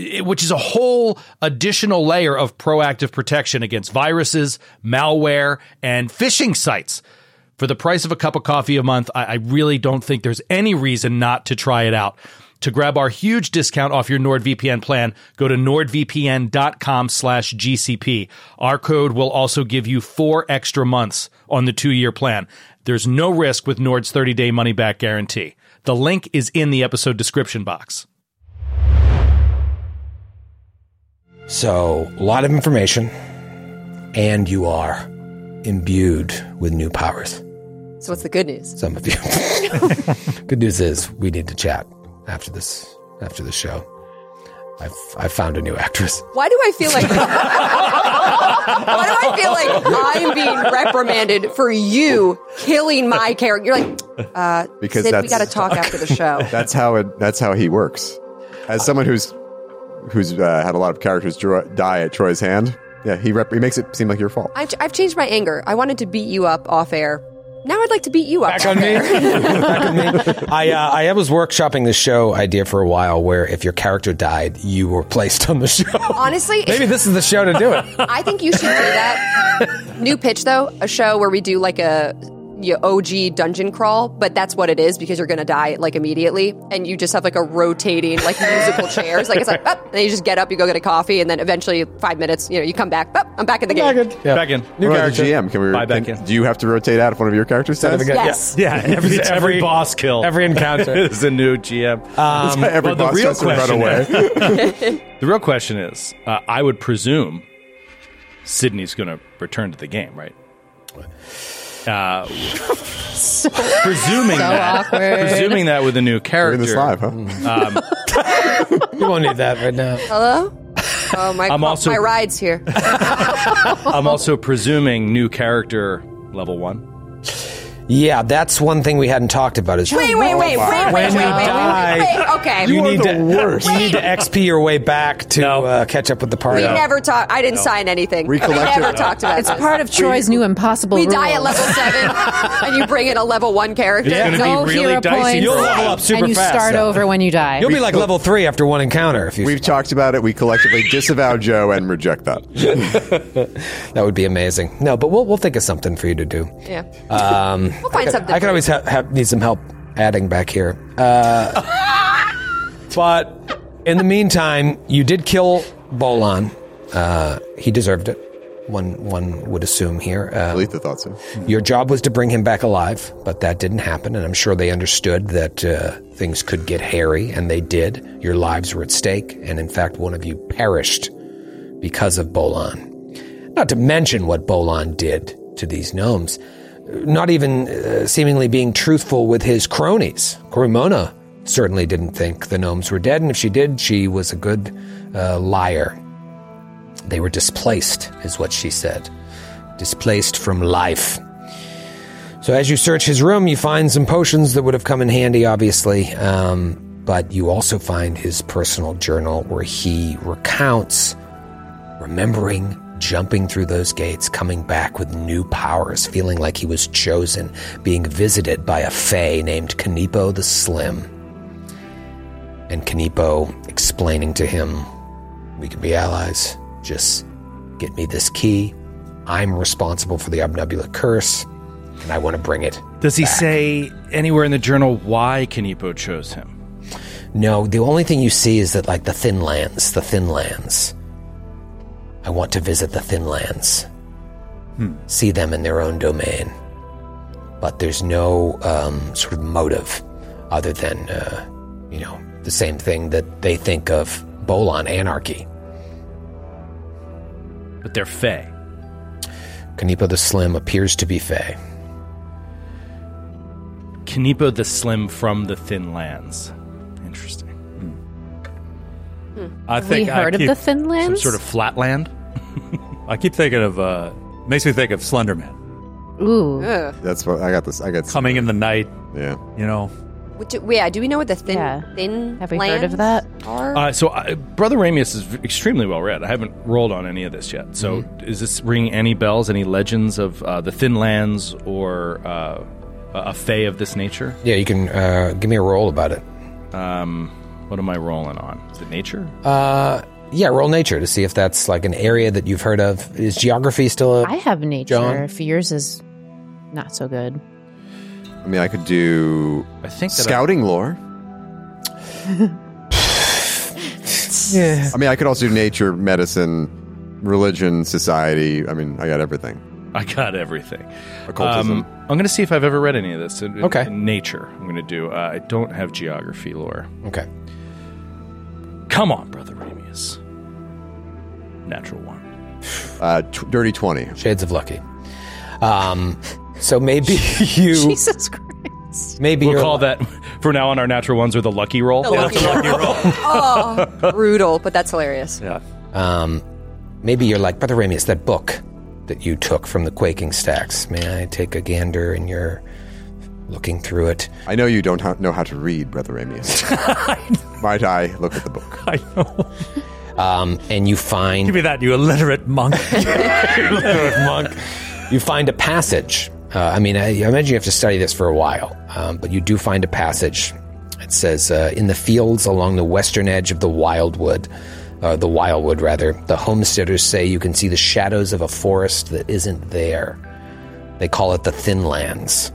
[SPEAKER 4] i- Which is a whole additional layer of proactive protection against viruses, malware, and phishing sites. For the price of a cup of coffee a month, I, I really don't think there's any reason not to try it out. To grab our huge discount off your NordVPN plan, go to nordvpn.com slash GCP. Our code will also give you four extra months on the two-year plan. There's no risk with Nord's 30-day money-back guarantee. The link is in the episode description box.
[SPEAKER 8] So, a lot of information, and you are imbued with new powers.
[SPEAKER 6] So what's the good news?
[SPEAKER 8] Some of you. good news is we need to chat after this after the show. I've I've found a new actress.
[SPEAKER 6] Why do I feel like? why do I feel like I'm being reprimanded for you killing my character? You're like, uh,
[SPEAKER 14] Because
[SPEAKER 6] Sid, we
[SPEAKER 14] that's-
[SPEAKER 6] got to talk after the show.
[SPEAKER 14] That's how it. That's how he works. As someone who's who's uh, had a lot of characters dro- die at Troy's hand, yeah, he rep- he makes it seem like your fault.
[SPEAKER 6] I've, I've changed my anger. I wanted to beat you up off air. Now I'd like to beat you up. Back on me.
[SPEAKER 8] I uh, I was workshopping this show idea for a while, where if your character died, you were placed on the show.
[SPEAKER 6] Honestly,
[SPEAKER 8] Maybe this is the show to do it.
[SPEAKER 6] I think you should do that. New pitch though, a show where we do like a your OG dungeon crawl, but that's what it is because you're gonna die like immediately, and you just have like a rotating like musical chairs, like it's like up, and then you just get up, you go get a coffee, and then eventually five minutes, you know, you come back, up, I'm back in the game.
[SPEAKER 4] Back in.
[SPEAKER 9] New character. GM. Can we Buy back in. Do you have to rotate out if one of your characters
[SPEAKER 4] Son of
[SPEAKER 9] dies?
[SPEAKER 4] a gun. Yes. Yeah. Yeah, every- It's every every- boss kill. every encounter. It's a new GM.
[SPEAKER 9] Um, every boss has to run
[SPEAKER 4] Is, the real question is, uh, I would presume Sydney's going to return to the game, right? Uh, presuming
[SPEAKER 12] so
[SPEAKER 4] that,
[SPEAKER 12] awkward.
[SPEAKER 4] presuming that with a new character,
[SPEAKER 12] this live,
[SPEAKER 4] Um, you won't need that right now.
[SPEAKER 6] Hello. Oh my!
[SPEAKER 4] I'm
[SPEAKER 6] co-
[SPEAKER 4] also-
[SPEAKER 6] my ride's here.
[SPEAKER 4] I'm also presuming new character level one.
[SPEAKER 8] Yeah, that's one thing we hadn't talked about. Is
[SPEAKER 6] Wait, wait, wait, wait, wait, wait, wait, wait, wait, wait. Okay,
[SPEAKER 8] you, need to you need to XP your way back to uh, catch up with the
[SPEAKER 6] We
[SPEAKER 8] party.
[SPEAKER 6] never talked. I didn't
[SPEAKER 8] No.
[SPEAKER 6] sign anything. We
[SPEAKER 8] Recollection.
[SPEAKER 6] never talked about
[SPEAKER 3] It's
[SPEAKER 6] this.
[SPEAKER 3] part of Troy's new impossible.
[SPEAKER 6] We
[SPEAKER 3] rule.
[SPEAKER 6] die at level seven, and you bring in a level one character.
[SPEAKER 8] It's gonna be
[SPEAKER 6] No
[SPEAKER 8] really
[SPEAKER 6] hero
[SPEAKER 8] dicey.
[SPEAKER 6] points.
[SPEAKER 8] You'll level up super
[SPEAKER 3] and you
[SPEAKER 8] fast,
[SPEAKER 3] start
[SPEAKER 8] though.
[SPEAKER 3] over when you die.
[SPEAKER 8] You'll be like level three after one encounter. If you
[SPEAKER 9] We've talked about it. We collectively disavow Joe and reject that.
[SPEAKER 8] that would be amazing. No, but we'll we'll think of something for you to do.
[SPEAKER 6] Yeah.
[SPEAKER 8] Um,
[SPEAKER 6] We'll find
[SPEAKER 8] I could-
[SPEAKER 6] something
[SPEAKER 8] I could
[SPEAKER 6] for
[SPEAKER 8] always ha- ha- need some help adding back here. Uh, but in the meantime, you did kill Bolan. Uh, he deserved it. One one would assume here. Uh,
[SPEAKER 9] Letha thought so.
[SPEAKER 8] Your job was to bring him back alive, but that didn't happen, and I'm sure they understood that uh, things could get hairy, and they did. Your lives were at stake, and in fact, one of you perished because of Bolan. Not to mention what Bolan did to these gnomes. Not even uh, seemingly being truthful with his cronies. Cremona certainly didn't think the gnomes were dead, and if she did, she was a good uh, liar. They were displaced, is what she said. Displaced from life. So as you search his room, you find some potions that would have come in handy, obviously. Um, but you also find his personal journal where he recounts remembering jumping through those gates, coming back with new powers, feeling like he was chosen, being visited by a fae named Kanipo the Slim. And Kanipo explaining to him, We can be allies. Just get me this key. I'm responsible for the Obnubula curse, and I want to bring it
[SPEAKER 4] Does he say anywhere in the journal why Kanipo chose him?
[SPEAKER 8] No, the only thing you see is that, like, the Thin Lands, the Thin Lands. I want to visit the Thin Lands. See them in their own domain. But there's no um, sort of motive other than, uh, you know, the same thing that they think of Bolan anarchy.
[SPEAKER 4] But they're Fey.
[SPEAKER 8] Kanipa the Slim appears to be Fey.
[SPEAKER 4] Kanipo the Slim from the Thin Lands. Interesting.
[SPEAKER 7] I
[SPEAKER 3] Have we
[SPEAKER 7] think I
[SPEAKER 3] heard of
[SPEAKER 7] keep-
[SPEAKER 3] the Thin Lands?
[SPEAKER 4] flatland.
[SPEAKER 7] I keep thinking of uh, makes me think of Slenderman
[SPEAKER 3] Ooh.
[SPEAKER 9] That's what I got. This I got
[SPEAKER 7] coming in the night.
[SPEAKER 9] Yeah,
[SPEAKER 7] you know.
[SPEAKER 6] What do- yeah, do we know what the thin thin Have
[SPEAKER 3] we heard of that?
[SPEAKER 6] Are?
[SPEAKER 4] Uh, so, I, Brother Ramius is v- extremely well read. I haven't rolled on any of this yet. So,
[SPEAKER 8] Mm-hmm.
[SPEAKER 4] is this ringing any bells? Any legends of uh, the Thin Lands or uh, a a fae of this nature?
[SPEAKER 8] Yeah, you can uh, give me a roll about it.
[SPEAKER 4] Um, what am I rolling on? Is it nature?
[SPEAKER 8] Uh, yeah, roll nature to see if that's like an area that you've heard of. Is geography still a.
[SPEAKER 3] I have nature.
[SPEAKER 8] John?
[SPEAKER 3] If yours is not so good.
[SPEAKER 9] I mean, I could do.
[SPEAKER 4] I think
[SPEAKER 3] that I-
[SPEAKER 9] scouting lore.
[SPEAKER 8] Yeah.
[SPEAKER 9] I mean, I could also do nature, medicine, religion, society. I mean, I got everything.
[SPEAKER 4] I got everything. Um,
[SPEAKER 9] Occultism.
[SPEAKER 4] I'm going to see if I've ever read any of this. In, in-
[SPEAKER 9] Okay.
[SPEAKER 4] in nature. I'm going to do. Uh, I don't have geography lore.
[SPEAKER 8] Okay.
[SPEAKER 4] Come on, brother Ramius. Natural one.
[SPEAKER 9] Uh, t- dirty twenty.
[SPEAKER 8] Shades of lucky. Um, so maybe you.
[SPEAKER 3] Jesus Christ.
[SPEAKER 8] Maybe
[SPEAKER 4] we'll
[SPEAKER 8] you're
[SPEAKER 4] call that for now on. Our natural ones are the lucky roll.
[SPEAKER 6] The lucky oh, brutal, but that's hilarious.
[SPEAKER 4] Yeah.
[SPEAKER 8] Um, maybe you're like Brother Ramius, that book that you took from the quaking stacks. May I take a gander? And you're looking through it.
[SPEAKER 9] I know you don't ha- know how to read, Brother Amius. Might I look at the book?
[SPEAKER 7] I know.
[SPEAKER 8] Um, and you find. Give
[SPEAKER 7] me that, you illiterate monk.
[SPEAKER 8] illiterate monk. You find a passage. Uh, I mean, I, I imagine you have to study this for a while, um, but you do find a passage. It says, uh, "In the fields along the western edge of the wildwood, uh, the wildwood rather, the homesteaders say you can see the shadows of a forest that isn't there. They call it the Thin Lands.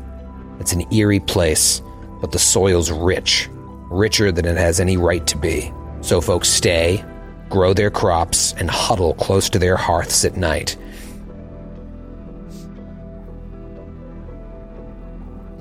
[SPEAKER 8] It's an eerie place, but the soil's rich, richer than it has any right to be. So folks stay, grow their crops, and huddle close to their hearths at night.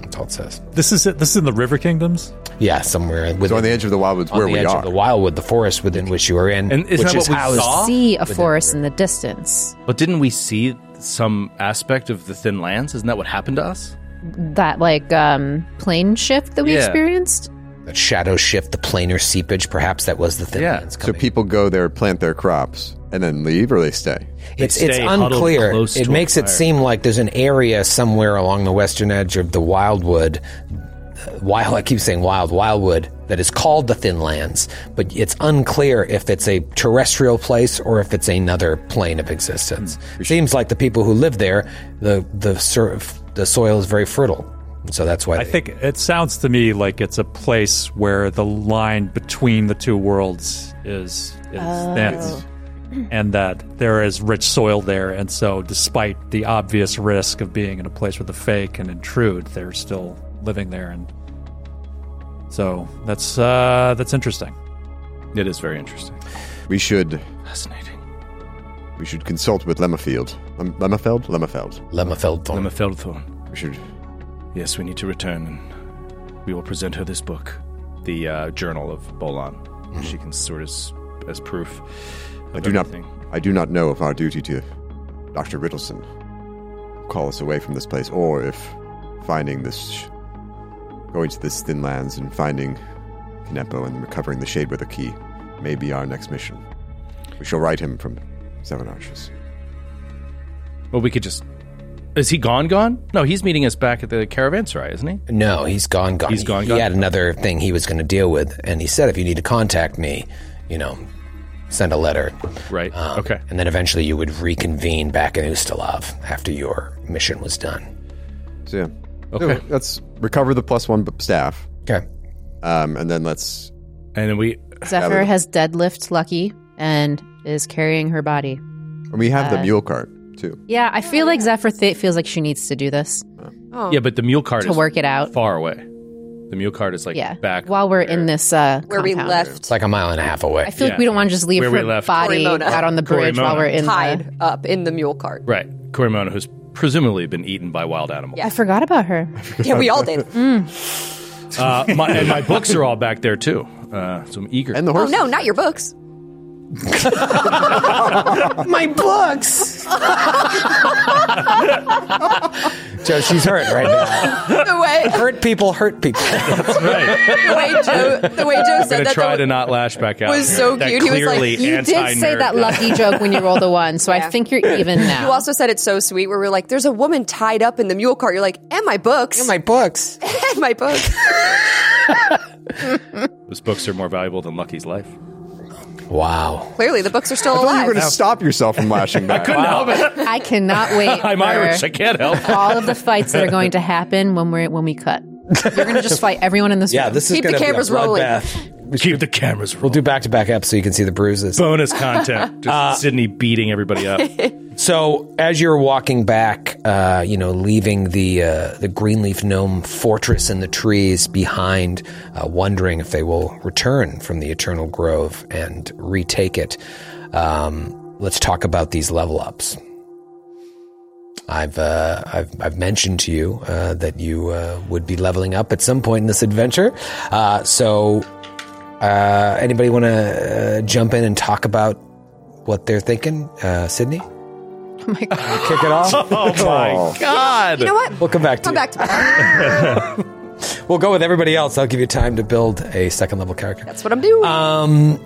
[SPEAKER 8] That's all it says.
[SPEAKER 7] This is it. This is in the River Kingdoms.
[SPEAKER 8] Yeah, somewhere. Within,
[SPEAKER 7] on the edge of the wildwoods
[SPEAKER 8] on
[SPEAKER 7] where
[SPEAKER 8] the
[SPEAKER 7] we
[SPEAKER 8] edge
[SPEAKER 7] are.
[SPEAKER 8] Of the wildwood, the forest within which you are in,
[SPEAKER 4] And isn't
[SPEAKER 8] which
[SPEAKER 4] that
[SPEAKER 8] is
[SPEAKER 4] what we
[SPEAKER 8] housed-
[SPEAKER 4] saw?
[SPEAKER 3] see a
[SPEAKER 4] With that
[SPEAKER 3] forest in the distance.
[SPEAKER 4] But didn't we see some aspect of the Thin Lands? Isn't that what happened to us?
[SPEAKER 3] That like um plane shift that we
[SPEAKER 8] Yeah.
[SPEAKER 3] experienced.
[SPEAKER 8] That shadow shift, the planar seepage, perhaps that was the thing. Yeah.
[SPEAKER 9] So people go there, plant their crops, and then leave, or they stay.
[SPEAKER 8] It's, it's unclear. It makes it seem like there's an area somewhere along the western edge of the wildwood. uh, Wild, I keep saying wild, wildwood that is called the Thin Lands, but it's unclear if it's a terrestrial place or if it's another plane of existence.
[SPEAKER 7] Hmm,
[SPEAKER 8] It seems like the people who live there, the the sur- the soil is very fertile, so that's why
[SPEAKER 7] I think it sounds to me like it's a place where the line between the two worlds is is
[SPEAKER 12] Oh.
[SPEAKER 3] Oh.
[SPEAKER 7] thin, and that there is rich soil there. And so, despite the obvious risk of being in a place with the fake and intrude, they're still living there. And so that's uh, that's interesting.
[SPEAKER 4] It is very interesting.
[SPEAKER 9] We should.
[SPEAKER 4] Fascinating.
[SPEAKER 9] We should consult with Lemmerfield. Lem- Lemmerfeld? Lemmerfeld.
[SPEAKER 8] Lemmerfeld
[SPEAKER 4] Lemmerfeldthorn.
[SPEAKER 9] We should.
[SPEAKER 4] Yes, we need to return, and we will present her this book, the uh, Journal of Bolan.
[SPEAKER 8] Mm-hmm.
[SPEAKER 4] She can sort us as proof.
[SPEAKER 9] I
[SPEAKER 4] of
[SPEAKER 9] do not.
[SPEAKER 4] everything.
[SPEAKER 9] I do not know if our duty to Doctor Riddleson call us away from this place, or if finding this, going to this thin lands and finding Kinepo and recovering the shade with a key may be our next mission. We shall write him from Seven Arches.
[SPEAKER 4] Well, we could just. Is he gone? Gone? No, he's meeting us back at the caravanserai, isn't he?
[SPEAKER 8] No, he's gone. Gone. He's gone. He, had another thing he was going to deal with, and he said, "If you need to contact me, you know, send a letter."
[SPEAKER 4] Right.
[SPEAKER 8] okay. And then eventually you would reconvene back in Ustalav after your mission was done.
[SPEAKER 9] So yeah.
[SPEAKER 8] Okay.
[SPEAKER 9] So, let's recover the plus one b- staff.
[SPEAKER 8] Okay.
[SPEAKER 9] Um, and then let's.
[SPEAKER 4] And then we.
[SPEAKER 3] Zephyr has deadlift Lucky and is carrying her body.
[SPEAKER 9] We have
[SPEAKER 3] uh,
[SPEAKER 9] the mule cart too.
[SPEAKER 3] Yeah, I feel like Zephyr th- feels like she needs to do this.
[SPEAKER 8] Oh.
[SPEAKER 4] Yeah, but the mule cart
[SPEAKER 3] Oh. To
[SPEAKER 4] is
[SPEAKER 3] work it out.
[SPEAKER 4] far away. The mule cart is like
[SPEAKER 3] yeah.
[SPEAKER 4] back.
[SPEAKER 3] while we're in this uh,
[SPEAKER 6] Where we
[SPEAKER 3] compound.
[SPEAKER 6] left.
[SPEAKER 8] It's like a mile and a half away.
[SPEAKER 3] I feel like we don't want to just leave
[SPEAKER 4] Where we
[SPEAKER 3] her
[SPEAKER 4] left.
[SPEAKER 3] body
[SPEAKER 6] Corimona.
[SPEAKER 3] out on the bridge while
[SPEAKER 4] Corimona.
[SPEAKER 3] we're in. The,
[SPEAKER 6] tied up in the mule cart.
[SPEAKER 4] Right, Corimona, who's presumably been eaten by wild animals.
[SPEAKER 3] I forgot about her.
[SPEAKER 6] Yeah, we all did.
[SPEAKER 3] Mm.
[SPEAKER 4] Uh, my, and my books are all back there too, uh, so I'm eager. And
[SPEAKER 9] the
[SPEAKER 6] Oh no, not your books.
[SPEAKER 12] My books.
[SPEAKER 8] Joe, she's hurt right now.
[SPEAKER 6] the way
[SPEAKER 8] hurt people hurt people.
[SPEAKER 4] That's right.
[SPEAKER 6] the way Joe the way Joe
[SPEAKER 4] I'm
[SPEAKER 6] said
[SPEAKER 4] gonna
[SPEAKER 6] that,
[SPEAKER 4] try
[SPEAKER 6] that
[SPEAKER 4] to not lash back out.
[SPEAKER 6] was
[SPEAKER 4] here.
[SPEAKER 6] so
[SPEAKER 4] That
[SPEAKER 6] cute. He was like,
[SPEAKER 4] clearly
[SPEAKER 6] "You
[SPEAKER 3] You did say
[SPEAKER 4] anti-nerd
[SPEAKER 3] that lucky joke when you rolled a one, so I think you're even now.
[SPEAKER 6] You also said it's so sweet where we are like, there's a woman tied up in the mule cart. You're like, and my books. And
[SPEAKER 8] my books.
[SPEAKER 6] and my books.
[SPEAKER 4] Those books are more valuable than Lucky's life.
[SPEAKER 8] Wow.
[SPEAKER 6] Clearly the books are still
[SPEAKER 9] I thought you
[SPEAKER 6] alive.
[SPEAKER 9] were going to stop yourself from lashing back.
[SPEAKER 4] couldn't help it.
[SPEAKER 3] I cannot wait.
[SPEAKER 4] I'm
[SPEAKER 3] for
[SPEAKER 4] Irish. I can't help.
[SPEAKER 3] All of the fights that are going to happen when we're when we cut. You're gonna just fight everyone in this.
[SPEAKER 8] Yeah,
[SPEAKER 3] room.
[SPEAKER 8] this is gonna be a bloodbath.
[SPEAKER 4] Keep the cameras rolling.
[SPEAKER 8] We'll do back to back up so you can see the bruises.
[SPEAKER 4] Bonus content. Just
[SPEAKER 8] Uh,
[SPEAKER 4] Sydney beating everybody up.
[SPEAKER 8] So as you're walking back, uh, you know, leaving the uh, the Greenleaf Gnome fortress and the trees behind, uh, wondering if they will return from the Eternal Grove and retake it. Um, let's talk about these level ups. I've, uh, I've I've mentioned to you uh, that you uh, would be leveling up at some point in this adventure. Uh, so, uh, anybody want to uh, jump in and talk about what they're thinking, uh, Sydney?
[SPEAKER 3] Oh my god.
[SPEAKER 8] Kick it off.
[SPEAKER 12] Oh
[SPEAKER 4] my
[SPEAKER 12] God.
[SPEAKER 6] You know what?
[SPEAKER 8] We'll come back to
[SPEAKER 6] Come
[SPEAKER 8] you.
[SPEAKER 6] back to me.
[SPEAKER 8] we'll go with everybody else. I'll give you time to build a second level character.
[SPEAKER 6] That's what I'm doing.
[SPEAKER 8] Um,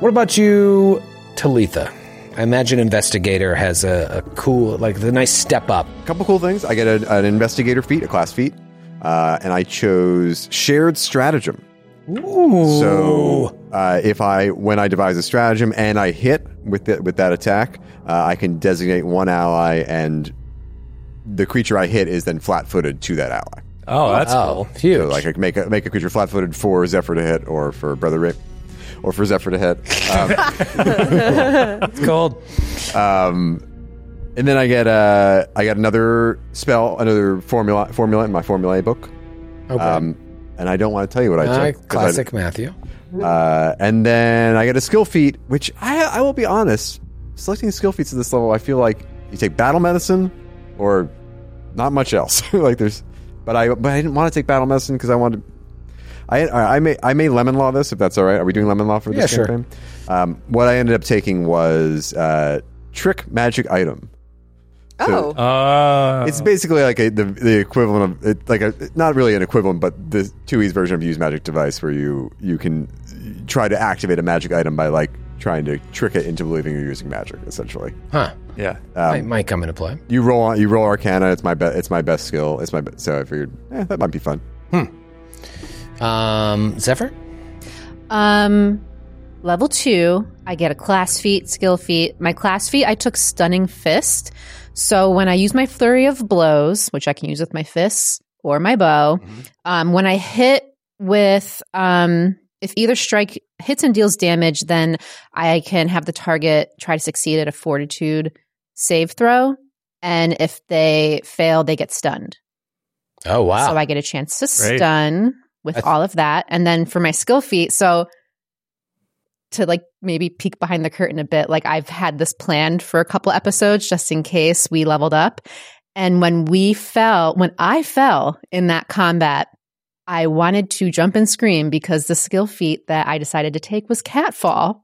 [SPEAKER 8] what about you, Talitha? I imagine investigator has a, a cool, like the nice step up.
[SPEAKER 9] couple cool things. I get a, an investigator feat, a class feat, uh, and I chose shared stratagem.
[SPEAKER 8] Ooh.
[SPEAKER 9] So uh, if I, when I devise a stratagem and I hit with it with that attack, uh, I can designate one ally, and the creature I hit is then flat-footed to that ally.
[SPEAKER 7] Oh, that's cool.
[SPEAKER 8] Huge.
[SPEAKER 9] So, like I can make a, make a creature flat-footed for Zephyr to hit, or for Brother Rick, or for Zephyr to hit. Um,
[SPEAKER 8] it's cold.
[SPEAKER 9] Um, And then I get uh, I got another spell, another formula formula in my formulae book. Um,
[SPEAKER 15] Okay.
[SPEAKER 9] and I don't want to tell you what I
[SPEAKER 15] Uh,
[SPEAKER 9] took. 'cause I-
[SPEAKER 15] classic Matthew.
[SPEAKER 9] Uh, and then I get a skill feat, which I I will be honest, selecting skill feats at this level, I feel like you take battle medicine or not much else. like there's, but I but I didn't want to take battle medicine because I wanted. I, I may I may lemon law this if that's all right. Are we doing lemon law for this
[SPEAKER 8] Yeah, sure.
[SPEAKER 9] campaign? Um, what I ended up taking was uh, trick magic item.
[SPEAKER 6] Oh.
[SPEAKER 9] It's basically like a, the the equivalent of it, like a not really an equivalent, but the two E's version of use magic device, where you you can try to activate a magic item by like trying to trick it into believing you're using magic, essentially.
[SPEAKER 15] Huh.
[SPEAKER 9] Yeah, um,
[SPEAKER 15] Might- might come into play.
[SPEAKER 9] You roll on you roll Arcana. It's my be, it's my best skill. It's my be, so I figured eh, that might be fun.
[SPEAKER 15] Um, Zephyr.
[SPEAKER 3] Um, level two, I get a class feat, skill feat. My class feat, I took stunning fist. So when I use my flurry of blows, which I can use with my fists or my bow, um, when I hit with, um, if either strike hits and deals damage, then I can have the target try to succeed at a fortitude save throw. And if they fail, they get stunned.
[SPEAKER 15] Oh wow!
[SPEAKER 3] So I get a chance to
[SPEAKER 15] Great.
[SPEAKER 3] stun with
[SPEAKER 15] That's-
[SPEAKER 3] all of that. And then for my skill feat, so to like maybe peek behind the curtain a bit, like I've had this planned for a couple episodes just in case we leveled up. And when we fell, when I fell in that combat, I wanted to jump and scream because the skill feat that I decided to take was catfall.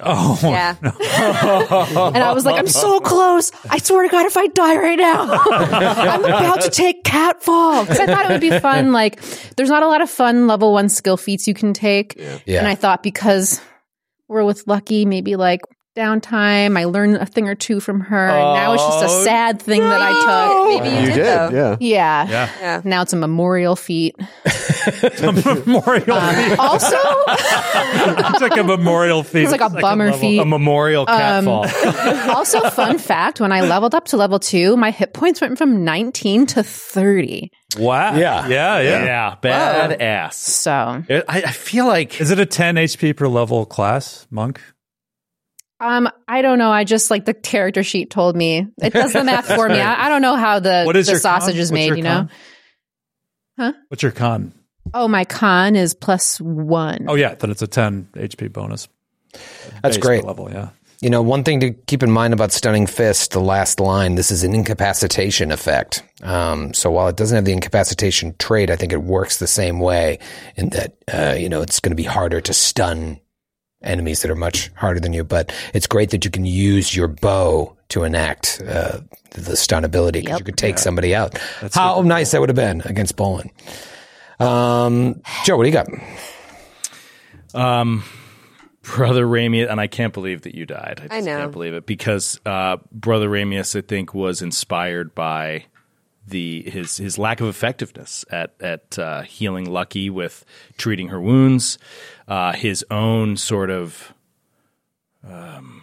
[SPEAKER 7] Oh.
[SPEAKER 3] Yeah. And I was like, I'm so close. I swear to God, if I die right now, I'm about to take catfall. Because I thought it would be fun. Like, there's not a lot of fun level one skill feats you can take.
[SPEAKER 15] Yeah.
[SPEAKER 3] And I thought because we're with Lucky, maybe like downtime, I learned a thing or two from her. and now it's just
[SPEAKER 15] Oh,
[SPEAKER 3] a sad thing that I took. Maybe
[SPEAKER 9] You did, yeah.
[SPEAKER 3] Yeah.
[SPEAKER 9] Yeah.
[SPEAKER 3] Now it's a memorial feat.
[SPEAKER 7] memorial
[SPEAKER 3] feat. Also,
[SPEAKER 7] it's like a memorial feat.
[SPEAKER 3] It's like a Second bummer level. feat.
[SPEAKER 4] A memorial
[SPEAKER 3] Um,
[SPEAKER 4] catfall.
[SPEAKER 3] also, fun fact when I leveled up to level two, my hit points went from 19 to 30.
[SPEAKER 7] Wow. Yeah. Yeah. Yeah.
[SPEAKER 4] Yeah. Badass.
[SPEAKER 3] So
[SPEAKER 4] I, I feel like
[SPEAKER 7] is it a 10 HP per level class monk?
[SPEAKER 3] Um, I don't know. I just like the character sheet told me it does the math for me. I, I don't know how the,
[SPEAKER 7] What is
[SPEAKER 3] the
[SPEAKER 7] your
[SPEAKER 3] sausage
[SPEAKER 7] con?
[SPEAKER 3] is
[SPEAKER 7] What's
[SPEAKER 3] made.
[SPEAKER 7] your
[SPEAKER 3] You know?
[SPEAKER 7] con? What's your con?
[SPEAKER 3] Oh, my con is plus one.
[SPEAKER 7] Oh yeah, then it's a 10 HP bonus. Base
[SPEAKER 8] That's great.
[SPEAKER 7] Level, yeah.
[SPEAKER 8] You know, one thing to keep in mind about Stunning Fist, the last line, this is an incapacitation effect. Um, so while it doesn't have the incapacitation trait, I think it works the same way in that, uh, you know, it's going to be harder to stun enemies that are much harder than you. But it's great that you can use your bow to enact uh, the stun ability 'cause you could take somebody out. How nice that would have been against Bolin. Um, Joe, what do you got?
[SPEAKER 4] Um, Brother Ramius, and I can't believe that you died.
[SPEAKER 6] I
[SPEAKER 4] just
[SPEAKER 6] know.
[SPEAKER 4] can't believe it because uh, Brother Ramius, I think, was inspired by the his his lack of effectiveness at at uh, healing Lucky with treating her wounds, uh, his own sort of um,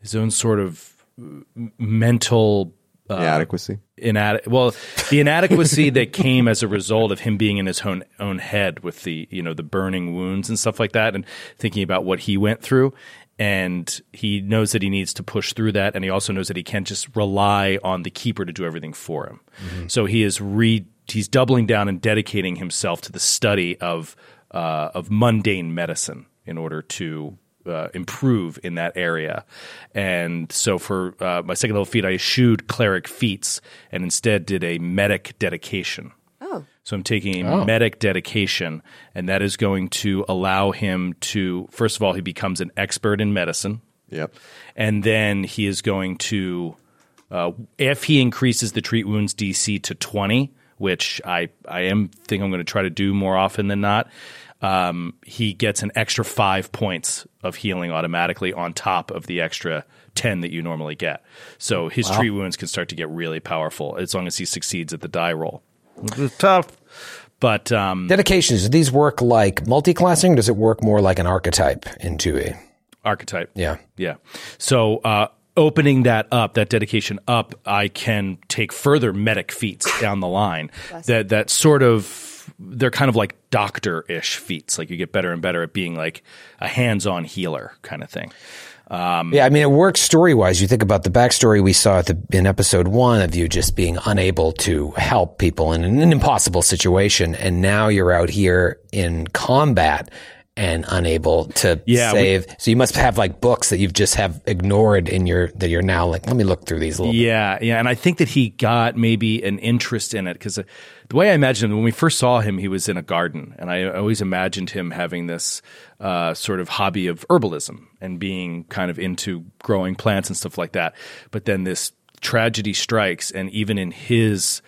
[SPEAKER 4] his own sort of m- mental uh,
[SPEAKER 9] inadequacy.
[SPEAKER 4] Inad- well, the inadequacy that came as a result of him being in his own own head with the you know the burning wounds and stuff like that, and thinking about what he went through, and he knows that he needs to push through that, and he also knows that he can't just rely on the keeper to do everything for him. So he is re he's doubling down and dedicating himself to the study of uh, of mundane medicine in order to uh, improve in that area. And so for uh, my second level feat, I eschewed cleric feats and instead did a medic dedication.
[SPEAKER 6] Oh.
[SPEAKER 4] So I'm taking a
[SPEAKER 6] Oh.
[SPEAKER 4] medic dedication, and that is going to allow him to, first of all, he becomes an expert in medicine.
[SPEAKER 9] Yep.
[SPEAKER 4] And then he is going to, uh, if he increases the treat wounds DC to 20, which I, I am think I'm going to try to do more often than not, um, he gets an extra five points of healing automatically on top of the extra 10 that you normally get. So his
[SPEAKER 16] Wow.
[SPEAKER 4] treat wounds can start to get really powerful as long as he succeeds at the die roll. It's tough. But um,
[SPEAKER 8] Dedications, do these work like multi-classing? Or does it work more like an archetype in E? 2e?
[SPEAKER 4] archetype.
[SPEAKER 8] Yeah.
[SPEAKER 4] Yeah. So uh, opening that up, that dedication up, I can take further medic feats down the line that that sort of they're kind of like doctor ish feats. Like you get better and better at being like a hands on healer kind of thing. Um,
[SPEAKER 8] yeah, I mean, it works story wise. You think about the backstory we saw at the, in episode one of you just being unable to help people in an impossible situation. And now you're out here in combat and unable to
[SPEAKER 4] Yeah, we-
[SPEAKER 8] save. so you must have like books that you've just have ignored in your, that you're now like, let me look through these a little
[SPEAKER 4] yeah, yeah, and I think that he got maybe an interest in it because the way I imagined him when we first saw him, he was in a garden, and I always imagined him having this uh, sort of hobby of herbalism and being kind of into growing plants and stuff like that. But then this tragedy strikes, and even in his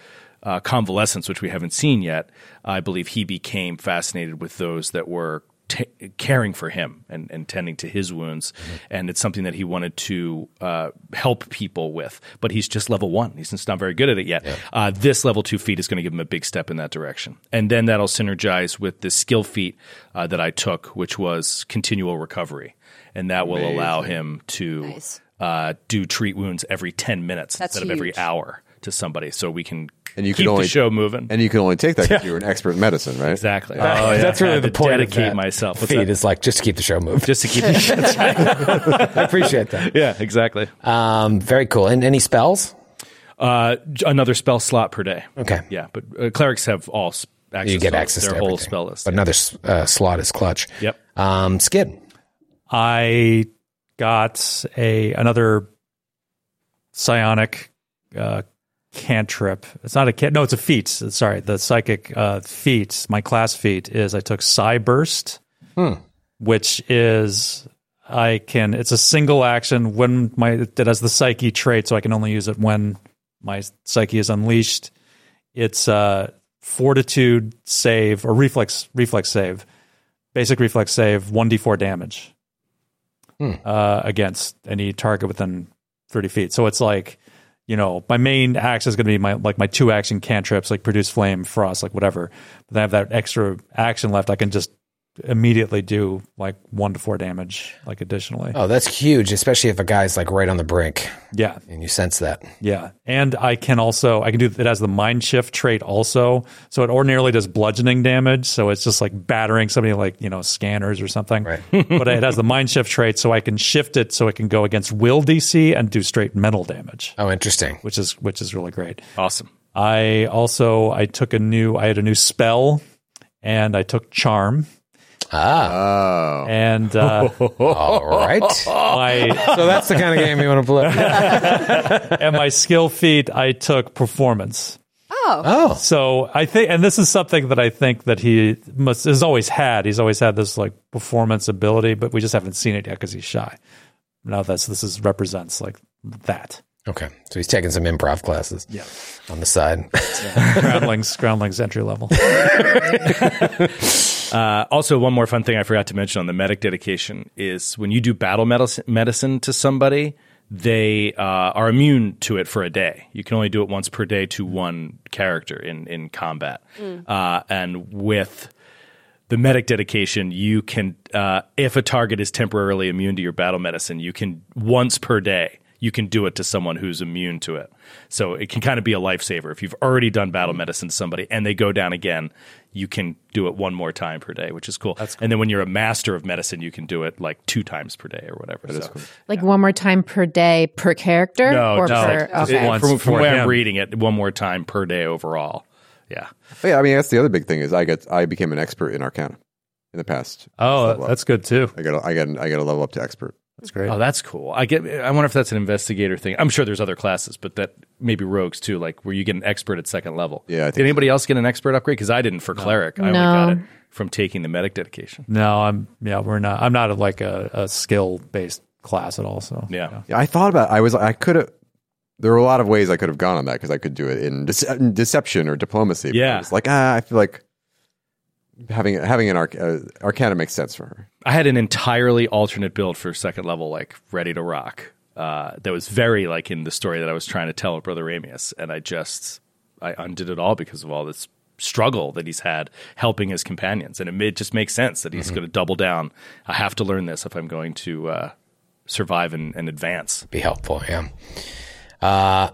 [SPEAKER 4] uh, convalescence, which we haven't seen yet, I believe he became fascinated with those that were t- caring for him and, and tending to his wounds. And it's something that he wanted to uh, help people with. But he's just level one. He's just not very good at it yet. Uh, this level two feat is going to give him a big step in that direction. And then that'll synergize with the skill feat uh, that I took, which was continual recovery. And that will allow him to uh, do treat wounds every 10 minutes
[SPEAKER 6] That's
[SPEAKER 4] instead of every
[SPEAKER 6] huge.
[SPEAKER 4] hour to somebody. So we can
[SPEAKER 9] And you
[SPEAKER 4] keep
[SPEAKER 9] can only
[SPEAKER 4] the show moving.
[SPEAKER 9] And you can only take that because you're an expert in medicine, right? Uh,
[SPEAKER 4] Exactly. Oh, yeah. That's really I had the to point of dedicate that myself. What's feat that?
[SPEAKER 8] is like just to keep the show moving.
[SPEAKER 4] Just to keep the
[SPEAKER 8] I appreciate that.
[SPEAKER 4] Yeah, exactly.
[SPEAKER 8] Um, very cool. And any spells?
[SPEAKER 4] Uh, j- another spell slot per day.
[SPEAKER 8] Okay.
[SPEAKER 4] Yeah, but uh, clerics have all s- access.
[SPEAKER 8] you get
[SPEAKER 4] to all-
[SPEAKER 8] access
[SPEAKER 4] their
[SPEAKER 8] to
[SPEAKER 4] whole
[SPEAKER 8] everything.
[SPEAKER 4] spell list.
[SPEAKER 8] But another s- uh, slot is clutch.
[SPEAKER 4] Yep.
[SPEAKER 8] Um, Skid.
[SPEAKER 7] I got a another psionic uh, cantrip. It's not a can. No, it's a feat. Sorry, the psychic uh, feat. My class feat is I took Psy Burst,
[SPEAKER 8] Hmm.
[SPEAKER 7] which is I can. It's a single action when my that has the psyche trait, so I can only use it when my psyche is unleashed. It's a fortitude save or reflex reflex save, basic reflex save, one d four damage
[SPEAKER 8] Hmm.
[SPEAKER 7] uh, against any target within 30 feet. So it's like, you know, my main axe is going to be my like my two action cantrips, like produce flame, frost, like whatever. But then I have that extra action left. I can just immediately do like one to four damage, like additionally.
[SPEAKER 8] Oh, that's huge, especially if a guy's like right on the brink.
[SPEAKER 7] Yeah.
[SPEAKER 8] And you sense that.
[SPEAKER 7] Yeah, and I can also I can do it has the mind shift trait also, so it ordinarily does bludgeoning damage, so it's just like battering somebody like you know scanners or something. Right. but it has the mind shift trait, so I can shift it so it can go against will DC and do straight mental damage.
[SPEAKER 8] Oh, interesting.
[SPEAKER 7] Which is which is really great.
[SPEAKER 4] Awesome.
[SPEAKER 7] I also I took a new I had a new spell, and I took charm.
[SPEAKER 8] Ah,
[SPEAKER 7] and uh,
[SPEAKER 8] all right. so that's the kind of game you want to play.
[SPEAKER 7] and my skill feat, I took performance.
[SPEAKER 6] Oh.
[SPEAKER 8] Oh.
[SPEAKER 7] So I think, and this is something that I think that he must has always had. He's always had this like performance ability, but we just haven't seen it yet because he's shy. Now that's this is represents like that.
[SPEAKER 8] Okay, so he's taking some improv classes.
[SPEAKER 7] Yeah.
[SPEAKER 8] on the side.
[SPEAKER 7] Groundlings, groundlings entry level.
[SPEAKER 4] Uh, also, one more fun thing I forgot to mention on the medic dedication is when you do battle medicine, medicine to somebody, they uh, are immune to it for a day. You can only do it once per day to one character in in combat.
[SPEAKER 17] Mm.
[SPEAKER 4] Uh, and with the medic dedication, you can, uh, if a target is temporarily immune to your battle medicine, you can once per day. You can do it to someone who's immune to it, so it can kind of be a lifesaver. If you've already done battle medicine to somebody and they go down again, you can do it one more time per day, which is cool. And then when you're a master of medicine, you can do it like two times per day or whatever. so.
[SPEAKER 3] Like one more time per day per character?
[SPEAKER 4] Oh, No,
[SPEAKER 3] or
[SPEAKER 4] no,
[SPEAKER 3] Per, oh.
[SPEAKER 4] Just
[SPEAKER 3] okay.
[SPEAKER 4] once from, from
[SPEAKER 9] for
[SPEAKER 4] where I'm
[SPEAKER 9] him.
[SPEAKER 4] reading it, one more time per day overall. Yeah,
[SPEAKER 9] But yeah, I mean that's the other big thing is I got I became an expert in Arcana in the past.
[SPEAKER 7] Oh, that's good too.
[SPEAKER 9] I got I got I got to level up to expert.
[SPEAKER 7] That's great.
[SPEAKER 4] Oh, that's cool. I get. I wonder if that's an investigator thing. I'm sure there's other classes, but that maybe rogues too, like where you get an expert at second level.
[SPEAKER 9] Yeah.
[SPEAKER 4] Did anybody else get an expert upgrade? Because I didn't for cleric. I only
[SPEAKER 3] No.
[SPEAKER 4] got it from taking the medic dedication.
[SPEAKER 7] No, I'm yeah, we're not. I'm not like a, a skill based class at all. So
[SPEAKER 4] yeah.
[SPEAKER 9] Yeah, I thought about. I was. I could have. There were a lot of ways I could have gone on that because I could do it in, dece- in deception or diplomacy. but
[SPEAKER 4] Yeah.
[SPEAKER 9] it's like ah, I feel like having having an arc, uh, Arcana makes sense for her.
[SPEAKER 4] I had an entirely alternate build for second level, like ready to rock. Uh, that was very like in the story that I was trying to tell at Brother Amius, and I just I undid it all because of all this struggle that he's had helping his companions, and it made, just makes sense that he's
[SPEAKER 8] Mm-hmm.
[SPEAKER 16] Mhm.
[SPEAKER 4] going to double down. I have to learn this if I'm going to uh, survive and, and advance.
[SPEAKER 8] Be helpful, yeah. Uh,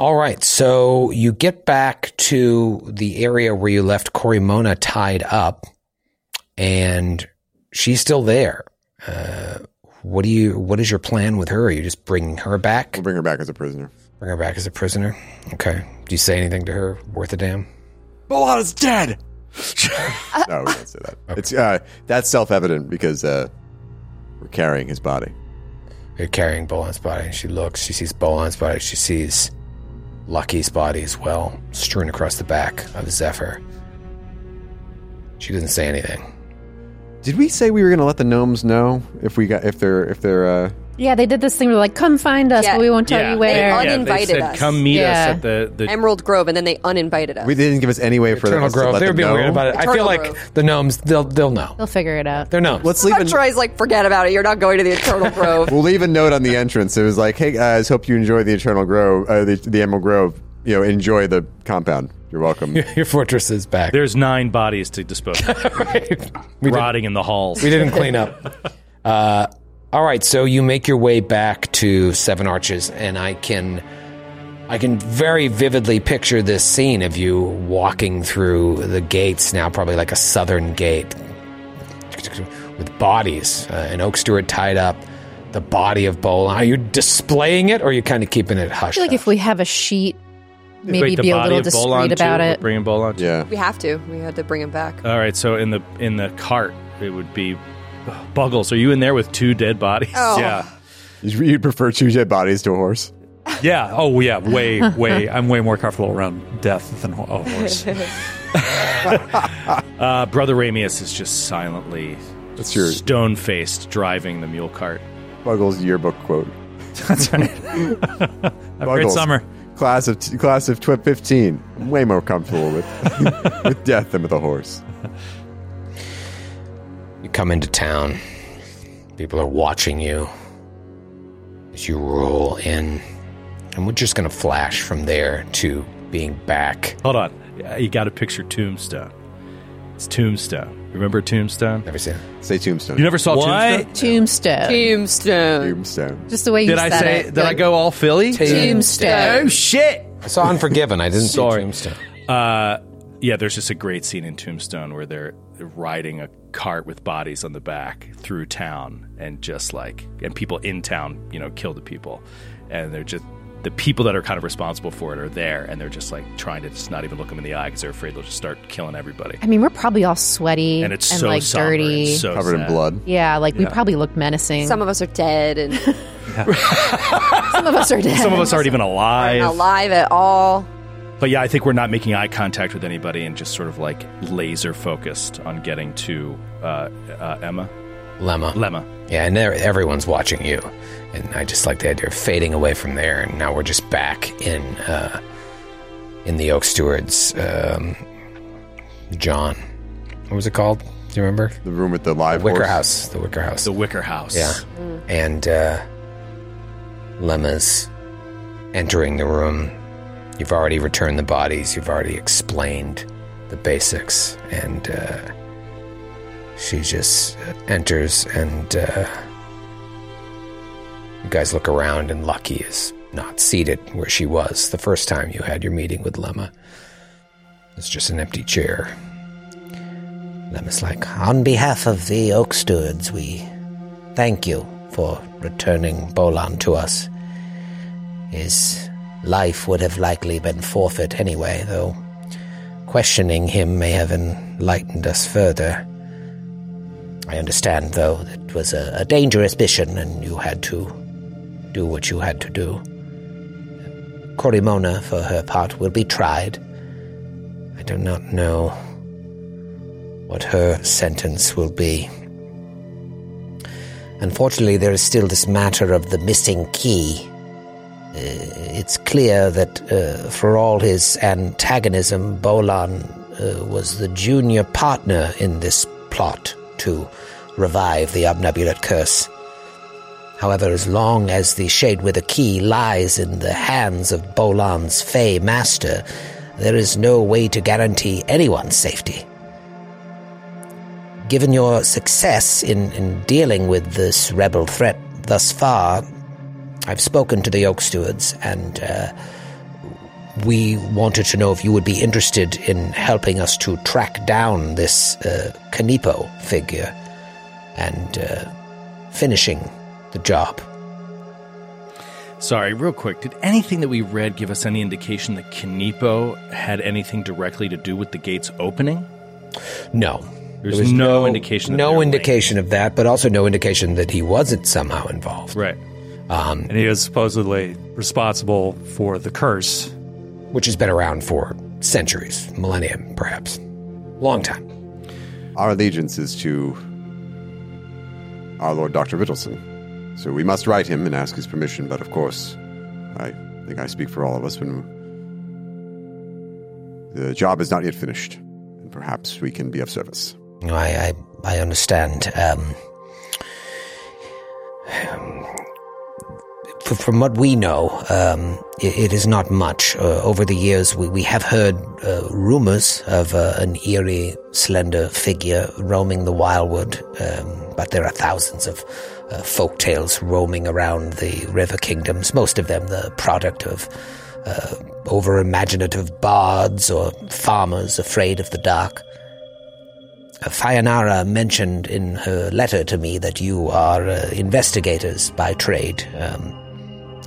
[SPEAKER 8] All right, so you get back to the area where you left Corimona tied up, and she's still there. Uh, what do you? What is your plan with her? Are you just bringing her back? We'll
[SPEAKER 9] bring her back as a prisoner.
[SPEAKER 8] Bring her back as a prisoner. Okay. Do you say anything to her worth a damn?
[SPEAKER 9] Bolana's dead. no, we don't say that. It's uh, that's self-evident because uh, we're carrying his body.
[SPEAKER 8] You're carrying Bolan's body. She looks. She sees Bolan's body. She sees Lucky's body as well, strewn across the back of Zephyr. She doesn't say anything.
[SPEAKER 9] Did we say we were going to let the gnomes know if we got if they're if they're uh,
[SPEAKER 3] Yeah, they did this thing where like, come find us, but we won't tell
[SPEAKER 6] Yeah,
[SPEAKER 3] you
[SPEAKER 6] they
[SPEAKER 3] where.
[SPEAKER 6] Yeah, they uninvited said, us. "Come meet us Yeah. at
[SPEAKER 9] the,
[SPEAKER 6] Emerald Grove, and then they uninvited us.
[SPEAKER 9] we didn't give us any way for
[SPEAKER 8] Eternal
[SPEAKER 9] us to
[SPEAKER 8] Grove.
[SPEAKER 9] let
[SPEAKER 8] They would
[SPEAKER 9] them
[SPEAKER 8] be
[SPEAKER 9] know?
[SPEAKER 8] weird about it. I feel
[SPEAKER 6] Eternal
[SPEAKER 8] like the gnomes. They'll they'll know.
[SPEAKER 3] They'll figure it out.
[SPEAKER 8] They're gnomes.
[SPEAKER 9] Let's
[SPEAKER 6] Troy's like, forget about it. You're not going to the Eternal Grove.
[SPEAKER 9] we'll leave a note on the entrance. It was like, "Hey guys, hope you enjoy the Eternal Grove, uh, the, the Emerald Grove. You know, enjoy the compound. You're welcome.
[SPEAKER 8] Your fortress is back.
[SPEAKER 4] There's nine bodies to dispose of. Rotting in the halls.
[SPEAKER 8] We didn't clean up. Uh, all right, so you make your way back to Seven Arches, and I can, I can very vividly picture this scene of you walking through the gates now, probably like a southern gate, with bodies, uh, an oak steward tied up, the body of Bolan. Are you displaying it, or are you kind of keeping it
[SPEAKER 3] I
[SPEAKER 8] hushed?
[SPEAKER 3] feel like if we have a sheet, maybe
[SPEAKER 4] Wait, the
[SPEAKER 3] be a
[SPEAKER 4] body
[SPEAKER 3] little
[SPEAKER 4] of Bolon,
[SPEAKER 3] discreet
[SPEAKER 4] too?
[SPEAKER 3] about it.
[SPEAKER 4] Bringing Bolon.
[SPEAKER 9] Yeah.
[SPEAKER 6] we have to. We had to bring him back.
[SPEAKER 4] All right. So in the in the cart, it would be Buggles. Are you in there with two dead bodies?
[SPEAKER 6] Oh.
[SPEAKER 4] Yeah.
[SPEAKER 9] You'd you'd prefer two dead bodies to a horse?
[SPEAKER 7] Yeah. Oh, yeah. Way, way. I'm way more comfortable around death than oh, a horse.
[SPEAKER 4] Uh, Brother Ramius is just silently, stone faced, driving the mule cart.
[SPEAKER 9] Buggles yearbook quote.
[SPEAKER 7] That's right. Have a great summer.
[SPEAKER 9] Class of class of tw- fifteen. I'm way more comfortable with with death than with a horse.
[SPEAKER 8] You come into town. People are watching you as you roll in. And we're just going to flash from there to being back.
[SPEAKER 4] Hold on. Uh, You got to picture Tombstone. It's Tombstone. Remember Tombstone?
[SPEAKER 8] Never seen
[SPEAKER 4] it.
[SPEAKER 9] Say Tombstone.
[SPEAKER 4] You never saw Tombstone?
[SPEAKER 3] Tombstone.
[SPEAKER 6] Tombstone.
[SPEAKER 9] Tombstone.
[SPEAKER 3] Just the way you
[SPEAKER 4] Did I
[SPEAKER 3] said
[SPEAKER 4] say-
[SPEAKER 3] it.
[SPEAKER 4] did I go all Philly?
[SPEAKER 3] Tombstone.
[SPEAKER 4] Oh, shit.
[SPEAKER 8] I saw Unforgiven. I didn't
[SPEAKER 4] Sorry.
[SPEAKER 8] see Tombstone.
[SPEAKER 4] Uh, yeah, there's just a great scene in Tombstone where they're riding a cart with bodies on the back through town and just like, and people in town, you know, kill the people. And they're just, the people that are kind of responsible for it are there and they're just like trying to just not even look them in the eye because they're afraid they'll just start killing everybody.
[SPEAKER 3] I mean, we're probably all sweaty
[SPEAKER 4] And it's so
[SPEAKER 3] like
[SPEAKER 4] somber and
[SPEAKER 3] dirty,
[SPEAKER 4] so Covered in sad. blood.
[SPEAKER 3] Yeah, like we
[SPEAKER 4] Yeah.
[SPEAKER 3] probably look menacing.
[SPEAKER 6] Some of us are dead, and
[SPEAKER 3] Some of us are dead.
[SPEAKER 4] Some of us aren't even alive.
[SPEAKER 6] not alive at all.
[SPEAKER 4] But yeah, I think we're not making eye contact with anybody and just sort of like laser focused on getting to uh, uh, Emma.
[SPEAKER 8] Lemma.
[SPEAKER 4] Lemma.
[SPEAKER 8] Yeah, and there, everyone's watching you. And I just like the idea of fading away from there. And now we're just back in uh, in the Oak Stewards. Um, John. What was it called? Do you remember?
[SPEAKER 9] The room with the live
[SPEAKER 8] Wicker
[SPEAKER 9] horse?
[SPEAKER 8] House. The Wicker House.
[SPEAKER 4] The Wicker House.
[SPEAKER 8] Yeah.
[SPEAKER 4] Mm.
[SPEAKER 8] And uh, Lemma's entering the room. You've already returned the bodies. You've already explained the basics. And uh, she just enters, and uh, you guys look around, and Lucky is not seated where she was the first time you had your meeting with Lemma. It's just an empty chair. Lemma's like,
[SPEAKER 17] On behalf of the Oak Stewards, we thank you for returning Bolan to us. His life would have likely been forfeit anyway, though questioning him may have enlightened us further. I understand, though, that it was a, a dangerous mission and you had to do what you had to do. Corimona, for her part, will be tried.
[SPEAKER 8] I do not know
[SPEAKER 17] what her sentence will be. Unfortunately, there is still this matter of the missing key. Uh, it's clear that uh, for all his antagonism, Bolan uh, was the junior partner in this plot to revive the Obnubulate curse. However, as long as the Shade with a Key lies in the hands of Bolan's Fey Master, there is no way to guarantee anyone's safety. Given your success in, in dealing with this rebel threat thus far, I've spoken to the Oak Stewards, and uh, we wanted to know if you would be interested in helping us to track down this uh, Kanipo figure and uh, finishing the job.
[SPEAKER 4] Sorry, real quick. Did anything that we read give us any indication that Kanipo had anything directly to do with the gates opening?
[SPEAKER 17] No.
[SPEAKER 4] There's
[SPEAKER 17] There was
[SPEAKER 4] no, indication. that they
[SPEAKER 17] No
[SPEAKER 4] were
[SPEAKER 17] indication of that, but also no indication that he wasn't somehow involved.
[SPEAKER 4] Right.
[SPEAKER 17] Um,
[SPEAKER 7] and he was supposedly responsible for the curse,
[SPEAKER 17] which has been around for centuries, millennium, perhaps. Long time.
[SPEAKER 9] Our allegiance is to our Lord Dr. Vittleson. So we must write him and ask his permission, but of course, I think I speak for all of us when the job is not yet finished, and perhaps we can be of service.
[SPEAKER 17] I, I, I understand. Um, f- from what we know, um, i it is not much. Uh, over the years, we, we have heard uh, rumors of uh, an eerie, slender figure roaming the wildwood, um, but there are thousands of uh, folk tales roaming around the river kingdoms, most of them the product of uh, over imaginative bards or farmers afraid of the dark. Uh, Fayanara mentioned in her letter to me that you are uh, investigators by trade. Um,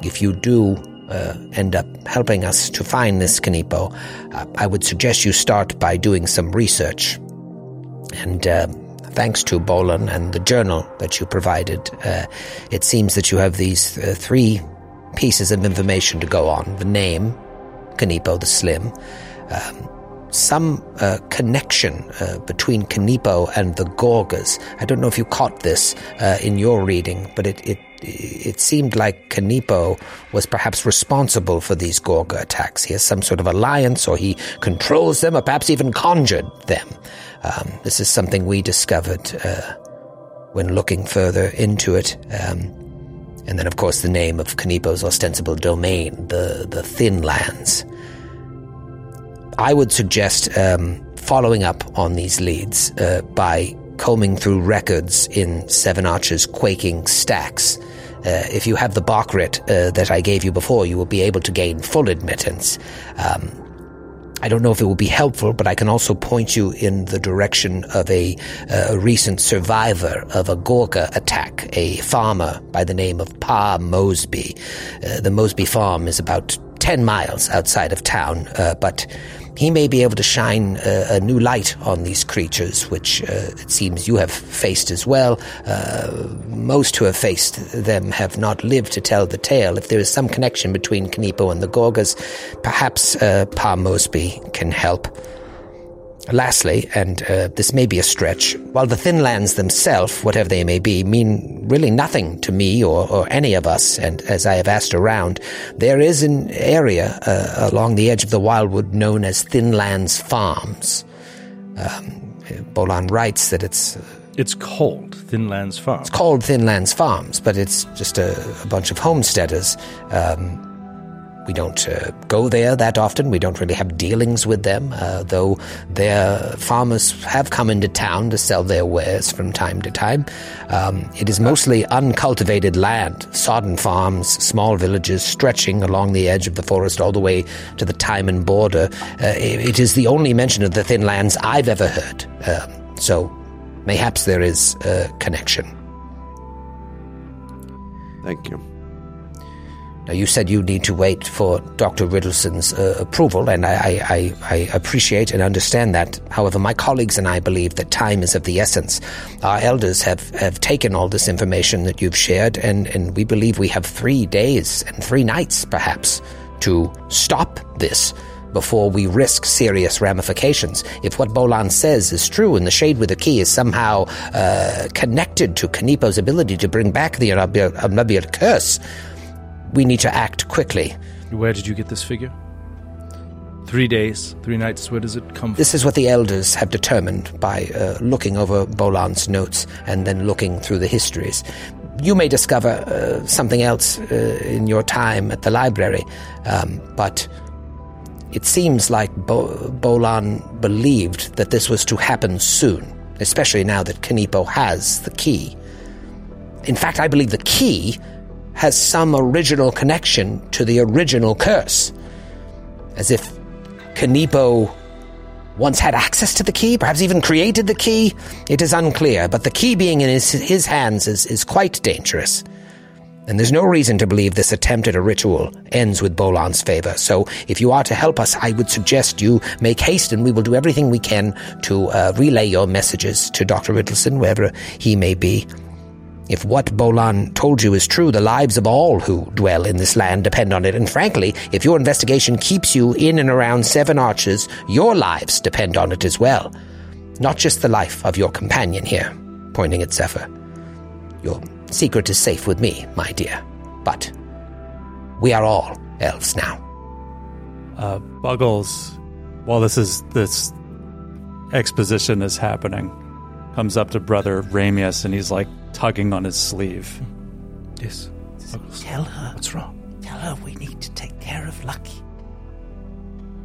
[SPEAKER 17] if you do uh, end up helping us to find this Kanipo, uh, I would suggest you start by doing some research. And uh, thanks to Bolan and the journal that you provided, uh, it seems that you have these uh, three pieces of information to go on the name, Kanipo the Slim, um, some uh, connection uh, between Kanipo and the Gorgas. I don't know if you caught this uh, in your reading, but it, it it seemed like Kanipo was perhaps responsible for these Gorga attacks. He has some sort of alliance, or he controls them, or perhaps even conjured them. Um, this is something we discovered uh, when looking further into it. Um, and then, of course, the name of Kanipo's ostensible domain, the, the Thin Lands. I would suggest um, following up on these leads uh, by combing through records in Seven Arches quaking stacks. Uh, if you have the Barkrit uh, that I gave you before, you will be able to gain full admittance. Um, I don't know if it will be helpful, but I can also point you in the direction of a, uh, a recent survivor of a Gorka attack, a farmer by the name of Pa Mosby. Uh, the Mosby farm is about 10 miles outside of town, uh, but he may be able to shine uh, a new light on these creatures, which uh, it seems you have faced as well. Uh, most who have faced them have not lived to tell the tale. If there is some connection between Knipo and the Gorgas, perhaps uh, Pa Mosby can help. Lastly, and uh, this may be a stretch, while the thin lands themselves, whatever they may be, mean really nothing to me or, or any of us, and as I have asked around, there is an area uh, along the edge of the wildwood known as Thin Lands Farms. Um, Bolan writes that it's. uh,
[SPEAKER 4] It's called Thin Lands Farms.
[SPEAKER 17] It's called Thin Lands Farms, but it's just a, a bunch of homesteaders. Um, we don't uh, go there that often. We don't really have dealings with them, uh, though their farmers have come into town to sell their wares from time to time. Um, it is mostly uncultivated land, sodden farms, small villages stretching along the edge of the forest all the way to the Timon border. Uh, it, it is the only mention of the thin lands I've ever heard. Um, so mayhaps there is a connection.
[SPEAKER 9] Thank you.
[SPEAKER 17] Now, you said you need to wait for Dr. Riddleson's uh, approval, and I, I, I, I appreciate and understand that. However, my colleagues and I believe that time is of the essence. Our elders have, have taken all this information that you've shared, and, and we believe we have three days and three nights, perhaps, to stop this before we risk serious ramifications. If what Bolan says is true and the Shade with the Key is somehow uh, connected to Kanipo's ability to bring back the Anubir curse, we need to act quickly.
[SPEAKER 4] Where did you get this figure? Three days, three nights. Where does it come from?
[SPEAKER 17] This is what the elders have determined by uh, looking over Bolan's notes and then looking through the histories. You may discover uh, something else uh, in your time at the library, um, but it seems like Bo- Bolan believed that this was to happen soon, especially now that Kanipo has the key. In fact, I believe the key has some original connection to the original curse. as if Kanipo once had access to the key, perhaps even created the key. It is unclear, but the key being in his, his hands is, is quite dangerous. And there's no reason to believe this attempt at a ritual ends with Bolan's favor. So, if you are to help us, I would suggest you make haste, and we will do everything we can to uh, relay your messages to Dr. Riddleson, wherever he may be. If what Bolan told you is true, the lives of all who dwell in this land depend on it. And frankly, if your investigation keeps you in and around Seven Arches, your lives depend on it as well. Not just the life of your companion here, pointing at Zephyr. Your secret is safe with me, my dear. But we are all elves now.
[SPEAKER 7] Uh, Buggles, while this is this exposition is happening, comes up to brother Ramius and he's like tugging on his sleeve.
[SPEAKER 5] Yes. Tell her. What's wrong? Tell her we need to take care of Lucky.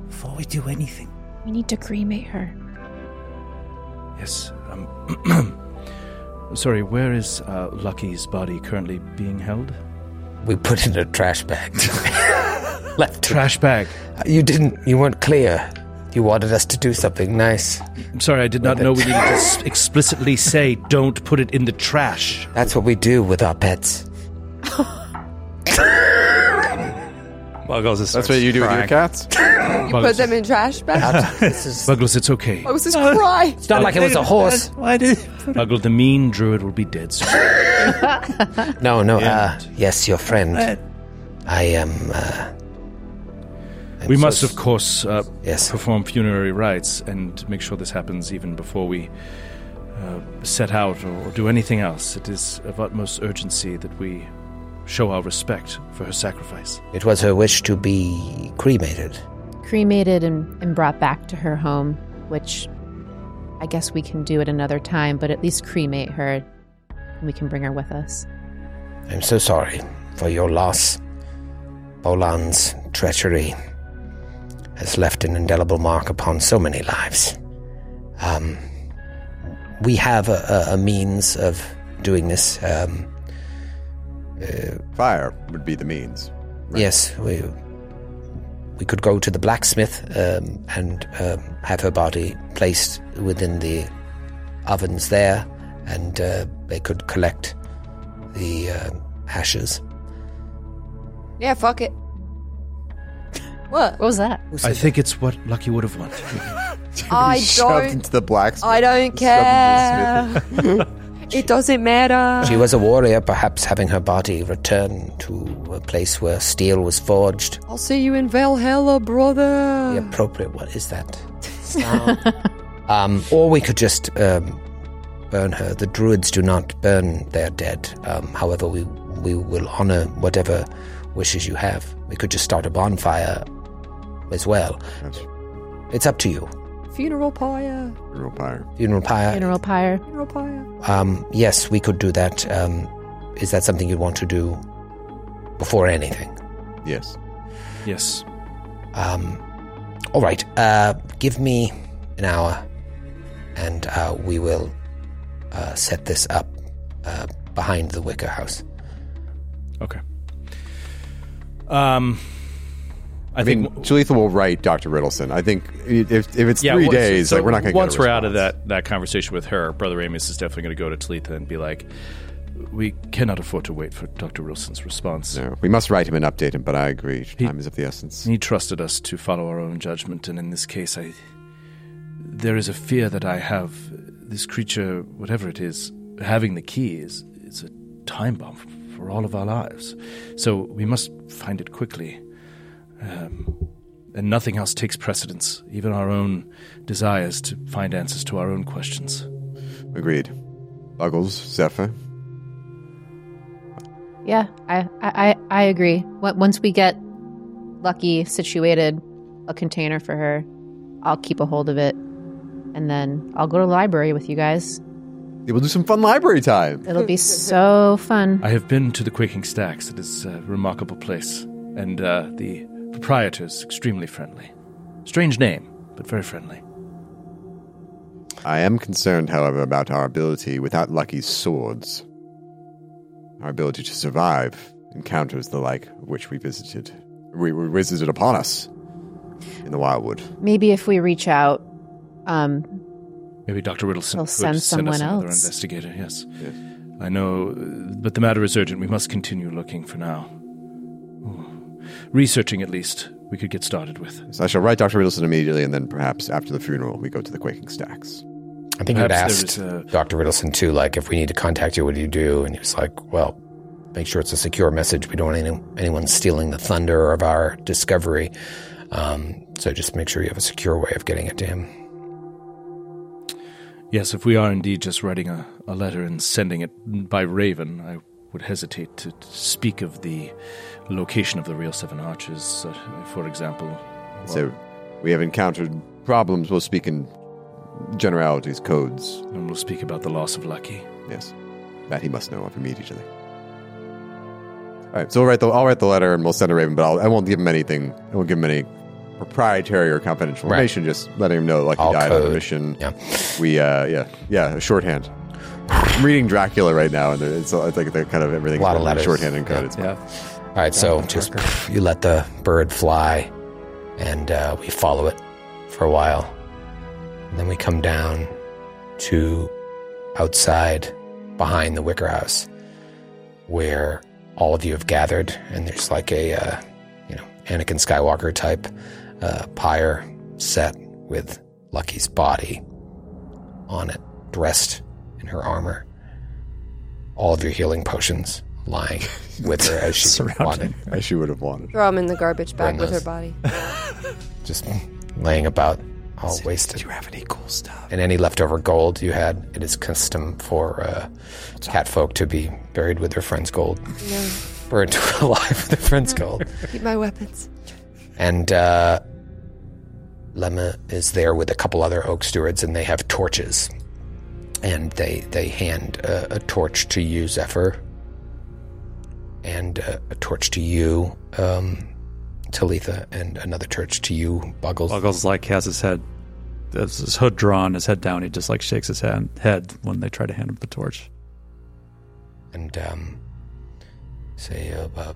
[SPEAKER 5] Before we do anything.
[SPEAKER 18] We need to cremate her.
[SPEAKER 5] Yes. Um, sorry, where is uh, Lucky's body currently being held?
[SPEAKER 17] We put it in a trash bag. Left
[SPEAKER 5] trash bag.
[SPEAKER 17] You didn't. You weren't clear. You wanted us to do something nice.
[SPEAKER 5] I'm sorry, I did not know we needed to s- explicitly say don't put it in the trash.
[SPEAKER 17] That's what we do with our pets.
[SPEAKER 7] Buggles is
[SPEAKER 9] That's what you do with your cats?
[SPEAKER 6] You put them in trash bags.
[SPEAKER 5] Buggles, it's okay.
[SPEAKER 6] I was just cry.
[SPEAKER 17] It's not like it was a horse.
[SPEAKER 5] Why did Buggle, the mean druid will be dead soon.
[SPEAKER 17] No, no. Uh, yes, your
[SPEAKER 5] Uh,
[SPEAKER 17] friend. I am. Uh,
[SPEAKER 4] we must, of course, uh, perform funerary rites and make sure this happens even before we uh, set out or, or do anything else. It is of utmost urgency that we show our respect for her sacrifice.
[SPEAKER 17] it was her wish to be cremated.
[SPEAKER 3] Cremated and, and brought back to her home, which I guess we can do at another time, but at least cremate her and we can bring her with us.
[SPEAKER 17] I'm so sorry for your loss. Bolan's treachery has left an indelible mark upon so many lives. Um, we have a, a, a means of doing this. Um,
[SPEAKER 9] Uh, Fire would be the means.
[SPEAKER 17] Yes, we we could go to the blacksmith um, and um, have her body placed within the ovens there, and uh, they could collect the uh, ashes.
[SPEAKER 6] Yeah, fuck it. What? What
[SPEAKER 3] was that?
[SPEAKER 5] I think it's what Lucky would have wanted.
[SPEAKER 6] I
[SPEAKER 9] Shoved
[SPEAKER 6] don't.
[SPEAKER 9] into the blacksmith.
[SPEAKER 6] I don't care. it doesn't matter.
[SPEAKER 17] She was a warrior, perhaps having her body returned to a place where steel was forged.
[SPEAKER 6] I'll see you in Valhalla, brother.
[SPEAKER 17] The appropriate one is that. Um, or we could just um, burn her. The druids do not burn their dead. Um, however, we we will honor whatever wishes you have. We could just start a bonfire as well. It's up to you.
[SPEAKER 6] Funeral pyre.
[SPEAKER 9] Funeral pyre.
[SPEAKER 17] Funeral pyre.
[SPEAKER 3] Funeral pyre.
[SPEAKER 6] Funeral pyre.
[SPEAKER 17] Um, yes, we could do that. Um, is that something you'd want to do before anything?
[SPEAKER 9] Yes.
[SPEAKER 4] Yes.
[SPEAKER 17] Um, all right. Uh, give me an hour, and uh, we will uh, set this up uh, behind the Wicker House.
[SPEAKER 4] Okay. Um,
[SPEAKER 9] I, mean, think will write Dr. Riddleson. I think if, if it's three
[SPEAKER 4] once-
[SPEAKER 9] days,
[SPEAKER 4] so
[SPEAKER 9] like we're not going to
[SPEAKER 4] Once
[SPEAKER 9] get a
[SPEAKER 4] we're out of that that conversation with her, Brother Amos is definitely going to go to Talitha and be like, "We cannot afford to wait for Doctor Wilson's response.
[SPEAKER 9] No, we must write him and update him, but I agree. Time is of the essence.
[SPEAKER 4] He trusted us to follow our own judgment, and in this case, I there is a fear that I have. This creature, whatever it is, having the key is is a time bomb f- for all of our lives. So we must find it quickly, um, and nothing else takes precedence, even our own desires to find answers to our own questions.
[SPEAKER 9] Agreed. Buggles, Zephyr.
[SPEAKER 3] Yeah, I I, I I agree. Wa- Once we get Lucky situated a container for her, I'll keep a hold of it, and then I'll go to the library with you guys.
[SPEAKER 9] Yeah, We'll do some fun library time.
[SPEAKER 3] It'll be so fun.
[SPEAKER 4] I have been to the Quaking Stacks. It is a remarkable place, and uh, the proprietor is extremely friendly. Strange name, but very friendly.
[SPEAKER 9] I am concerned, however, about our ability without Lucky's swords. Our ability to survive encounters the like of which we visited. We were visited upon us. in the wildwood.
[SPEAKER 3] Maybe if we reach out, um,
[SPEAKER 5] Maybe Dr. Riddleson
[SPEAKER 3] He'll
[SPEAKER 5] could
[SPEAKER 3] send
[SPEAKER 5] send us
[SPEAKER 3] someone
[SPEAKER 5] another
[SPEAKER 3] else.
[SPEAKER 5] investigator, yes. I know, uh, but the matter is urgent. We must continue looking for now. Ooh. Researching, at least, we could get started with.
[SPEAKER 9] So I shall write Dr. Riddleson immediately, and then perhaps after the funeral, we go to the Quaking Stacks.
[SPEAKER 8] I think you'd
[SPEAKER 9] Perhaps
[SPEAKER 8] asked
[SPEAKER 9] there is
[SPEAKER 8] Dr. Riddleson too, like, if we need to contact you, what do you do? And he was like, well, make sure it's a secure message. We don't want any, anyone stealing the thunder of our discovery. Um, so just make sure you have a secure way of getting it to him.
[SPEAKER 5] Yes, if we are indeed just writing a, a letter and sending it by Raven, I would hesitate to speak of the location of the real Seven Arches, uh, for example.
[SPEAKER 9] So we have encountered problems. We'll speak in generalities, codes.
[SPEAKER 5] And we'll speak about the loss of Lucky.
[SPEAKER 9] Yes. That he must know of immediately. All right, so we'll write the, I'll write the letter and we'll send a Raven, but I'll, I won't give him anything. I won't give him any proprietary or confidential
[SPEAKER 8] Right.
[SPEAKER 9] information. Just letting him know like
[SPEAKER 8] All
[SPEAKER 9] he died on
[SPEAKER 8] code.
[SPEAKER 9] a mission. Yeah, we uh, yeah yeah a shorthand. I'm reading Dracula right now, and it's, it's like they're kind of everything.
[SPEAKER 8] A lot of letters.
[SPEAKER 9] shorthand and code.
[SPEAKER 8] Yeah.
[SPEAKER 9] It's
[SPEAKER 8] All right, so just you let the bird fly, and uh, we follow it for a while. And then we come down to outside behind the Wicker House, where all of you have gathered, and there's like a uh, you know Anakin Skywalker type uh, pyre set with Lucky's body on it, dressed in her armor. All of your healing potions lying with her as she wanted.
[SPEAKER 9] As she would have wanted.
[SPEAKER 6] Throw him in the garbage bag
[SPEAKER 8] Bring
[SPEAKER 6] with her
[SPEAKER 8] those.
[SPEAKER 6] body.
[SPEAKER 8] just laying about, all wasted. Did you have any cool stuff? And any leftover gold you had, it is custom for uh, catfolk to be buried with their friends' gold,
[SPEAKER 6] No,
[SPEAKER 8] buried alive with their friends' gold.
[SPEAKER 6] keep my weapons.
[SPEAKER 8] And uh, Lemma is there with a couple other oak stewards, and they have torches. And they they hand uh, a torch to you, Zephyr, and uh, a torch to you, um, Talitha, and another torch to you, Buggles.
[SPEAKER 7] Buggles like has his head, has his hood drawn, his head down. He just like shakes his hand, head when they try to hand him the torch.
[SPEAKER 8] And um, say, uh, uh,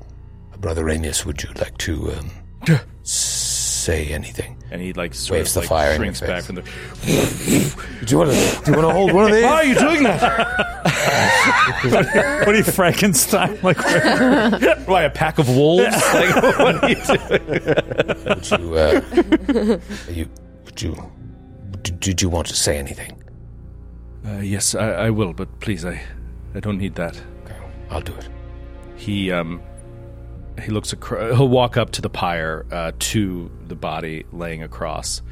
[SPEAKER 8] Brother Aeneas, would you like to um, say anything?
[SPEAKER 5] And he like sort
[SPEAKER 8] waves
[SPEAKER 5] of,
[SPEAKER 8] the
[SPEAKER 5] like,
[SPEAKER 8] fire
[SPEAKER 5] shrinks
[SPEAKER 8] in your
[SPEAKER 5] back
[SPEAKER 8] face.
[SPEAKER 5] from the.
[SPEAKER 8] do you want to? Do you want to hold one of these?
[SPEAKER 5] Why are you doing that?
[SPEAKER 7] what are you Frankenstein? Like
[SPEAKER 5] why a pack of wolves? Like, what are you doing?
[SPEAKER 8] Would you? Uh, are you? Would you? Did, did you want to say anything?
[SPEAKER 5] Uh, yes, I, I will, but please, I, I don't need that.
[SPEAKER 8] Okay, I'll do it.
[SPEAKER 5] He um, he looks. Acro- he'll walk up to the pyre, uh, to the body laying across,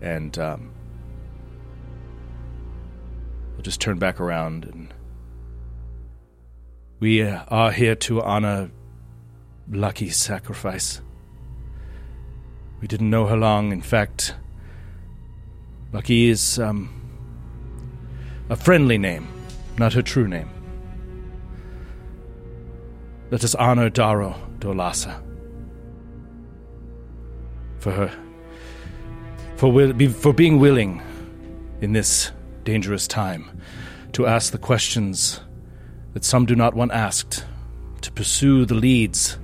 [SPEAKER 5] and um, he'll just turn back around. And we uh, are here to honor Lucky's sacrifice. We didn't know her long. In fact, Lucky is um, a friendly name, not her true name. Let us honor Daro Dolasa for her, for, will, be, for being willing in this dangerous time to ask the questions that some do not want asked, to pursue the leads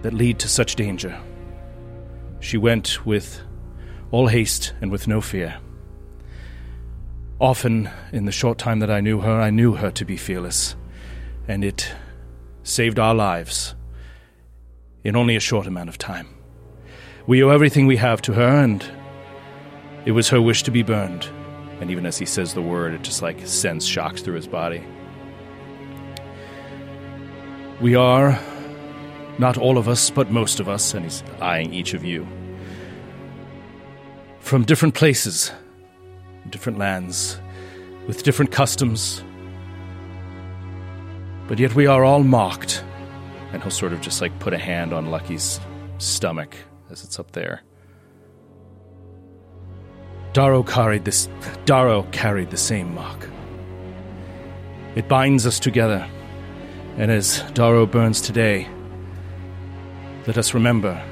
[SPEAKER 5] that lead to such danger. She went with all haste and with no fear. Often, in the short time that I knew her, I knew her to be fearless, and it saved our lives in only a short amount of time. We owe everything we have to her, and it was her wish to be burned. And even as he says the word, it just like sends shocks through his body. We are, not all of us, but most of us, and he's eyeing each of you, from different places, different lands, with different customs. But yet we are all marked. And he'll sort of just like put a hand on Lucky's stomach as it's up there. Daro carried this Daro carried the same mark. It binds us together. And as Daro burns today, let us remember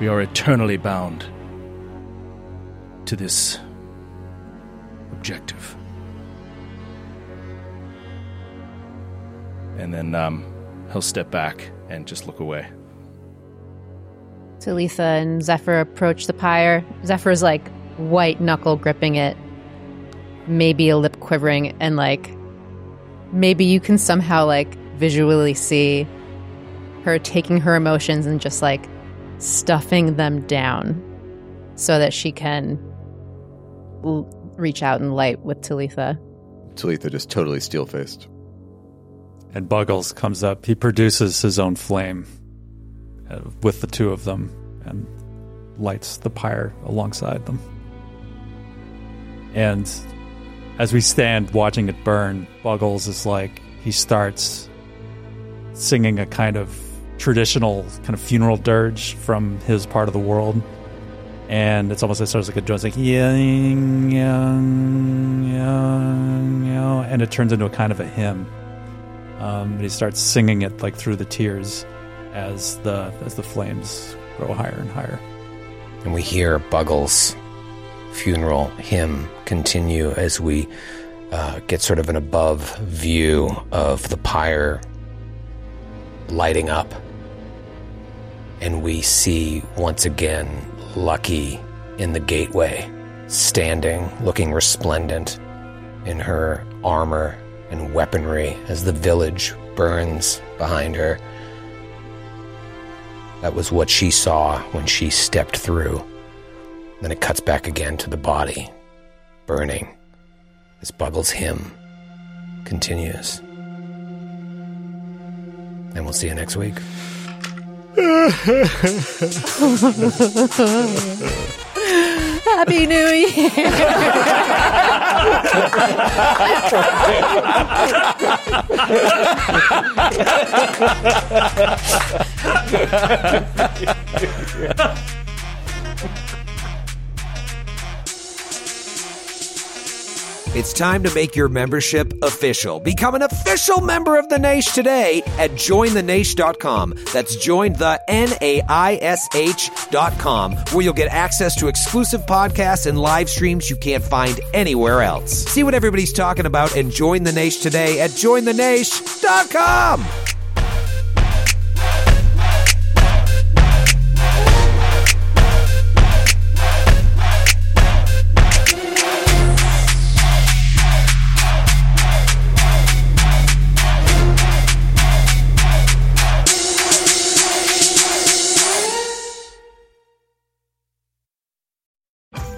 [SPEAKER 5] we are eternally bound to this objective. And then um, he'll step back and just look away.
[SPEAKER 3] Talitha and Zephyr approach the pyre. Zephyr is like white knuckle gripping it, maybe a lip quivering, and like maybe you can somehow like visually see her taking her emotions and just like stuffing them down so that she can l- reach out and light with Talitha.
[SPEAKER 9] Talitha just totally steel faced.
[SPEAKER 7] And Buggles comes up. He produces his own flame uh, with the two of them and lights the pyre alongside them. And as we stand watching it burn, Buggles is like, he starts singing a kind of traditional kind of funeral dirge from his part of the world. And it's almost it starts like a drum, it's like yang, yang, yang, yang, and it turns into a kind of a hymn. Um, and he starts singing it like through the tears as the as the flames grow higher and higher.
[SPEAKER 8] And we hear Buggles' funeral hymn continue as we uh, get sort of an above view of the pyre lighting up. And we see once again Lucky in the gateway, standing, looking resplendent in her armor and weaponry as the village burns behind her. That was what she saw when she stepped through. Then it cuts back again to the body, burning. As Buggles' hymn continues. And we'll see you next week.
[SPEAKER 3] Happy New Year!
[SPEAKER 8] It's time to make your membership official. Become an official member of the Naish today at jointhenash.com. That's join the N A I S H.com, where you'll get access to exclusive podcasts and live streams you can't find anywhere else. See what everybody's talking about and join the Naish today at jointhenash.com.